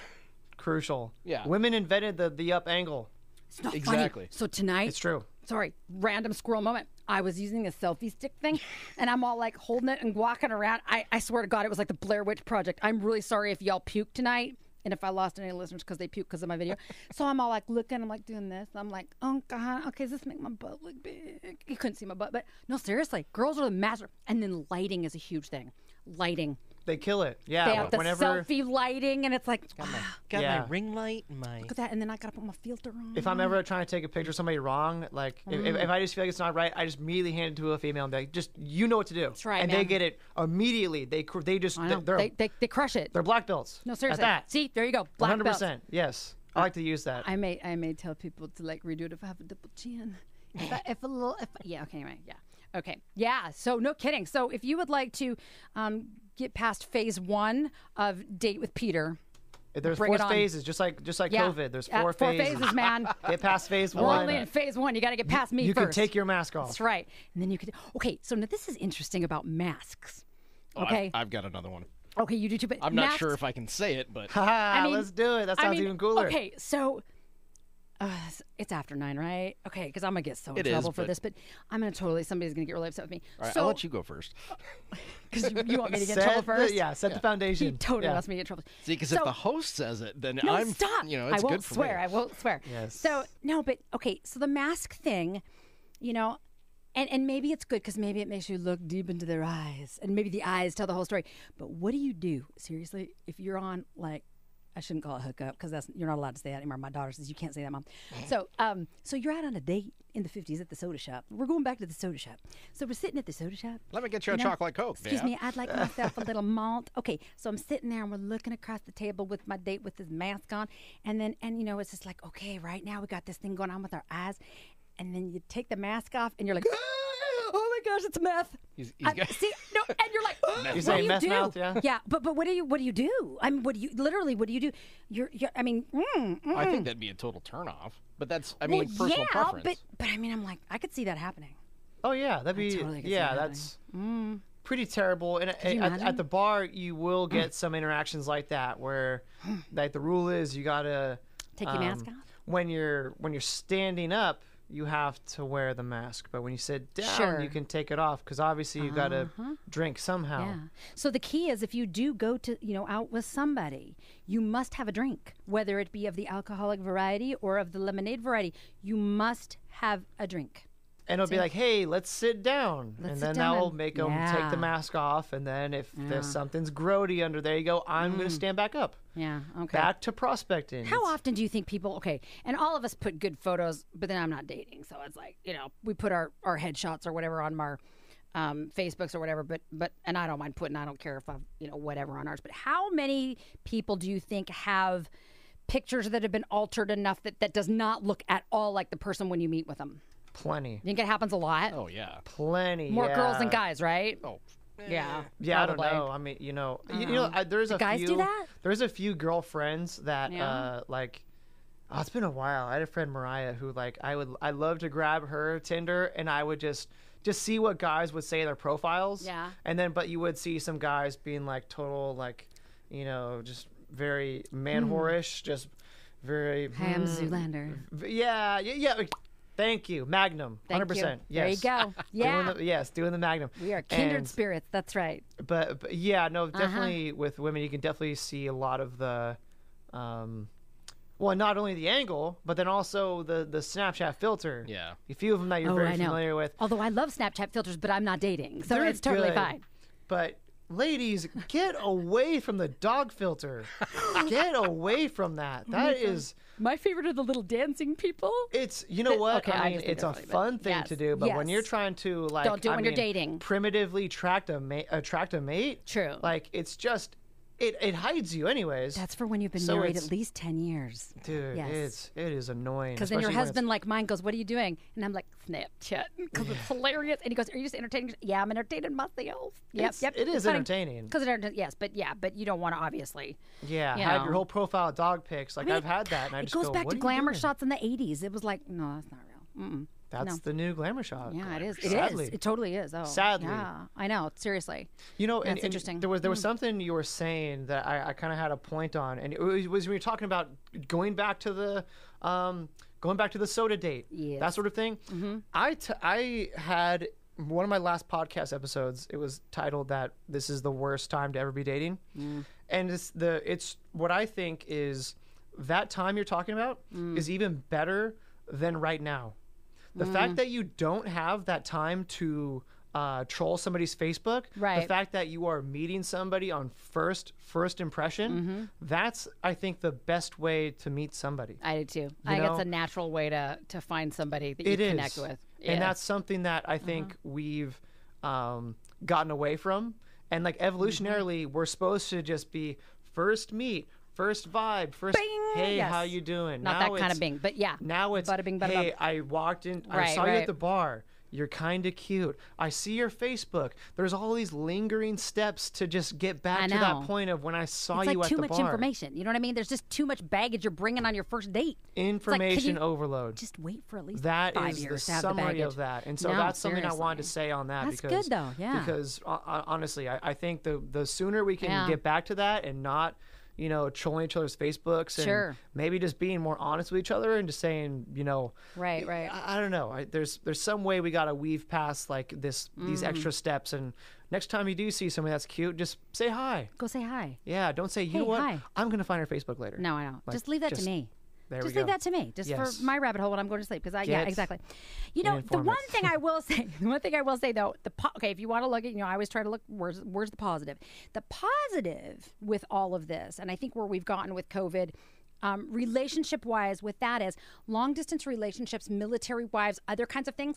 [SPEAKER 1] Crucial.
[SPEAKER 3] Yeah.
[SPEAKER 1] Women invented the the up angle.
[SPEAKER 2] It's not
[SPEAKER 3] Exactly.
[SPEAKER 2] funny. So tonight,
[SPEAKER 1] It's true.
[SPEAKER 2] sorry, random squirrel moment. I was using a selfie stick
[SPEAKER 1] *laughs*
[SPEAKER 2] thing, and I'm all like holding it and walking around. I, I swear to God, it was like the Blair Witch Project. I'm really sorry if y'all puked tonight. And if I lost any listeners because they puked because of
[SPEAKER 1] *laughs*
[SPEAKER 2] my video, so I'm all like looking, I'm like doing this, I'm like, oh god, okay, does this make my butt look big? You couldn't see my butt, but no, seriously, girls are the master. And then lighting is a huge thing, lighting.
[SPEAKER 1] They kill it. Yeah.
[SPEAKER 2] They have the
[SPEAKER 1] Oh, whenever
[SPEAKER 2] selfie lighting, and it's like, "Ah,
[SPEAKER 3] Got
[SPEAKER 1] Yeah.
[SPEAKER 3] my ring light, my
[SPEAKER 2] look at that. And then I gotta put my filter on.
[SPEAKER 1] if I'm ever trying to take a picture of somebody wrong, like if-
[SPEAKER 2] Mm-hmm.
[SPEAKER 1] if, if I just feel like it's not right, I just immediately hand it to a female and they just you know what to do. That's
[SPEAKER 2] right,
[SPEAKER 1] And they
[SPEAKER 2] man.
[SPEAKER 1] get it immediately. They cr- they just
[SPEAKER 2] I
[SPEAKER 1] they,
[SPEAKER 2] know.
[SPEAKER 1] are
[SPEAKER 2] They, they, they crush it.
[SPEAKER 1] they're black belts.
[SPEAKER 2] No, seriously.
[SPEAKER 1] At that.
[SPEAKER 2] See, there you go.
[SPEAKER 1] One
[SPEAKER 2] Black
[SPEAKER 1] hundred
[SPEAKER 2] belt.
[SPEAKER 1] percent. Yes. I like to use that.
[SPEAKER 2] I may I may tell people to like redo it if I have a double chin. If, I, if a little, if yeah, okay, anyway, yeah, okay, yeah. So no kidding. So if you would like to um, get past phase one of date with Peter,
[SPEAKER 1] There's
[SPEAKER 2] Bring
[SPEAKER 1] four
[SPEAKER 2] it on.
[SPEAKER 1] phases, just like just like
[SPEAKER 2] yeah,
[SPEAKER 1] COVID. There's
[SPEAKER 2] yeah,
[SPEAKER 1] four phases. *laughs*
[SPEAKER 2] phases, man.
[SPEAKER 1] Get past phase
[SPEAKER 2] We're
[SPEAKER 1] one.
[SPEAKER 2] only in phase one. You got to get past me
[SPEAKER 1] you
[SPEAKER 2] first.
[SPEAKER 1] can take your mask off. *laughs*
[SPEAKER 2] That's right, and then you could. Okay, so now this is interesting about masks.
[SPEAKER 3] Oh, I've-
[SPEAKER 2] Okay,
[SPEAKER 3] I've, got another one.
[SPEAKER 2] okay, you do too. But
[SPEAKER 3] I'm not
[SPEAKER 2] masks-
[SPEAKER 3] sure if I can say it, but
[SPEAKER 1] Ah,
[SPEAKER 2] I mean-
[SPEAKER 1] let's do it. That
[SPEAKER 2] I
[SPEAKER 1] sounds
[SPEAKER 2] mean,
[SPEAKER 1] even cooler.
[SPEAKER 2] Okay, so uh, s- it's after nine, right? Okay, because I'm gonna get so in
[SPEAKER 3] It is,
[SPEAKER 2] trouble for
[SPEAKER 3] but-
[SPEAKER 2] this, but I'm gonna totally somebody's gonna get really upset with me.
[SPEAKER 3] all right,
[SPEAKER 2] so
[SPEAKER 3] I'll let you go first.
[SPEAKER 2] because you, you want me to get
[SPEAKER 1] *laughs* Set
[SPEAKER 2] in trouble
[SPEAKER 1] the-
[SPEAKER 2] first?
[SPEAKER 1] yeah, set the foundation.
[SPEAKER 2] *laughs* He totally
[SPEAKER 1] yeah.
[SPEAKER 2] wants me to get in trouble.
[SPEAKER 3] See, because if
[SPEAKER 2] So-
[SPEAKER 3] the host says it, then
[SPEAKER 2] no,
[SPEAKER 3] I'm
[SPEAKER 2] stop.
[SPEAKER 3] You know, it's
[SPEAKER 2] I won't
[SPEAKER 3] good for
[SPEAKER 2] swear.
[SPEAKER 3] me.
[SPEAKER 2] I won't swear.
[SPEAKER 1] Yes.
[SPEAKER 2] So no, but okay. So the mask thing, you know, and and maybe it's good because maybe it makes you look deep into their eyes, and maybe the eyes tell the whole story. But what do you do seriously if you're on like? I
[SPEAKER 3] *laughs*
[SPEAKER 2] shouldn't call it hookup because that's you're not allowed to say that anymore. My daughter says you can't say that, mom. So, um, so you're out on a date in the 50s at the soda shop. We're going back to the soda shop. So we're sitting at the soda shop.
[SPEAKER 3] Let me get you a
[SPEAKER 2] know,
[SPEAKER 3] chocolate Coke,
[SPEAKER 2] Excuse
[SPEAKER 3] Dad.
[SPEAKER 2] me, I'd like myself a
[SPEAKER 3] *laughs*
[SPEAKER 2] little malt. Okay, so I'm sitting there and we're looking across the table with my date with his mask on. And then, and you know, it's just like, okay, right now we got this thing going on with our eyes. And then you take the mask off and you're like, oh my gosh, it's meth.
[SPEAKER 3] He's- he's
[SPEAKER 2] I-
[SPEAKER 3] got-
[SPEAKER 2] see, no, and
[SPEAKER 1] *laughs*
[SPEAKER 2] you're like, "Ah, what
[SPEAKER 1] You're
[SPEAKER 2] do
[SPEAKER 1] saying
[SPEAKER 2] you
[SPEAKER 1] meth
[SPEAKER 2] do?
[SPEAKER 1] mouth, yeah?
[SPEAKER 2] yeah, but but what do you what do you do? I mean, what do you literally what do you do? You're, you're I mean, mm, mm.
[SPEAKER 3] I think that'd be a total turnoff. But that's, I mean,
[SPEAKER 2] Well,
[SPEAKER 3] personal
[SPEAKER 2] yeah,
[SPEAKER 3] preference.
[SPEAKER 2] but but I mean, I'm like, I could see that happening.
[SPEAKER 1] Oh yeah, that'd be
[SPEAKER 2] totally could see
[SPEAKER 1] yeah.
[SPEAKER 2] that
[SPEAKER 1] That's pretty terrible. And uh, at,
[SPEAKER 2] Mm. you
[SPEAKER 1] at,
[SPEAKER 2] imagine? Mm.
[SPEAKER 1] at the bar, you will get some interactions like that where, like the rule is you gotta
[SPEAKER 2] Hmm.
[SPEAKER 1] um,
[SPEAKER 2] Take your mask off?
[SPEAKER 1] when you're when you're standing up. You have to wear the mask, but when you sit down,
[SPEAKER 2] Sure. Uh-huh.
[SPEAKER 1] you can take it off because obviously you got to drink somehow.
[SPEAKER 2] Yeah. Oh. So the key is if you do go to, you know, out with somebody, you must have a drink, whether it be of the alcoholic variety or of the lemonade variety. You must have a drink.
[SPEAKER 1] And it'll be like, "Hey, let's sit down,"
[SPEAKER 2] Let's
[SPEAKER 1] and
[SPEAKER 2] sit
[SPEAKER 1] then
[SPEAKER 2] down
[SPEAKER 1] that'll
[SPEAKER 2] and-
[SPEAKER 1] make them take
[SPEAKER 2] Yeah.
[SPEAKER 1] the mask off. And then if there's something's grody under there, you go, "I'm going to stand back up."
[SPEAKER 2] Mm. Yeah. Okay.
[SPEAKER 1] Back to prospecting.
[SPEAKER 2] How
[SPEAKER 1] It's-
[SPEAKER 2] often do you think people, okay, and all of us put good photos, but then I'm not dating. So it's like, you know, we put our, our headshots or whatever on our um, Facebooks or whatever, but, but, and I don't mind putting, I don't care if I've, you know, whatever on ours, but how many people do you think have pictures that have been altered enough that that does not look at all like the person when you meet with them?
[SPEAKER 1] Plenty,
[SPEAKER 2] You think it happens a lot?
[SPEAKER 3] oh, yeah.
[SPEAKER 1] plenty.
[SPEAKER 2] More girls than
[SPEAKER 1] yeah.
[SPEAKER 2] guys, right?
[SPEAKER 3] Oh,
[SPEAKER 2] Yeah.
[SPEAKER 1] Yeah,
[SPEAKER 2] probably.
[SPEAKER 1] I don't know. I mean, you know, you, you know, I, there's a
[SPEAKER 2] Oh. guys do
[SPEAKER 1] few,
[SPEAKER 2] that?
[SPEAKER 1] There's a few girlfriends that,
[SPEAKER 2] Yeah.
[SPEAKER 1] uh, like, oh, it's been a while. I had a friend Mariah who, like, I would, I love to grab her Tinder, and I would just, just see what guys would say in their profiles.
[SPEAKER 2] Yeah.
[SPEAKER 1] And then, but you would see some guys being like total, like, you know, just very man
[SPEAKER 2] Mm.
[SPEAKER 1] whorish, just very.
[SPEAKER 2] Hi, I'm
[SPEAKER 1] hmm,
[SPEAKER 2] Zoolander.
[SPEAKER 1] v- yeah, yeah, yeah. like, Thank you, Magnum.
[SPEAKER 2] Thank
[SPEAKER 1] Hundred percent.
[SPEAKER 2] you.
[SPEAKER 1] Yes.
[SPEAKER 2] There you go.
[SPEAKER 1] Doing
[SPEAKER 2] Yeah.
[SPEAKER 1] the, yes, doing the Magnum. *laughs*
[SPEAKER 2] we are kindred
[SPEAKER 1] And-
[SPEAKER 2] spirits. That's right.
[SPEAKER 1] but, but yeah, no,
[SPEAKER 2] Uh-huh.
[SPEAKER 1] definitely with women, you can definitely see a lot of the, um, well, not only the angle, but then also the the Snapchat filter.
[SPEAKER 3] Yeah.
[SPEAKER 1] a few of them that you're
[SPEAKER 2] Oh,
[SPEAKER 1] very
[SPEAKER 2] I know.
[SPEAKER 1] familiar with.
[SPEAKER 2] Although I love Snapchat filters, but I'm not dating, so
[SPEAKER 1] They're
[SPEAKER 2] it's totally
[SPEAKER 1] good,
[SPEAKER 2] fine.
[SPEAKER 1] But ladies, get away from the dog
[SPEAKER 2] *laughs*
[SPEAKER 1] filter. get away from that. That is,
[SPEAKER 2] Oh My favorite are the little dancing people.
[SPEAKER 1] it's you know what?
[SPEAKER 2] okay, I
[SPEAKER 1] I mean,
[SPEAKER 2] just think
[SPEAKER 1] it's a
[SPEAKER 2] that's really
[SPEAKER 1] fun
[SPEAKER 2] bad.
[SPEAKER 1] thing
[SPEAKER 2] Yes,
[SPEAKER 1] to do, but when
[SPEAKER 2] yes.
[SPEAKER 1] you're trying to like,
[SPEAKER 2] Don't do it
[SPEAKER 1] I
[SPEAKER 2] when you're
[SPEAKER 1] mean,
[SPEAKER 2] dating.
[SPEAKER 1] Primitively track a ma- attract a mate.
[SPEAKER 2] True.
[SPEAKER 1] Like it's just. It, it hides you anyways.
[SPEAKER 2] That's for when you've been
[SPEAKER 1] So
[SPEAKER 2] married
[SPEAKER 1] it's-
[SPEAKER 2] at least ten years.
[SPEAKER 1] Dude,
[SPEAKER 2] Yes.
[SPEAKER 1] it's it is annoying.
[SPEAKER 2] Because then your
[SPEAKER 1] especially when it's-
[SPEAKER 2] husband, like mine, goes, "What are you doing?" And I'm like, "Snapchat," *laughs* because it's hilarious. And he goes, "Are you just entertaining?" Yeah, I'm entertaining myself. Yep,
[SPEAKER 1] It's-
[SPEAKER 2] yep.
[SPEAKER 1] it is entertaining.
[SPEAKER 2] Because yes, but yeah, but you don't want to obviously.
[SPEAKER 1] Yeah,
[SPEAKER 2] you
[SPEAKER 1] have
[SPEAKER 2] know.
[SPEAKER 1] your whole profile of dog pics. Like I have had that, and I
[SPEAKER 2] it
[SPEAKER 1] just
[SPEAKER 2] goes
[SPEAKER 1] go,
[SPEAKER 2] back
[SPEAKER 1] "What
[SPEAKER 2] to
[SPEAKER 1] are you
[SPEAKER 2] glamour
[SPEAKER 1] doing?"
[SPEAKER 2] shots in the '80s. It was like, no, that's not real. Mm-mm.
[SPEAKER 1] That's the new glamour shot.
[SPEAKER 2] Yeah, it is. It is.
[SPEAKER 1] Sadly.
[SPEAKER 2] It totally is. Oh,
[SPEAKER 1] Sadly.
[SPEAKER 2] yeah, I know. Seriously.
[SPEAKER 1] You know, and,
[SPEAKER 2] That's
[SPEAKER 1] and
[SPEAKER 2] interesting. Hmm.
[SPEAKER 1] There was there was something you were saying that I, I kind of had a point on, and it was, was when you were talking about going back to the, um, going back to the soda date, that
[SPEAKER 2] Yes. Mm-hmm.
[SPEAKER 1] sort of thing. I t- I had one of my last podcast episodes. It was titled that this is the worst time to ever be dating,
[SPEAKER 2] Mm.
[SPEAKER 1] and it's the it's what I think is that time you're talking about
[SPEAKER 2] Mm.
[SPEAKER 1] is even better than right now. The
[SPEAKER 2] Mm.
[SPEAKER 1] fact that you don't have that time to uh, troll somebody's Facebook,
[SPEAKER 2] Right.
[SPEAKER 1] the fact that you are meeting somebody on first first impression, that's I think the best way to meet somebody.
[SPEAKER 2] I do too. I think
[SPEAKER 1] know?
[SPEAKER 2] it's a natural way to to find somebody that you
[SPEAKER 1] It is,
[SPEAKER 2] connect with. Yeah. Mm-hmm.
[SPEAKER 1] and that's something that I think we've um, gotten away from. And like evolutionarily,
[SPEAKER 2] Mm-hmm.
[SPEAKER 1] we're supposed to just be first meet, first vibe, first hey,
[SPEAKER 2] Yes.
[SPEAKER 1] how you doing?
[SPEAKER 2] not
[SPEAKER 1] Now
[SPEAKER 2] that kind
[SPEAKER 1] it's-
[SPEAKER 2] of bing, but yeah.
[SPEAKER 1] Now it's
[SPEAKER 2] bada bing, bada
[SPEAKER 1] hey,
[SPEAKER 2] bum.
[SPEAKER 1] I walked in, I
[SPEAKER 2] Right,
[SPEAKER 1] saw you
[SPEAKER 2] right.
[SPEAKER 1] at the bar. You're kind of cute. I see your Facebook. There's all these lingering steps to just get back
[SPEAKER 2] I
[SPEAKER 1] to that
[SPEAKER 2] know.
[SPEAKER 1] point of when I saw
[SPEAKER 2] It's
[SPEAKER 1] you
[SPEAKER 2] like
[SPEAKER 1] at
[SPEAKER 2] too
[SPEAKER 1] the
[SPEAKER 2] much
[SPEAKER 1] bar.
[SPEAKER 2] information. You know what I mean? There's just too much baggage you're bringing on your first date.
[SPEAKER 1] Information
[SPEAKER 2] you-
[SPEAKER 1] overload.
[SPEAKER 2] Just wait for at least
[SPEAKER 1] That
[SPEAKER 2] five
[SPEAKER 1] is the
[SPEAKER 2] years to have the
[SPEAKER 1] summary
[SPEAKER 2] baggage.
[SPEAKER 1] of that, and so
[SPEAKER 2] No,
[SPEAKER 1] that's something I wanted to
[SPEAKER 2] seriously.
[SPEAKER 1] say on that.
[SPEAKER 2] That's good,
[SPEAKER 1] because,
[SPEAKER 2] though, yeah.
[SPEAKER 1] Because uh, honestly, I, I think the the sooner we can
[SPEAKER 2] Yeah.
[SPEAKER 1] get back to that and not, you know, trolling each other's Facebooks and
[SPEAKER 2] Sure.
[SPEAKER 1] maybe just being more honest with each other and just saying, you know,
[SPEAKER 2] Right, right.
[SPEAKER 1] I, I don't know. I, there's there's some way we gotta weave past like this
[SPEAKER 2] Mm.
[SPEAKER 1] these extra steps, and next time you do see somebody that's cute, just say hi.
[SPEAKER 2] Go say hi.
[SPEAKER 1] Yeah, don't say you
[SPEAKER 2] Hey,
[SPEAKER 1] know what.
[SPEAKER 2] hi."
[SPEAKER 1] I'm gonna find her Facebook later.
[SPEAKER 2] No, I don't.
[SPEAKER 1] Like,
[SPEAKER 2] just leave that
[SPEAKER 1] just-
[SPEAKER 2] to me.
[SPEAKER 1] there we
[SPEAKER 2] just leave
[SPEAKER 1] go.
[SPEAKER 2] that to me, just
[SPEAKER 1] Yes.
[SPEAKER 2] for my rabbit hole when I'm going to sleep. Because I, yeah,
[SPEAKER 1] Get
[SPEAKER 2] exactly. You know, the
[SPEAKER 1] informant.
[SPEAKER 2] one thing I will *laughs* say, the one thing I will say though, the po- okay, if you want to look at, you know, I always try to look where's where's the positive. The positive with all of this, and I think where we've gotten with COVID um, relationship wise with that is long distance relationships, military wives, other kinds of things.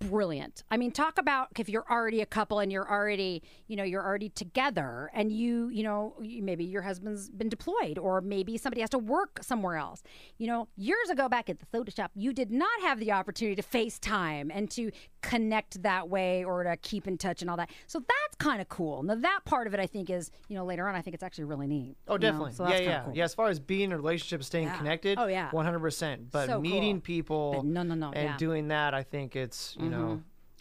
[SPEAKER 2] Brilliant. I mean, talk about if you're already a couple and you're already, you know, you're already together and you, you know, you- maybe your husband's been deployed or maybe somebody has to work somewhere else. You know, years ago back at the soda shop, you did not have the opportunity to FaceTime and to connect that way or to keep in touch and all that. So that's kind of cool. Now, that part of it, I think, is, you know, later on, I think it's actually really neat.
[SPEAKER 1] Oh,
[SPEAKER 2] you know?
[SPEAKER 1] definitely.
[SPEAKER 2] So that's
[SPEAKER 1] yeah,
[SPEAKER 2] kinda
[SPEAKER 1] yeah,
[SPEAKER 2] cool.
[SPEAKER 1] yeah. As far as being in a relationship, staying
[SPEAKER 2] Yeah.
[SPEAKER 1] connected.
[SPEAKER 2] Oh, yeah.
[SPEAKER 1] One hundred percent. But
[SPEAKER 2] So
[SPEAKER 1] meeting
[SPEAKER 2] cool.
[SPEAKER 1] people.
[SPEAKER 2] But no, no, no,
[SPEAKER 1] And
[SPEAKER 2] yeah. Mm-hmm.
[SPEAKER 1] doing that, I think it's you know.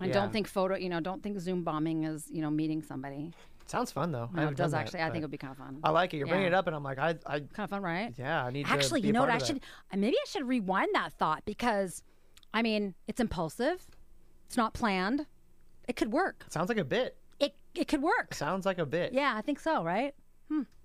[SPEAKER 2] I
[SPEAKER 1] yeah.
[SPEAKER 2] don't think photo, you know, don't think Zoom bombing is, you know, meeting somebody.
[SPEAKER 1] sounds fun though. I
[SPEAKER 2] No,
[SPEAKER 1] haven't
[SPEAKER 2] it does
[SPEAKER 1] done that,
[SPEAKER 2] actually. I
[SPEAKER 1] but
[SPEAKER 2] think it would be kind of fun.
[SPEAKER 1] I like it. You're bringing it
[SPEAKER 2] yeah.
[SPEAKER 1] up, and I'm like, I, I,
[SPEAKER 2] kind of fun, right?
[SPEAKER 1] yeah, I need to
[SPEAKER 2] Actually,
[SPEAKER 1] be
[SPEAKER 2] you
[SPEAKER 1] a
[SPEAKER 2] know what? I
[SPEAKER 1] part of that.
[SPEAKER 2] should uh, maybe I should rewind that thought because, I mean, it's impulsive, it's not planned. It could work.
[SPEAKER 1] Sounds like a bit.
[SPEAKER 2] It it could work.
[SPEAKER 1] Sounds like a bit.
[SPEAKER 2] Yeah, I think so. Right?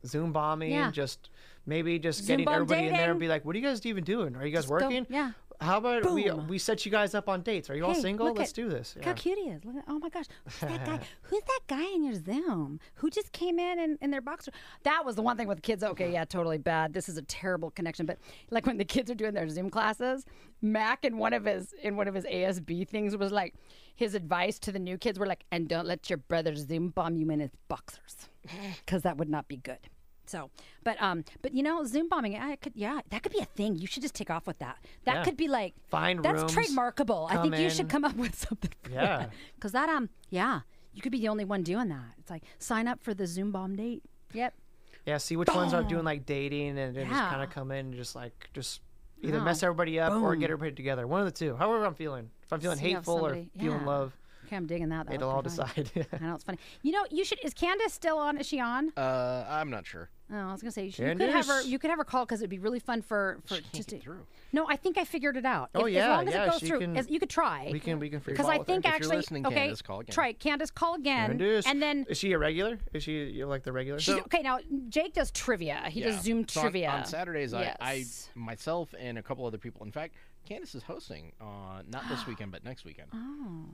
[SPEAKER 1] Zoom bombing,
[SPEAKER 2] Yeah.
[SPEAKER 1] just maybe just
[SPEAKER 2] Zoom
[SPEAKER 1] getting
[SPEAKER 2] bomb
[SPEAKER 1] everybody in there and
[SPEAKER 2] dating.
[SPEAKER 1] be like, "What are you guys even doing? Are you guys
[SPEAKER 2] go-
[SPEAKER 1] working?
[SPEAKER 2] yeah.
[SPEAKER 1] How about we
[SPEAKER 2] Boom.
[SPEAKER 1] we set you guys up on dates? Are you all
[SPEAKER 2] Hey,
[SPEAKER 1] single?
[SPEAKER 2] look
[SPEAKER 1] Let's
[SPEAKER 2] at-
[SPEAKER 1] do this."
[SPEAKER 2] Look
[SPEAKER 1] Yeah.
[SPEAKER 2] how cute he is. Look at, oh my gosh. Who's
[SPEAKER 1] *laughs*
[SPEAKER 2] that guy? Who's that guy in your Zoom who just came in and in their boxer? That was the one thing with kids. Okay, yeah, totally bad. This is a terrible connection. But like when the kids are doing their Zoom classes, Mac in one of his in one of his ASB things was like his advice to the new kids were like, and don't let your brother Zoom bomb you in his
[SPEAKER 1] *laughs*
[SPEAKER 2] boxers. Because that would not be good. So, but um, but you know, Zoom bombing, I could, yeah, that could be a thing. You should just take off with that. That
[SPEAKER 1] Yeah.
[SPEAKER 2] could be like
[SPEAKER 1] Find
[SPEAKER 2] That's
[SPEAKER 1] rooms,
[SPEAKER 2] trademarkable. I
[SPEAKER 1] come
[SPEAKER 2] think you
[SPEAKER 1] in.
[SPEAKER 2] should come up *laughs* with something. For
[SPEAKER 1] Yeah.
[SPEAKER 2] Because that um, yeah, you could be the only one doing that. It's like sign up for the Zoom bomb date. Yep.
[SPEAKER 1] Yeah, see which ones are doing like dating and then just
[SPEAKER 2] Yeah.
[SPEAKER 1] kind of come in and just like just either mess everybody up or get everybody together. One of the two. However I'm feeling. If I'm feeling
[SPEAKER 2] See how
[SPEAKER 1] hateful
[SPEAKER 2] somebody-
[SPEAKER 1] or feeling
[SPEAKER 2] yeah.
[SPEAKER 1] love,
[SPEAKER 2] Okay, I'm digging that. that
[SPEAKER 1] it'll all
[SPEAKER 2] looked pretty
[SPEAKER 1] decide. *laughs*
[SPEAKER 2] fun. I know it's funny. You know, you should. Is Candace still on? Is she on?
[SPEAKER 3] Uh, I'm not sure.
[SPEAKER 2] Oh, I was gonna say you, should, you could have her.
[SPEAKER 1] Candace.
[SPEAKER 2] You could have her call because it'd be really fun for for
[SPEAKER 3] Can't
[SPEAKER 2] just
[SPEAKER 3] get
[SPEAKER 2] to-
[SPEAKER 3] through.
[SPEAKER 2] No, I think I figured it out.
[SPEAKER 1] Oh,
[SPEAKER 2] If-
[SPEAKER 1] yeah,
[SPEAKER 2] as long as
[SPEAKER 1] yeah,
[SPEAKER 2] it goes
[SPEAKER 1] she
[SPEAKER 2] through,
[SPEAKER 1] can-
[SPEAKER 2] as, you could try.
[SPEAKER 1] we can we can free
[SPEAKER 2] because I think
[SPEAKER 3] If you're
[SPEAKER 2] actually
[SPEAKER 3] listening,
[SPEAKER 2] okay.
[SPEAKER 3] Candace, call again.
[SPEAKER 2] Try it. Candace, call again, and then
[SPEAKER 1] is she a regular? Is she you're like the regular?
[SPEAKER 2] she's okay. Now Jake does trivia. He
[SPEAKER 3] Yeah.
[SPEAKER 2] does Zoom
[SPEAKER 3] So on-
[SPEAKER 2] trivia
[SPEAKER 3] on, Saturdays. I, I
[SPEAKER 2] Yes.
[SPEAKER 3] myself and a couple other people. In fact, Candace is hosting uh,
[SPEAKER 2] *gasps*
[SPEAKER 3] not this weekend, but next weekend. Oh.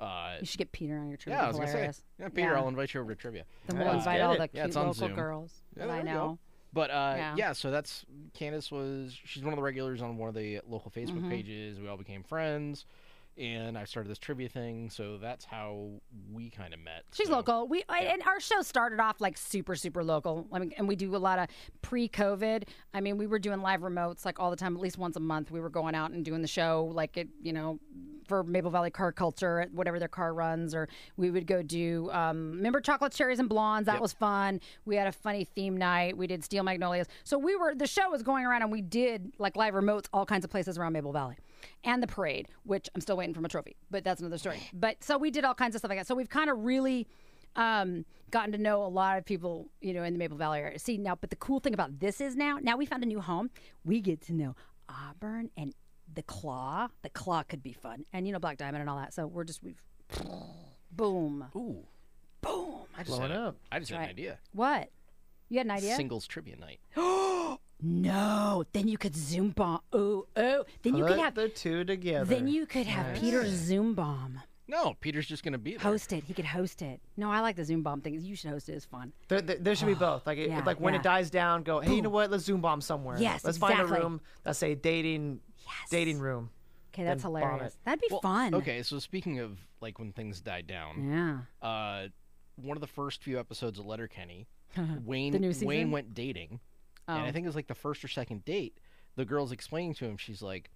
[SPEAKER 3] Uh,
[SPEAKER 2] You should get Peter on your trivia.
[SPEAKER 3] yeah, I was gonna say.
[SPEAKER 2] Hilarious.
[SPEAKER 3] Yeah, Peter,
[SPEAKER 2] Yeah.
[SPEAKER 3] I'll invite you over to trivia.
[SPEAKER 2] Then we'll
[SPEAKER 1] Let's
[SPEAKER 2] invite
[SPEAKER 1] get
[SPEAKER 2] all
[SPEAKER 1] it.
[SPEAKER 2] the
[SPEAKER 3] Yeah,
[SPEAKER 2] cute
[SPEAKER 3] it's on
[SPEAKER 2] local
[SPEAKER 3] Zoom.
[SPEAKER 2] girls.
[SPEAKER 3] Yeah,
[SPEAKER 2] that
[SPEAKER 3] there
[SPEAKER 2] I
[SPEAKER 3] we go.
[SPEAKER 2] know.
[SPEAKER 3] But uh, yeah.
[SPEAKER 2] Yeah.
[SPEAKER 3] so that's Candace was she's one of the regulars on one of the local Facebook
[SPEAKER 2] Mm-hmm.
[SPEAKER 3] pages. We all became friends, and I started this trivia thing. So that's how we kind of met.
[SPEAKER 2] She's
[SPEAKER 3] so-
[SPEAKER 2] local. We I- and our show started off like super super local. I mean, and we do a lot of pre-COVID. I mean, we were doing live remotes like all the time, at least once a month. We were going out and doing the show like it, you know, for Maple Valley Car Culture at whatever their car runs, or we would go do. Um, remember Chocolate Cherries and Blondes? That was fun. We had a funny theme night. We did Steel Magnolias. So we were the show was going around, and we did like live remotes all kinds of places around Maple Valley. and the parade, which I'm still waiting for my trophy, but that's another story. But so we did all kinds of stuff like that. So we've kind of really um, gotten to know a lot of people, you know, in the Maple Valley area. See now, but the cool thing about this is now, now we found a new home. We get to know Auburn and the Claw. The Claw could be fun, and you know Black Diamond and all that. So we're just we've *sniffs* boom.
[SPEAKER 3] Ooh, boom! I just
[SPEAKER 1] Blowing
[SPEAKER 3] had a-
[SPEAKER 1] up.
[SPEAKER 3] I just had an
[SPEAKER 2] right.
[SPEAKER 3] idea.
[SPEAKER 2] What? You had an idea?
[SPEAKER 3] Singles trivia night.
[SPEAKER 2] *gasps* no. Then you could zoom bomb. Oh, oh. Then you
[SPEAKER 1] Put
[SPEAKER 2] could have.
[SPEAKER 1] the two together.
[SPEAKER 2] Then you could have Peter zoom bomb.
[SPEAKER 3] No, Peter's just gonna be there.
[SPEAKER 2] Host it. He could host it. No, I like the Zoom bomb thing. You should host it. It's fun.
[SPEAKER 1] There, there, there should be both. Like, it,
[SPEAKER 2] yeah,
[SPEAKER 1] like when
[SPEAKER 2] yeah.
[SPEAKER 1] it dies down, go. Hey, you know what? Let's zoom bomb somewhere.
[SPEAKER 2] Yes,
[SPEAKER 1] Let's find a
[SPEAKER 2] exactly.
[SPEAKER 1] room. Let's say dating, dating room.
[SPEAKER 2] Okay, that's
[SPEAKER 1] Then bomb
[SPEAKER 2] hilarious.
[SPEAKER 1] it.
[SPEAKER 2] That'd be
[SPEAKER 3] Well,
[SPEAKER 2] fun. Mm.
[SPEAKER 3] Okay, so speaking of like when things die down,
[SPEAKER 2] Yeah.
[SPEAKER 3] uh, one of the first few episodes of Letterkenny,
[SPEAKER 2] *laughs*
[SPEAKER 3] Wayne
[SPEAKER 2] The new
[SPEAKER 3] Wayne
[SPEAKER 2] season?
[SPEAKER 3] went dating, and I
[SPEAKER 2] Oh.
[SPEAKER 3] think it was like the first or second date. The girl's explaining to him, she's like,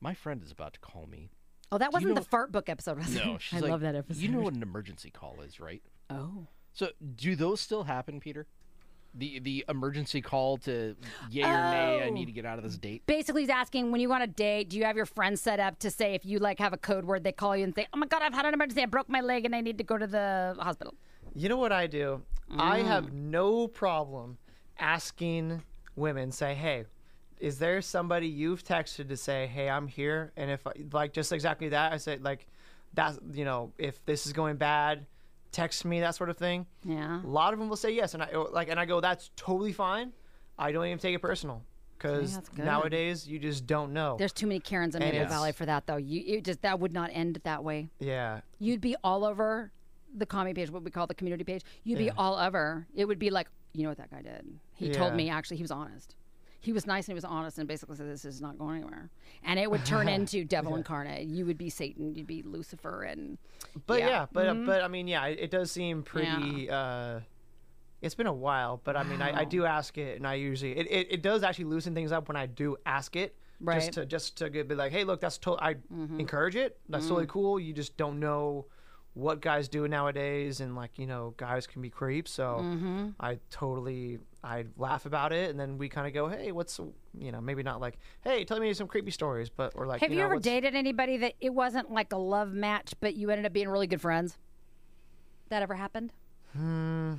[SPEAKER 3] "My friend is about to call
[SPEAKER 2] *laughs*
[SPEAKER 3] me."
[SPEAKER 2] Oh, that wasn't
[SPEAKER 3] know-
[SPEAKER 2] the fart book episode, was it? *laughs*
[SPEAKER 3] No, she's
[SPEAKER 2] I
[SPEAKER 3] like,
[SPEAKER 2] love that episode.
[SPEAKER 3] You know what an emergency call is, right?
[SPEAKER 2] *laughs* Oh.
[SPEAKER 3] So, do those still happen, Peter? The the emergency call to yay or nay, I
[SPEAKER 2] Oh.
[SPEAKER 3] need to get out of this date.
[SPEAKER 2] Basically, he's asking when you want a date, do you have your friends set up to say if you like have a code word, they call you and say, "Oh my God, I've had an emergency. I broke my leg and I need to go to the hospital."
[SPEAKER 1] You know what I do? I
[SPEAKER 2] Mm.
[SPEAKER 1] have no problem asking women, say, hey, is there somebody you've texted to say, hey, I'm here? And if, like, just exactly that, I say, like, that's, you know, if this is going bad, text me, that sort of thing.
[SPEAKER 2] Yeah.
[SPEAKER 1] A lot of them will say yes. And I, oh, like, and I go, that's totally fine. I don't even take it personal. Because
[SPEAKER 2] that's good.
[SPEAKER 1] nowadays, you just don't know.
[SPEAKER 2] There's too many Karens in
[SPEAKER 1] And
[SPEAKER 2] Maple
[SPEAKER 1] it's-
[SPEAKER 2] Valley for that, though. You it just that would not end that way.
[SPEAKER 1] yeah.
[SPEAKER 2] You'd be all over the commie page, what we call the community page. You'd be all over. It would be like, you know what that guy did? He
[SPEAKER 1] Yeah.
[SPEAKER 2] told me actually he was honest. he was nice and he was honest and basically said this is not going anywhere. And it would
[SPEAKER 1] *laughs*
[SPEAKER 2] turn into devil incarnate. You would be Satan. You'd be Lucifer. And
[SPEAKER 1] But yeah,
[SPEAKER 2] Yeah.
[SPEAKER 1] but
[SPEAKER 2] Mm-hmm.
[SPEAKER 1] but I mean, yeah, it, it does seem pretty. Uh, it's been a while, but I mean, I, I do ask it, and I usually it, it, it does actually loosen things up when I do ask it. Just
[SPEAKER 2] Right. Mm-hmm.
[SPEAKER 1] to just to get- be like, hey, look, that's to- I encourage it. That's totally cool. You just don't know what guys do nowadays, and like you know, guys can be creeps. So
[SPEAKER 2] Mm-hmm.
[SPEAKER 1] I totally I laugh about it, and then we kind of go, hey, what's you know, maybe not like, hey, tell me some creepy stories, but or like,
[SPEAKER 2] have you,
[SPEAKER 1] know,
[SPEAKER 2] ever
[SPEAKER 1] what's-
[SPEAKER 2] dated anybody that it wasn't like a love match, but you ended up being really good friends? That ever happened? Hmm.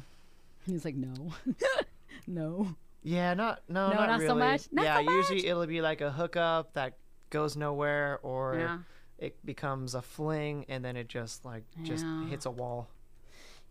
[SPEAKER 2] He's like, no, *laughs* no.
[SPEAKER 1] Yeah, not no,
[SPEAKER 2] No,
[SPEAKER 1] not,
[SPEAKER 2] not so
[SPEAKER 1] really.
[SPEAKER 2] much? Not
[SPEAKER 1] yeah,
[SPEAKER 2] so
[SPEAKER 1] usually it'll be like a hookup that goes nowhere, or
[SPEAKER 2] Yeah.
[SPEAKER 1] it becomes a fling, and then it just like just
[SPEAKER 2] Yeah.
[SPEAKER 1] hits a wall.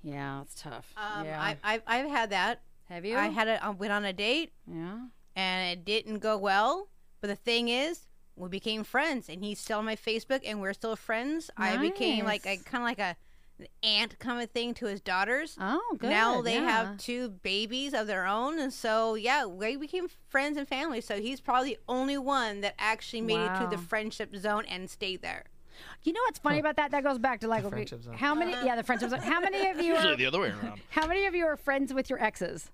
[SPEAKER 2] Yeah, it's tough.
[SPEAKER 4] Um,
[SPEAKER 2] yeah.
[SPEAKER 4] I, I, I've had that.
[SPEAKER 2] have you?
[SPEAKER 4] I had a, I went on a date
[SPEAKER 2] yeah.
[SPEAKER 4] and it didn't go well. But the thing is, we became friends, and he's still on my Facebook, and we're still friends. I became like a
[SPEAKER 2] Nice.
[SPEAKER 4] kind of like a an aunt kind of thing to his daughters.
[SPEAKER 2] Oh, good.
[SPEAKER 4] now they
[SPEAKER 2] yeah.
[SPEAKER 4] have two babies of their own, and so yeah, we became friends and family. So he's probably the only one that actually made it to the
[SPEAKER 2] Wow.
[SPEAKER 4] friendship zone and stayed there.
[SPEAKER 2] You know what's funny about that? That goes back to like okay,
[SPEAKER 1] friendship zone.
[SPEAKER 2] how many? Yeah, the friendship zone. How many of you?
[SPEAKER 3] Usually
[SPEAKER 2] Are,
[SPEAKER 3] the other way around.
[SPEAKER 2] how many of you are friends with your exes?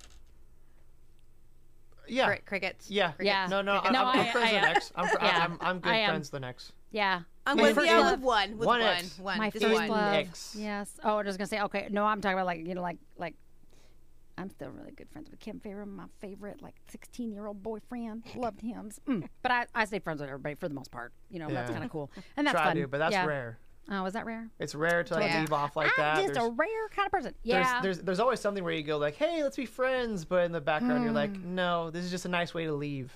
[SPEAKER 1] Yeah,
[SPEAKER 4] Cri- crickets.
[SPEAKER 1] yeah,
[SPEAKER 2] Yeah.
[SPEAKER 1] No, no, I'm,
[SPEAKER 2] No,
[SPEAKER 1] I'm, I'm
[SPEAKER 2] I-
[SPEAKER 1] friends
[SPEAKER 2] I- uh,
[SPEAKER 1] the next. I'm, fr-
[SPEAKER 2] Yeah.
[SPEAKER 1] I'm, I'm good
[SPEAKER 2] I am.
[SPEAKER 1] friends the next.
[SPEAKER 2] Yeah,
[SPEAKER 4] I'm
[SPEAKER 1] My
[SPEAKER 4] with,
[SPEAKER 1] first
[SPEAKER 4] yeah,
[SPEAKER 1] love-
[SPEAKER 4] with one. With
[SPEAKER 1] one
[SPEAKER 4] one.
[SPEAKER 1] ex.
[SPEAKER 4] One.
[SPEAKER 2] my
[SPEAKER 4] just
[SPEAKER 2] first
[SPEAKER 4] one.
[SPEAKER 2] love.
[SPEAKER 1] ex.
[SPEAKER 2] Yes. Oh, I was gonna say okay. No, I'm talking about like you know like like. I'm still really good friends with Kim Farron, my favorite like 16 year old boyfriend. Loved him. Mm. But I, I stay friends with everybody for the most part. You know, that's
[SPEAKER 1] Yeah.
[SPEAKER 2] kind of cool. And that's
[SPEAKER 1] Try
[SPEAKER 2] fun.
[SPEAKER 1] to, but that's
[SPEAKER 2] Yeah.
[SPEAKER 1] rare.
[SPEAKER 2] Oh, is that rare?
[SPEAKER 1] It's rare to like
[SPEAKER 4] Yeah.
[SPEAKER 1] leave off like that.
[SPEAKER 2] I'm just
[SPEAKER 1] there's,
[SPEAKER 2] a rare kind of person. Yeah.
[SPEAKER 1] there's, there's there's always something where you go like, hey, let's be friends, but in the background you're like,
[SPEAKER 2] Hmm.
[SPEAKER 1] no, this is just a nice way to leave.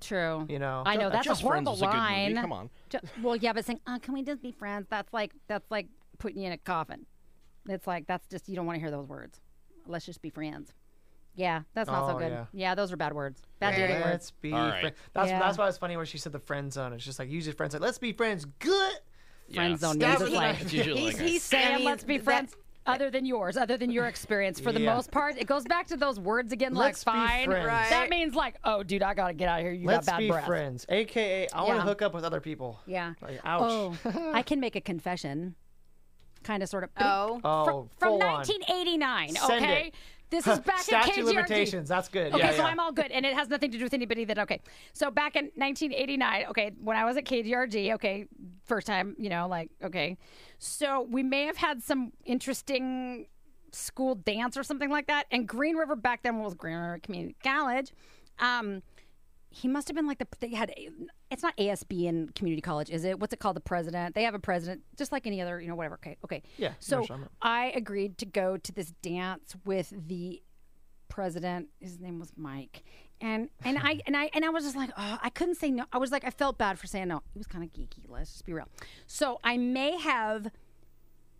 [SPEAKER 2] True.
[SPEAKER 1] You know.
[SPEAKER 2] I know that's
[SPEAKER 3] Just
[SPEAKER 2] a horrible
[SPEAKER 3] Friends was a good
[SPEAKER 2] line.
[SPEAKER 3] movie. Come on.
[SPEAKER 2] Ju- well, yeah, but saying, "Oh, can we just be friends?" That's like that's like putting you in a coffin. It's like that's just you don't want to hear those words. Let's just be friends. Yeah, that's not
[SPEAKER 1] Oh,
[SPEAKER 2] so good.
[SPEAKER 1] yeah.
[SPEAKER 2] Yeah. those are bad words. Bad
[SPEAKER 4] Very
[SPEAKER 2] dating words.
[SPEAKER 1] Let's be
[SPEAKER 3] All right.
[SPEAKER 1] friends. That's
[SPEAKER 2] Yeah.
[SPEAKER 1] that's why it's funny where she said the friend zone. It's just like use your friends. Like let's be friends. Good.
[SPEAKER 2] Friend zone
[SPEAKER 1] Stab
[SPEAKER 2] means
[SPEAKER 1] it
[SPEAKER 2] it's
[SPEAKER 1] in
[SPEAKER 2] like
[SPEAKER 1] the-
[SPEAKER 3] It's usually
[SPEAKER 4] He's,
[SPEAKER 3] like a-
[SPEAKER 4] he's
[SPEAKER 2] saying
[SPEAKER 4] I mean,
[SPEAKER 2] "Let's be
[SPEAKER 4] that-
[SPEAKER 2] friends." other than yours, other than your experience, for the
[SPEAKER 1] Yeah.
[SPEAKER 2] most part, it goes back to those words again.
[SPEAKER 1] Let's be
[SPEAKER 2] like fine,
[SPEAKER 1] friends. Right.
[SPEAKER 2] that means like, oh, dude, I gotta get out of here. You
[SPEAKER 1] Let's
[SPEAKER 2] got bad
[SPEAKER 1] be
[SPEAKER 2] breath.
[SPEAKER 1] friends. AKA, I want to
[SPEAKER 2] Yeah.
[SPEAKER 1] hook up with other people.
[SPEAKER 2] Yeah.
[SPEAKER 1] Like, *laughs* ouch.
[SPEAKER 2] Oh, I can make a confession. Kind of, sort of.
[SPEAKER 4] Oh.
[SPEAKER 1] Oh,
[SPEAKER 2] from, from
[SPEAKER 1] full on.
[SPEAKER 2] 1989.
[SPEAKER 1] Send
[SPEAKER 2] okay,
[SPEAKER 1] it. *laughs*
[SPEAKER 2] this is back in
[SPEAKER 1] Statute
[SPEAKER 2] KGRG.
[SPEAKER 1] limitations. That's good.
[SPEAKER 2] Okay,
[SPEAKER 1] yeah,
[SPEAKER 2] so
[SPEAKER 1] yeah.
[SPEAKER 2] I'm all good, and it has nothing to do with anybody that. Okay, so back in 1989, okay, when I was at KGRG, okay, first time, you know, like, okay, so we may have had some interesting school dance or something like that, and Green River back then was Green River Community College. Um, he must have been like the they had it's not ASB in community college, is it? What's it called? The president. They have a president, just like any other, you know, whatever. Okay, okay.
[SPEAKER 1] Yeah, I know
[SPEAKER 2] So
[SPEAKER 1] what you're talking
[SPEAKER 2] I agreed to go to this dance with the president. His name was Mike, and and I and I and I was just like, oh, I couldn't say no. I was like, I felt bad for saying no. It was kind of geeky. Let's just be real. So I may have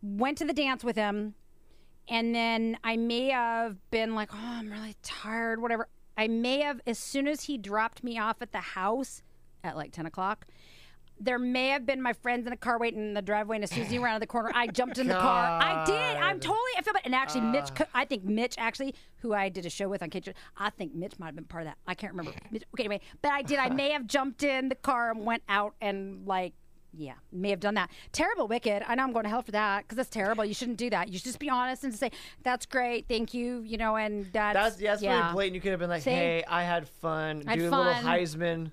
[SPEAKER 2] went to the dance with him and then I may have been like, oh, I'm really tired, whatever. I may have, as soon as he dropped me off at the house at like 10 o'clock, there may have been my friends in a car waiting in the driveway, and as soon as he ran out of the corner, I jumped in the car. I did. I'm totally. I feel bad. And actually,
[SPEAKER 1] Uh.
[SPEAKER 2] Mitch. co- I think Mitch actually, who I did a show with on Kitchen, I think Mitch might have been part of that. I
[SPEAKER 1] *laughs*
[SPEAKER 2] can't remember. Mitch, okay, anyway, but I did. I may have jumped in the car and went out and like yeah, may have done that. Terrible, wicked. I know I'm going to hell for that because that's terrible. You shouldn't do that. You should just be honest and say that's great, thank you, you know, and that's
[SPEAKER 1] That's, yeah, that's really
[SPEAKER 2] yeah,
[SPEAKER 1] blatant. You could have been like,
[SPEAKER 2] See?
[SPEAKER 1] hey, I had fun.
[SPEAKER 2] I had
[SPEAKER 1] do a little
[SPEAKER 2] fun.
[SPEAKER 1] Heisman.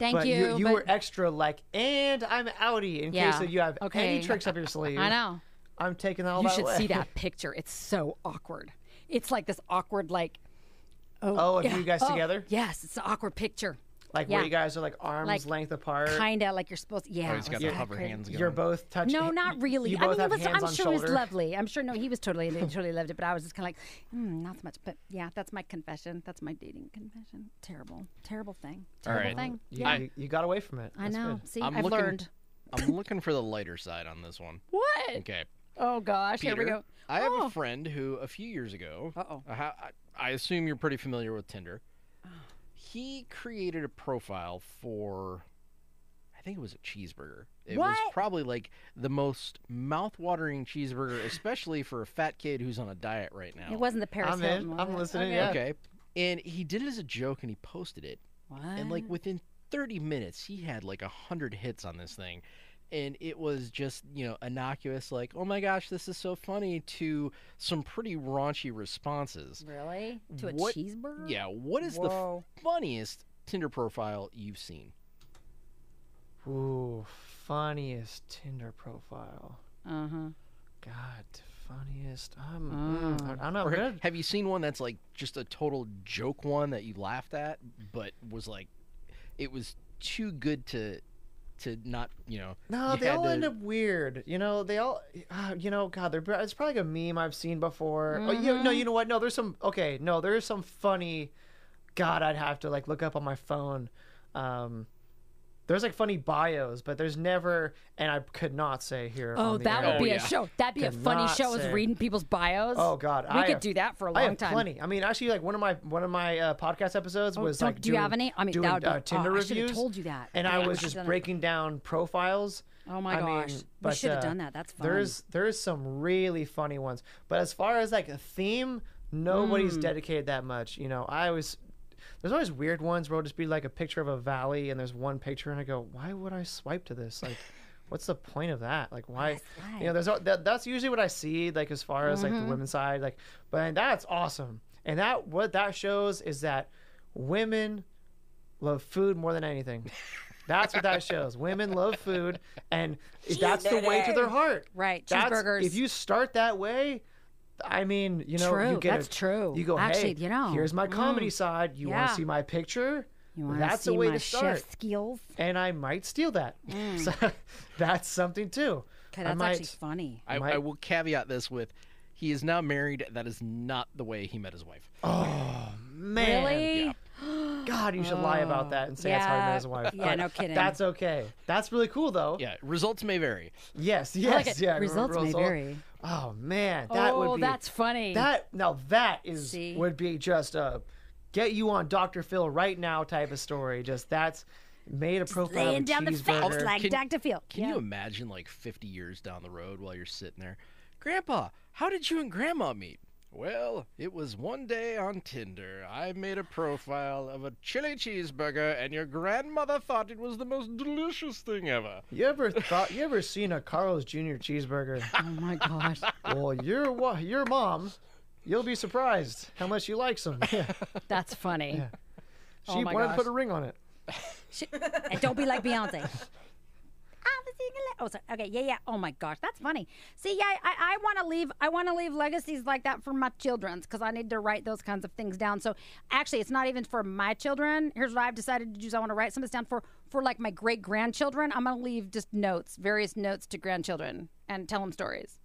[SPEAKER 2] thank
[SPEAKER 1] But
[SPEAKER 2] you.
[SPEAKER 1] you, you
[SPEAKER 2] but-
[SPEAKER 1] were extra like, and I'm outie in
[SPEAKER 2] Yeah.
[SPEAKER 1] case that you have any
[SPEAKER 2] Okay.
[SPEAKER 1] tricks up your sleeve.
[SPEAKER 2] *laughs* I know.
[SPEAKER 1] I'm taking all
[SPEAKER 2] You
[SPEAKER 1] that
[SPEAKER 2] should
[SPEAKER 1] Oh, way.
[SPEAKER 2] see that picture. It's so awkward. It's like this awkward, like
[SPEAKER 1] *laughs* Oh, of
[SPEAKER 2] yeah,
[SPEAKER 1] you guys
[SPEAKER 2] oh,
[SPEAKER 1] together?
[SPEAKER 2] Yes, it's an awkward picture.
[SPEAKER 1] Like where
[SPEAKER 2] Yeah.
[SPEAKER 1] you guys are like arms
[SPEAKER 2] Like,
[SPEAKER 1] length apart.
[SPEAKER 2] Kind of like you're supposed. to. Yeah,
[SPEAKER 3] Oh, he's
[SPEAKER 2] it
[SPEAKER 3] got
[SPEAKER 2] was
[SPEAKER 3] the
[SPEAKER 2] that
[SPEAKER 3] hover
[SPEAKER 2] crazy.
[SPEAKER 3] hands going.
[SPEAKER 1] You're both touching.
[SPEAKER 2] No, not really.
[SPEAKER 1] You
[SPEAKER 2] I
[SPEAKER 1] both
[SPEAKER 2] mean,
[SPEAKER 1] have
[SPEAKER 2] he was,
[SPEAKER 1] hands
[SPEAKER 2] I'm
[SPEAKER 1] on
[SPEAKER 2] sure
[SPEAKER 1] shoulder.
[SPEAKER 2] he was lovely. I'm sure no, he was
[SPEAKER 1] *laughs*
[SPEAKER 2] totally, into it, totally loved it. But I was just kind of like, mm, not so much. But yeah, that's my confession. That's my dating confession. Terrible, terrible thing.
[SPEAKER 3] All
[SPEAKER 2] Terrible
[SPEAKER 3] right.
[SPEAKER 2] thing.
[SPEAKER 1] You,
[SPEAKER 2] yeah,
[SPEAKER 1] you, you got away from it.
[SPEAKER 2] I
[SPEAKER 1] That's
[SPEAKER 2] know.
[SPEAKER 1] good.
[SPEAKER 2] See,
[SPEAKER 3] I'm
[SPEAKER 2] have
[SPEAKER 3] looking-
[SPEAKER 2] learned.
[SPEAKER 3] I'm looking for the lighter side on this one.
[SPEAKER 2] What?
[SPEAKER 3] Okay.
[SPEAKER 2] Oh gosh,
[SPEAKER 3] Peter,
[SPEAKER 2] here we go.
[SPEAKER 3] I have
[SPEAKER 2] Oh.
[SPEAKER 3] a friend who a few years ago.
[SPEAKER 2] Uh-oh.
[SPEAKER 3] I ha- I, I assume you're pretty familiar
[SPEAKER 2] *sighs*
[SPEAKER 3] with Tinder. He created a profile for, I think it was a cheeseburger. It was
[SPEAKER 2] What?
[SPEAKER 3] probably like the most
[SPEAKER 2] *sighs*
[SPEAKER 3] mouth-watering cheeseburger, especially for a fat kid who's on a diet right now.
[SPEAKER 2] It wasn't the Paris
[SPEAKER 1] I'm
[SPEAKER 2] Hilton.
[SPEAKER 1] in.
[SPEAKER 2] was
[SPEAKER 1] I'm
[SPEAKER 2] it?
[SPEAKER 1] listening.
[SPEAKER 2] Okay.
[SPEAKER 1] Yeah.
[SPEAKER 3] Okay. and he did it as a joke and he posted it
[SPEAKER 2] What?
[SPEAKER 3] and like within 30 minutes he had like a 100 hits on this thing and it was just you know innocuous like oh my gosh this is so funny to some pretty raunchy responses
[SPEAKER 2] really to a
[SPEAKER 3] What-
[SPEAKER 2] cheeseburger?
[SPEAKER 3] yeah what is
[SPEAKER 2] Whoa.
[SPEAKER 3] the funniest tinder profile you've seen
[SPEAKER 1] Ooh, funniest Tinder profile.
[SPEAKER 2] Uh huh.
[SPEAKER 1] God, funniest. I'm. mm, I- I'm not
[SPEAKER 3] or
[SPEAKER 1] good.
[SPEAKER 3] have you seen one that's like just a total joke one that you laughed at but was like it was too good to to not you know
[SPEAKER 1] No,
[SPEAKER 3] you
[SPEAKER 1] they
[SPEAKER 3] had
[SPEAKER 1] all
[SPEAKER 3] to-
[SPEAKER 1] end up weird. You know, they all, uh, you know, God, they're, it's probably like a meme I've seen before. Oh, you,
[SPEAKER 2] Mm-hmm.
[SPEAKER 1] no, you know what? No, there's some, okay, no, there's some funny, God, I'd have to like look up on my phone. Um, there's like funny bios, but there's never, and I could not say here.
[SPEAKER 2] Oh,
[SPEAKER 1] on the
[SPEAKER 2] that
[SPEAKER 1] air.
[SPEAKER 2] would be
[SPEAKER 3] Oh,
[SPEAKER 2] a
[SPEAKER 3] yeah.
[SPEAKER 2] show. That'd be a funny
[SPEAKER 1] Cannot
[SPEAKER 2] show.
[SPEAKER 1] say.
[SPEAKER 2] Is reading people's bios.
[SPEAKER 1] Oh God,
[SPEAKER 2] we
[SPEAKER 1] I
[SPEAKER 2] could
[SPEAKER 1] have-
[SPEAKER 2] do that for a
[SPEAKER 1] I
[SPEAKER 2] long
[SPEAKER 1] have
[SPEAKER 2] time. Oh,
[SPEAKER 1] plenty. I mean, actually, like one of my one of my uh, podcast episodes was
[SPEAKER 2] don't-
[SPEAKER 1] like.
[SPEAKER 2] do you have
[SPEAKER 1] doing-
[SPEAKER 2] any? I mean, that
[SPEAKER 1] doing,
[SPEAKER 2] would be-
[SPEAKER 1] uh, Tinder
[SPEAKER 2] oh, I should've
[SPEAKER 1] reviews.
[SPEAKER 2] told you that.
[SPEAKER 1] And
[SPEAKER 2] Yeah,
[SPEAKER 1] I
[SPEAKER 2] we
[SPEAKER 1] was
[SPEAKER 2] should've
[SPEAKER 1] just
[SPEAKER 2] done it.
[SPEAKER 1] breaking down profiles.
[SPEAKER 2] Oh my
[SPEAKER 1] I
[SPEAKER 2] gosh,
[SPEAKER 1] mean,
[SPEAKER 2] we
[SPEAKER 1] but,
[SPEAKER 2] should've
[SPEAKER 1] uh,
[SPEAKER 2] done that. That's fun.
[SPEAKER 1] There's there's some really funny ones, but as far as like a theme, nobody's dedicated that much. You know, I always there's always weird ones where it'll just be like a picture of a valley, and there's one picture, and I go, why would I swipe to this? Like, what's the point of that? Like, why? You know, there's al- that, that's usually what I see. Like as far as like the women's side, like, but that's awesome, and that what that shows is that women love food more than anything. That's what that shows. Women love food, and that's the way to their heart.
[SPEAKER 2] Right,
[SPEAKER 1] That's-
[SPEAKER 2] cheeseburgers.
[SPEAKER 1] If you start that way, I mean, you know, you
[SPEAKER 2] True,
[SPEAKER 1] get a-
[SPEAKER 2] that's true.
[SPEAKER 1] You go, hey,
[SPEAKER 2] Actually, you know,
[SPEAKER 1] here's my
[SPEAKER 2] mm,
[SPEAKER 1] comedy side. You want
[SPEAKER 2] yeah.
[SPEAKER 1] to see my picture?
[SPEAKER 2] you wanna
[SPEAKER 1] that's
[SPEAKER 2] see
[SPEAKER 1] the way
[SPEAKER 2] my
[SPEAKER 1] to start.
[SPEAKER 2] chef skills?
[SPEAKER 1] And I might steal that. *laughs* So, that's something too.
[SPEAKER 2] Okay,
[SPEAKER 1] I
[SPEAKER 2] that's
[SPEAKER 1] might-
[SPEAKER 2] actually funny.
[SPEAKER 3] I,
[SPEAKER 1] Might-
[SPEAKER 3] I will caveat this with he is now married. That is not the way he met his wife.
[SPEAKER 1] oh, man.
[SPEAKER 2] really?
[SPEAKER 1] God, you should lie about that and say that's how he met
[SPEAKER 2] Yeah.
[SPEAKER 1] his wife.
[SPEAKER 2] Yeah,
[SPEAKER 1] But
[SPEAKER 2] no kidding.
[SPEAKER 1] That's okay. That's really cool though.
[SPEAKER 3] Yeah, results may vary.
[SPEAKER 1] Yes, yes,
[SPEAKER 2] I like it.
[SPEAKER 1] yeah. re-
[SPEAKER 2] Results may
[SPEAKER 1] result-
[SPEAKER 2] vary.
[SPEAKER 1] Oh man, that
[SPEAKER 2] oh,
[SPEAKER 1] would be
[SPEAKER 2] that's funny.
[SPEAKER 1] That now that is
[SPEAKER 2] See?
[SPEAKER 1] would be just a get you on Dr. Phil right now type of story. Just that's made a profile.
[SPEAKER 2] laying
[SPEAKER 1] of a
[SPEAKER 2] down the facts
[SPEAKER 1] cheeseburger.
[SPEAKER 2] like
[SPEAKER 3] Can-
[SPEAKER 2] Dr. Phil.
[SPEAKER 3] Can
[SPEAKER 2] yeah.
[SPEAKER 3] you imagine like 50 years down the road while you're sitting there? Grandpa, how did you and Grandma meet? Well, it was one day on Tinder. I made a profile of a chili cheeseburger, and your grandmother thought it was the most delicious thing ever.
[SPEAKER 1] You ever thought you ever seen a Carl's Jr.
[SPEAKER 2] *laughs*
[SPEAKER 1] cheeseburger?
[SPEAKER 2] Oh
[SPEAKER 1] *laughs*
[SPEAKER 2] my gosh.
[SPEAKER 1] well, your wa- your mom, you'll be surprised how much she likes
[SPEAKER 2] *laughs*
[SPEAKER 1] them. she
[SPEAKER 2] That's funny. Oh my
[SPEAKER 1] wanted
[SPEAKER 2] gosh.
[SPEAKER 1] to put a ring on it.
[SPEAKER 2] She- and don't be like Beyonce. I'm a single la- Oh, sorry. Okay, yeah, yeah. Oh my gosh, that's funny. See, yeah, I, I want to leave. I want to leave legacies like that for my children's because I need to write those kinds of things down. So, actually, it's not even for my children. Here's what I've decided to do: is I want to write some of this down for for like my great grandchildren. I'm gonna leave just notes, various notes to grandchildren, and tell them stories.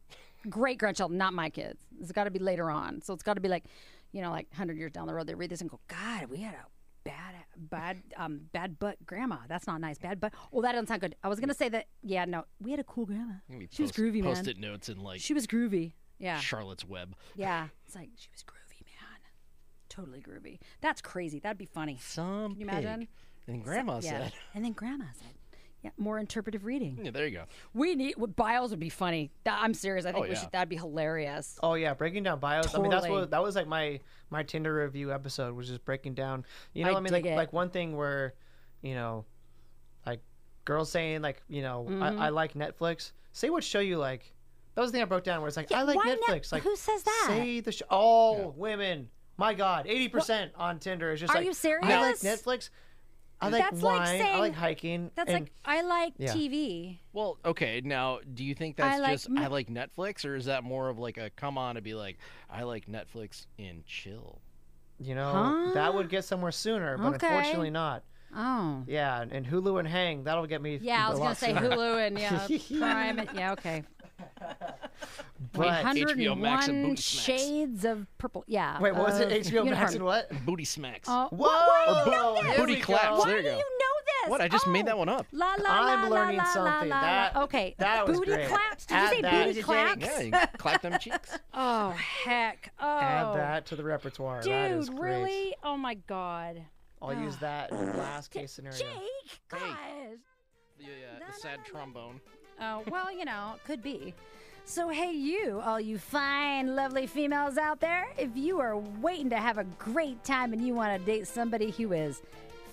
[SPEAKER 2] Great grandchildren, not my kids. It's got to be later on. So it's got to be like, you know, like hundred years down the road, they read this and go, "God, we had a bad bad um bad butt grandma. That's not nice. Bad butt. Oh, that doesn't sound good. I was gonna say that. Yeah, no, we had a cool grandma.
[SPEAKER 3] I'm gonna be
[SPEAKER 2] She was
[SPEAKER 3] post-
[SPEAKER 2] groovy, man.
[SPEAKER 3] Post-it notes and like
[SPEAKER 2] She was groovy. Yeah,
[SPEAKER 3] Charlotte's Web.
[SPEAKER 2] yeah. It's like she was groovy, man. Totally groovy. That's crazy. That'd be funny.
[SPEAKER 3] Some
[SPEAKER 2] you imagine?
[SPEAKER 3] pig. And Grandma
[SPEAKER 2] yeah.
[SPEAKER 3] said, *laughs*
[SPEAKER 2] And then grandma said, "Yeah, more interpretive reading.
[SPEAKER 3] yeah, "There you go."
[SPEAKER 2] We need well, bios would be funny. That, I'm serious. I think
[SPEAKER 3] Oh,
[SPEAKER 2] we
[SPEAKER 3] yeah.
[SPEAKER 2] should. That'd be hilarious.
[SPEAKER 1] Oh yeah, breaking down bios. I mean, that's
[SPEAKER 2] Totally.
[SPEAKER 1] what that was like my my Tinder review episode was just breaking down. You know,
[SPEAKER 2] I
[SPEAKER 1] I, mean, like
[SPEAKER 2] dig it.
[SPEAKER 1] like one thing where, you know, like girls saying like you know I, I
[SPEAKER 2] Mm-hmm.
[SPEAKER 1] like Netflix. Say what show you like. That was the thing I broke down where it's like I like
[SPEAKER 2] why Net-
[SPEAKER 1] Netflix. like
[SPEAKER 2] who says that?
[SPEAKER 1] Say the show. All women. My God, eighty percent on Tinder is just
[SPEAKER 2] Are
[SPEAKER 1] like
[SPEAKER 2] you serious?
[SPEAKER 1] I like Netflix. I like
[SPEAKER 2] That's like
[SPEAKER 1] wine. I
[SPEAKER 2] saying-
[SPEAKER 1] like hiking.
[SPEAKER 2] That's
[SPEAKER 1] and
[SPEAKER 2] like I like
[SPEAKER 1] yeah.
[SPEAKER 2] TV.
[SPEAKER 3] Well, okay. Now, do you think
[SPEAKER 2] I
[SPEAKER 3] that's
[SPEAKER 2] like
[SPEAKER 3] just
[SPEAKER 2] Net-
[SPEAKER 3] I like Netflix, or is that more of like a come on and be like I like Netflix and chill?
[SPEAKER 1] you know that would get somewhere sooner, but
[SPEAKER 2] Okay.
[SPEAKER 1] unfortunately not.
[SPEAKER 2] Oh.
[SPEAKER 1] Yeah, and, and Hulu and Hang that'll get me.
[SPEAKER 2] Yeah, I
[SPEAKER 1] a
[SPEAKER 2] was
[SPEAKER 1] lot
[SPEAKER 2] gonna say
[SPEAKER 1] sooner.
[SPEAKER 2] Hulu and
[SPEAKER 1] *laughs*
[SPEAKER 2] yeah, Prime. And, yeah, okay.
[SPEAKER 1] But-
[SPEAKER 3] HBO Max
[SPEAKER 2] 101
[SPEAKER 3] and Booty Smacks.
[SPEAKER 2] shades of purple. Yeah.
[SPEAKER 1] Wait, what was it?
[SPEAKER 2] of
[SPEAKER 1] HBO Max and
[SPEAKER 2] unicorn.
[SPEAKER 1] what?
[SPEAKER 3] Booty smacks.
[SPEAKER 2] Oh,
[SPEAKER 1] Whoa!
[SPEAKER 2] Why,
[SPEAKER 1] There
[SPEAKER 3] Booty
[SPEAKER 1] we go.
[SPEAKER 3] claps.
[SPEAKER 2] why
[SPEAKER 3] there you
[SPEAKER 2] do you
[SPEAKER 3] go.
[SPEAKER 2] know this?
[SPEAKER 3] What? I just made
[SPEAKER 2] Oh.
[SPEAKER 3] that one up.
[SPEAKER 2] La la
[SPEAKER 1] I'm
[SPEAKER 2] la, la,
[SPEAKER 1] learning
[SPEAKER 2] la, la,
[SPEAKER 1] something.
[SPEAKER 2] la, la.
[SPEAKER 1] That-
[SPEAKER 2] okay.
[SPEAKER 1] that was
[SPEAKER 2] booty
[SPEAKER 1] great.
[SPEAKER 2] claps. Did
[SPEAKER 1] Add
[SPEAKER 2] you say
[SPEAKER 1] that.
[SPEAKER 2] booty
[SPEAKER 1] Did
[SPEAKER 2] claps?
[SPEAKER 3] Yeah,
[SPEAKER 2] *laughs*
[SPEAKER 3] you can clap them *laughs* cheeks.
[SPEAKER 2] Oh heck. Oh.
[SPEAKER 1] Add that to the repertoire. that is
[SPEAKER 2] Dude,
[SPEAKER 1] great.
[SPEAKER 2] really? Oh my god.
[SPEAKER 1] I'll use that in the last case scenario.
[SPEAKER 2] Jake, gosh.
[SPEAKER 3] The, uh, the sad trombone.
[SPEAKER 2] Oh well, you know, could be. So, hey, you, all you fine, lovely females out there, if you are waiting to have a great time and you want to date somebody who is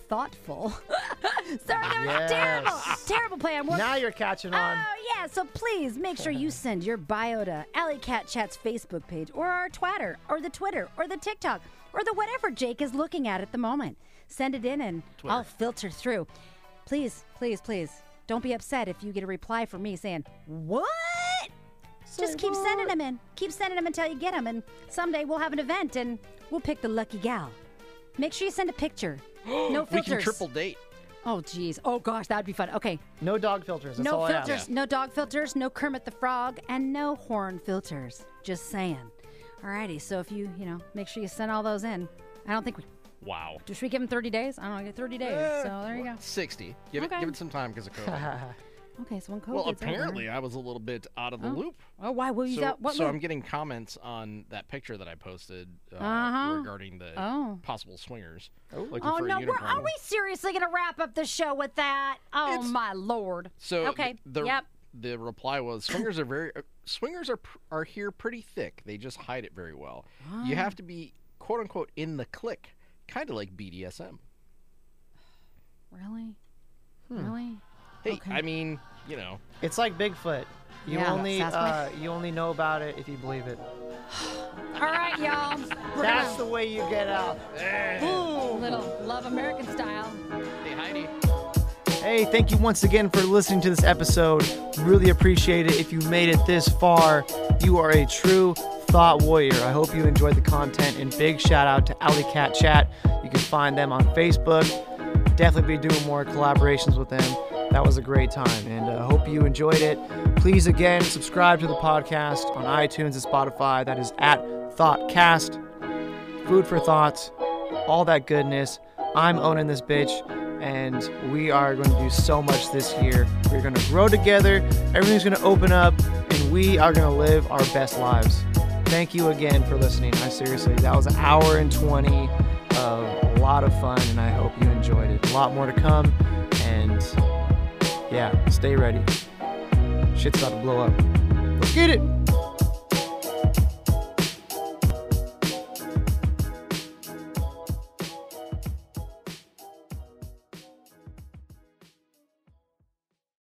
[SPEAKER 2] thoughtful, *laughs* sorry, that
[SPEAKER 1] Yes.
[SPEAKER 2] was terrible, terrible play on words.
[SPEAKER 1] Now you're catching on.
[SPEAKER 2] Oh yeah, so please make sure you send your bio to Alley Cat Chat's Facebook page or our Twitter or the Twitter or the TikTok or the whatever Jake is looking at at the moment. Send it in and I'll filter through. Please, please, please don't be upset if you get a reply from me saying, "What?" Just keep sending them in. Keep sending them until you get them and someday we'll have an event and we'll pick the lucky gal. Make sure you send a
[SPEAKER 3] *gasps*
[SPEAKER 2] picture. No
[SPEAKER 3] We
[SPEAKER 2] filters.
[SPEAKER 3] can triple date.
[SPEAKER 2] Oh jeez. Oh gosh, that'd be fun. Okay,
[SPEAKER 1] No dog filters. That's
[SPEAKER 2] no
[SPEAKER 1] all I
[SPEAKER 2] filters,
[SPEAKER 1] have.
[SPEAKER 2] no dog filters, no Kermit the Frog, and no horn filters. Just saying. Alrighty, so if you, you know, make sure you send all those in. I don't think we
[SPEAKER 3] Wow.
[SPEAKER 2] do. Should we give them 30 days? I don't know, get 30 days.
[SPEAKER 3] Eh,
[SPEAKER 2] so there you go.
[SPEAKER 3] 60. Give
[SPEAKER 2] Okay.
[SPEAKER 3] it give it some time because of
[SPEAKER 2] *laughs*
[SPEAKER 3] COVID.
[SPEAKER 2] Okay, so when COVID.
[SPEAKER 3] well, apparently I was a little bit out of the loop.
[SPEAKER 2] Oh, why? Well, you
[SPEAKER 3] So,
[SPEAKER 2] got what?
[SPEAKER 3] so
[SPEAKER 2] loop?
[SPEAKER 3] I'm getting comments on that picture that I posted uh,
[SPEAKER 2] Uh-huh.
[SPEAKER 3] regarding the
[SPEAKER 2] Oh.
[SPEAKER 3] possible swingers. Looking
[SPEAKER 2] oh
[SPEAKER 3] for a
[SPEAKER 2] no, we're,
[SPEAKER 3] unicorn.
[SPEAKER 2] are we seriously gonna wrap up the show with that? Oh
[SPEAKER 3] It's-
[SPEAKER 2] my lord.
[SPEAKER 3] So
[SPEAKER 2] okay.
[SPEAKER 3] th- the
[SPEAKER 2] yep.
[SPEAKER 3] the reply was swingers are very uh, swingers are pr- are here pretty thick. They just hide it very well. You
[SPEAKER 2] Ah.
[SPEAKER 3] have to be quote unquote in the click, kind of like BDSM.
[SPEAKER 2] Really?
[SPEAKER 3] Hmm.
[SPEAKER 2] Really?
[SPEAKER 3] Hey,
[SPEAKER 2] Okay.
[SPEAKER 3] I mean, you know,
[SPEAKER 1] It's like Bigfoot. You
[SPEAKER 2] Yeah,
[SPEAKER 1] only uh,
[SPEAKER 2] Sasquatch.
[SPEAKER 1] you only know about it if you believe it.
[SPEAKER 2] All right, y'all. We're
[SPEAKER 1] That's
[SPEAKER 2] gonna
[SPEAKER 1] the way you get out.
[SPEAKER 2] little love American style.
[SPEAKER 3] hey Heidi.
[SPEAKER 1] Hey, thank you once again for listening to this episode. Really appreciate it. If you made it this far, you are a true thought warrior. I hope you enjoyed the content and big shout out to Alley Cat Chat. You can find them on Facebook. Definitely be doing more collaborations with them. That was a great time and I uh, hope you enjoyed it. Please again subscribe to the podcast on iTunes and Spotify. That is at Thoughtcast food for thoughts, all that goodness. I'm owning this bitch, and we are going to do so much this year. We're going to grow together, everything's going to open up, and we are going to live our best lives. Thank you again for listening. I seriously, that was an hour and 20 of a lot of fun, and I hope you enjoyed it. A lot more to come, and yeah, stay ready. Shit's about to blow up. Let's get it.